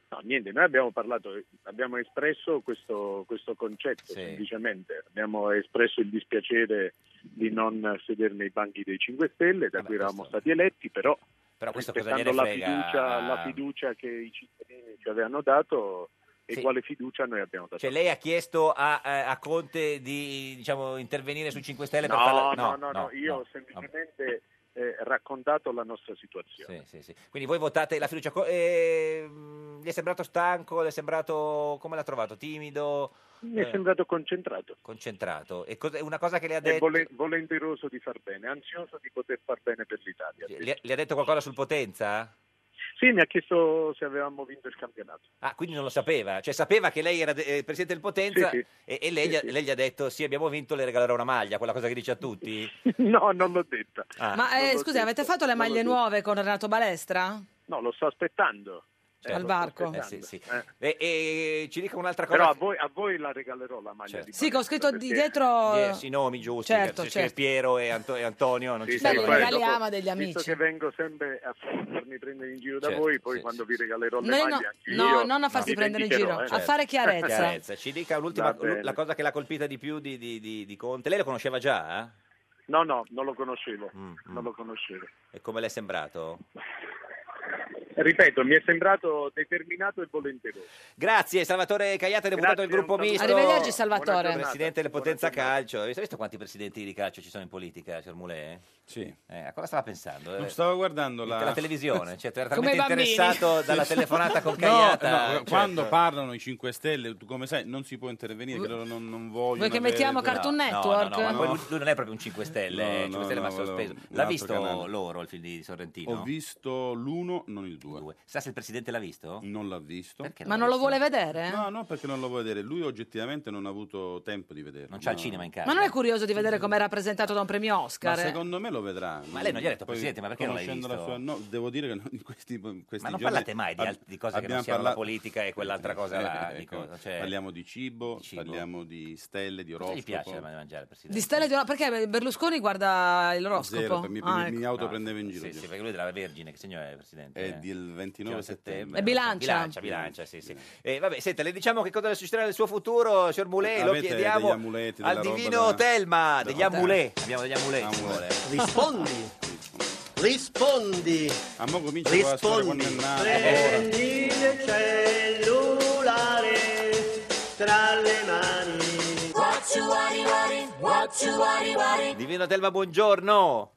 S26: No, niente, noi abbiamo parlato, abbiamo espresso eh. questo, questo concetto semplicemente, abbiamo espresso il dispiacere di non sedere nei banchi dei 5 Stelle, da cui eravamo stati eletti, però,
S2: Però questo cosa
S26: rispettando
S2: gliene
S26: la
S2: frega? Ah,
S26: fiducia, la fiducia che i cittadini ci avevano dato e
S2: Sì.
S26: quale fiducia noi abbiamo dato.
S2: Cioè lei ha chiesto a, eh, a Conte di diciamo, intervenire sui 5 Stelle
S26: no,
S2: per farla...
S26: no, no, no, io ho semplicemente eh, raccontato la nostra situazione.
S2: Quindi voi votate la fiducia. co- eh, mm, gli è sembrato stanco? Le è sembrato. come l'ha trovato? Timido?
S26: Mi è
S2: Eh,
S26: sembrato concentrato.
S2: concentrato. E cos- è una cosa che le ha
S26: E
S2: detto.
S26: vole- volenteroso di far bene, ansioso di poter far bene per l'Italia.
S2: Le, le ha detto qualcosa sul potenza?
S26: Sì, mi ha chiesto se avevamo vinto il campionato.
S2: Ah, quindi non lo sapeva. Cioè, sapeva che lei era de- eh, presidente del Potenza
S26: Sì, sì.
S2: e, e lei, gli ha- lei gli ha detto: Sì, abbiamo vinto, le regalerò una maglia, quella cosa che dice a tutti.
S26: No, non l'ho detta.
S2: Ah.
S1: Ma eh,
S26: Non l'ho
S1: scusi,
S26: detto,
S1: avete fatto le
S26: non l'ho
S1: maglie
S26: detto.
S1: nuove con Renato Balestra?
S26: No, lo sto aspettando.
S2: Certo.
S1: Al barco.
S2: Eh, sì, sì. E, e ci dica un'altra cosa. Certo.
S26: Però a voi, a voi la regalerò la maglia di
S1: Sì, che ho scritto di
S26: perché-
S1: dietro...
S2: i nomi giusti,
S1: Certo,
S2: che- c'è
S1: certo.
S2: Piero e, Anto- e Antonio non
S26: Sì,
S2: ci
S26: sì,
S2: sono.
S26: poi
S1: regali
S26: dopo,
S1: ama degli
S26: Visto
S1: amici.
S26: che vengo sempre a farmi prendere in giro da
S2: Certo,
S26: voi, poi
S2: sì,
S26: quando
S2: sì,
S26: vi
S2: sì.
S26: regalerò le
S1: Noi
S26: maglie
S1: no-
S26: anche
S1: no,
S26: io,
S1: non a farsi
S26: vi
S1: prendere in giro,
S26: vendicherò,
S1: a
S26: eh.
S1: fare chiarezza.
S2: Chiarezza. Ci dica l'ultima
S26: Va bene.
S2: la cosa che l'ha colpita di più di, di- di- di Conte. Lei lo conosceva già? eh?
S26: No, no, non lo conoscevo.
S2: Mm,
S26: Non lo conoscevo.
S2: E come le è sembrato?
S26: Ripeto, mi è sembrato determinato e volenteroso.
S2: Grazie, Salvatore Cagliata, deputato del gruppo
S1: saluto.
S2: misto.
S1: Arrivederci, Salvatore. Buona giornata.
S2: Presidente del Potenza Calcio. Hai visto, hai visto quanti presidenti di calcio ci sono in politica, signor Moulet?
S20: Sì.
S2: a cosa stava pensando?
S20: Non
S2: Eh,
S20: stavo guardando la,
S2: la televisione, cioè, era
S20: Come
S2: talmente
S20: i bambini.
S2: interessato dalla
S20: Sì.
S2: telefonata con
S20: No,
S2: Cagliata.
S20: no,
S2: certo.
S20: Quando parlano i 5 Stelle, tu come sai, non si può intervenire, che loro non, non vogliono.
S1: Vuoi che
S20: avere-
S1: mettiamo Cartoon
S2: No,
S1: Network?
S2: No, no, ma poi
S20: No.
S2: lui, lui non è proprio un 5 Stelle,
S20: No,
S2: 5
S20: no,
S2: Stelle
S20: no,
S2: ma sospeso.
S20: volevo un
S2: L'ha
S20: altro
S2: visto
S20: canale.
S2: loro il film di Sorrentino?
S20: Ho visto l'uno, non il due.
S2: Sa se il presidente l'ha visto?
S20: Non l'ha visto.
S1: Ma non lo vuole vedere?
S20: No, no, perché non lo vuole vedere. Lui oggettivamente non ha avuto tempo di vederlo. Non
S2: c'ha il cinema in casa.
S1: Ma non è curioso di vedere come è rappresentato da un premio
S20: Ma
S1: Oscar? eh?
S20: secondo me lo vedrà.
S2: Ma lei non gli ha detto,
S20: Poi,
S2: Presidente, ma perché non l'hai
S20: conoscendo
S2: visto?
S20: la sua- no, devo dire che no, in questi, in questi
S2: Ma non
S20: giorni
S2: parlate mai di,
S20: ab-
S2: al- di cose che non
S20: abbiamo
S2: siano la
S20: parla-
S2: politica e quell'altra cosa là.
S20: Eh,
S2: dico,
S20: ecco,
S2: cioè,
S20: Parliamo di cibo, parliamo di stelle, di
S2: cosa
S20: oroscopo.
S2: gli piace da mangiare, Presidente?
S1: Di stelle di oro- perché Berlusconi guarda l'oroscopo?
S20: Zero, per- mi,
S1: Ah,
S20: mi-
S1: ecco.
S20: mi autoprendeva in giro.
S2: Sì, sì, perché lui è della Vergine, che segno è, Presidente?
S20: È del 29 settembre.
S1: È bilancia.
S2: Bilancia, bilancia, sì, sì. Eh, vabbè, senta, le diciamo che cosa le succederà nel suo futuro, signor Moulet, lo
S20: Avete
S2: chiediamo
S20: degli amuleti,
S2: al
S20: della roba
S2: divino
S20: da-
S2: Telma,
S20: da-
S2: degli amuleti. Abbiamo degli amuleti. ci vuole.
S9: Rispondi. Rispondi.
S20: A mo comincia poi a stare
S9: Rispondi.
S20: quando è nato. Eh,
S9: Prendi il cellulare tra le mani.
S2: Divino Telma, buongiorno.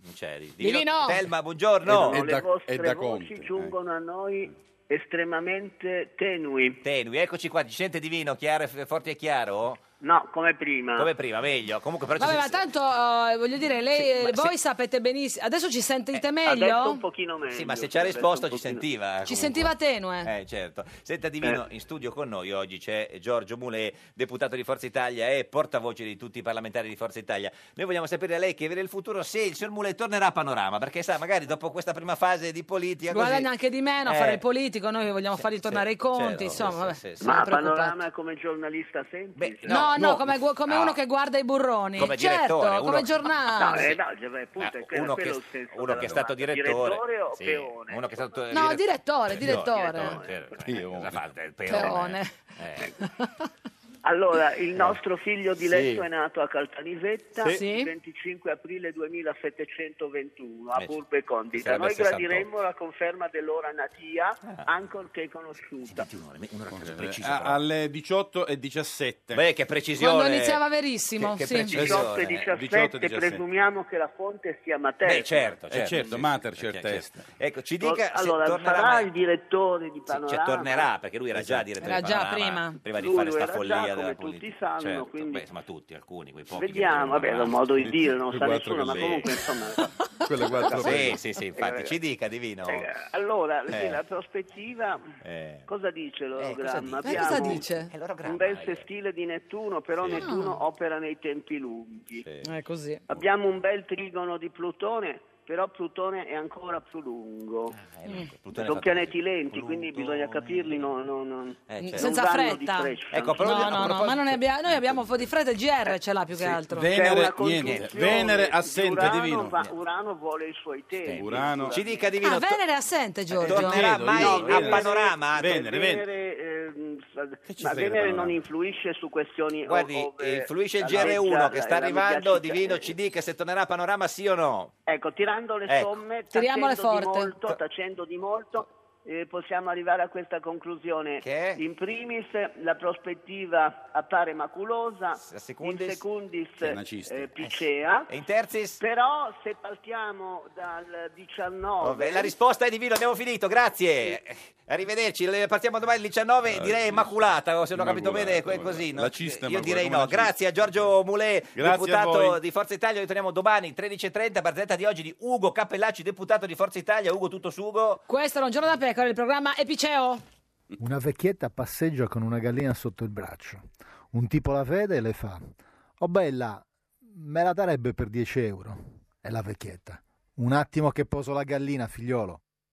S2: Non c'è. Di,
S1: Di Lino.
S2: Telma, buongiorno.
S9: E le vostre voci giungono a noi estremamente tenui.
S2: Tenui, eccoci qua, ci sente divino, chiaro, e f- forte e chiaro?
S9: No, come prima.
S2: Come prima, meglio. Comunque però ci
S1: Vabbè,
S2: si-
S1: ma tanto eh, voglio dire, lei, voi sapete benissimo. Adesso ci sentite meglio?
S9: Eh, Adesso un pochino meglio.
S2: Sì, ma se ci ha risposto ci sentiva.
S1: Ci
S2: Ah, comunque.
S1: sentiva tenue.
S2: Eh, certo. Senta Divino,
S9: Eh.
S2: in studio con noi oggi c'è Giorgio Mule, deputato di Forza Italia e portavoce di tutti i parlamentari di Forza Italia. Noi vogliamo sapere da lei che vede il futuro se il signor Mule tornerà a Panorama, perché sa, magari dopo questa prima fase di politica così-
S1: Guadagna anche di meno a
S2: Eh.
S1: fare il politico, noi vogliamo fargli tornare i conti,
S2: certo,
S1: insomma.
S2: sì,
S1: vabbè,
S2: sì, sì, sì.
S1: sono
S9: Ma
S1: preoccupata.
S9: panorama come giornalista semplice?
S1: No, no, come, gu- come
S9: Ah.
S1: uno che guarda i burroni.
S2: Come
S1: certo,
S2: direttore, uno-
S1: come
S9: No,
S1: giornale.
S9: eh, no, cioè, appunto, è quello,
S2: uno
S9: quello
S2: che,
S9: il senso
S2: uno
S9: della
S2: che è stato
S9: domanda.
S2: direttore,
S9: o
S2: sì,
S9: peone?
S2: uno che è stato
S1: No,
S2: dire-
S1: direttore, direttore.
S2: direttore, certo. Cosa fa? Peone.
S1: Peone.
S2: Eh.
S9: Allora, il nostro figlio di
S2: Sì.
S9: letto è nato a Caltanissetta
S1: Sì.
S9: il 25 aprile 2721
S2: Eh,
S9: a Burbe Condita.
S2: sarebbe
S9: Noi
S2: 68.
S9: gradiremmo la conferma dell'ora natia, ancorché conosciuta.
S2: Un'ora a caso
S20: Eh, a-
S2: precisa.
S20: alle 18 e 17.
S2: Beh, che precisione.
S1: Quando iniziava verissimo,
S20: Che- che
S1: sì.
S20: precisione.
S9: 18 e 17,
S20: 18 e 17.
S9: presumiamo che la fonte sia Materna.
S2: Beh, certo,
S20: Eh, certo, mater certezza.
S2: Ecco, ci dica se
S9: allora,
S2: tornerà
S9: sarà
S2: mai-
S9: il direttore di Panorama.
S2: Cioè, tornerà perché lui esatto. era già direttore
S9: Era
S2: di
S9: già
S2: Panorama,
S9: prima.
S2: prima di
S9: Lui
S2: fare sta
S9: era già,
S2: follia
S9: come
S2: della
S9: tutti
S2: politica
S9: sanno,
S2: Certo,
S9: quindi-
S2: beh, ma tutti alcuni quei pochi che
S9: Vediamo, vabbè, è
S2: torneranno.
S9: un modo di dire, non
S2: Quei
S9: sa
S2: quattro
S9: nessuno, ma
S2: che-
S9: comunque insomma...
S2: sì sì sì infatti ci dica divino
S9: Eh, Allora, sì,
S2: Eh.
S9: la prospettiva,
S2: Eh.
S9: cosa dice l'orogramma?
S1: dice? Eh, cosa dice?
S9: Un bel sestile di Nettuno, però
S1: Sì.
S9: Nettuno opera nei tempi lunghi.
S1: È Eh, così.
S2: Ecco,
S9: Abbiamo un bel trigono di Plutone, però Plutone è ancora più lungo.
S2: Eh,
S1: Mm.
S2: ecco, Plutone
S9: Sono
S2: fa-
S9: pianeti lenti, quindi bisogna capirli, no, no, no.
S2: Eh, certo.
S1: Mm, Senza
S9: Non vanno di
S1: fretta.
S9: fretta.
S2: Ecco, però
S1: No,
S2: a
S1: no, no,
S2: proposito-
S1: ma non ne abbia- noi abbiamo un po' di fretta, il GR ce l'ha più che altro.
S20: Venere,
S9: C'è una
S20: niente.
S9: congiunzione.
S20: Venere assente,
S9: Urano
S20: divino.
S9: va- Urano vuole i suoi tempi.
S20: Urano.
S2: certo. ci dica divino
S1: Ah, Venere è assente, Giorgio.
S2: tornerà mai
S9: No,
S2: a panorama
S9: Venere, ehm, sa- ma
S2: frega
S9: Venere
S2: del
S9: non
S2: panorama?
S9: influisce su questioni o-
S2: guardi eh,
S9: ove-
S2: influisce il
S9: la leggiata
S2: GR1 che sta
S9: e la
S2: arrivando
S9: mediatica.
S2: divino ci dica se tornerà a panorama sì o no
S9: Ecco, tirando le
S2: Ecco.
S9: somme,
S1: Tiriamole
S9: tacendo
S1: forte.
S9: di molto, tacendo di molto, eh, possiamo arrivare a questa conclusione. In primis la prospettiva appare maculosa,
S2: secundis?
S9: in secundis
S2: Sì, è una cista.
S9: eh, picea,
S2: e in terzis
S9: però se partiamo dal 19...
S2: Vabbè, la risposta è divino abbiamo finito grazie arrivederci le- partiamo domani alle 19
S20: Ah,
S2: direi immaculata se non ho capito bene è così no?
S20: La cista
S2: io
S20: immacolata,
S2: direi
S20: come
S2: no
S20: la cista.
S2: grazie a Giorgio Mulè
S20: Grazie a
S2: deputato
S20: voi.
S2: di Forza Italia ritorniamo domani 13.30 partita di oggi di Ugo Cappellacci deputato di Forza Italia Ugo tutto sugo
S1: Questo era un giorno da pecora, il programma Epiceo.
S10: Una vecchietta passeggia con una gallina sotto il braccio. Un tipo la vede e le fa: Oh bella, me la darebbe per 10 euro. E la vecchietta: Un attimo che poso la gallina, figliolo.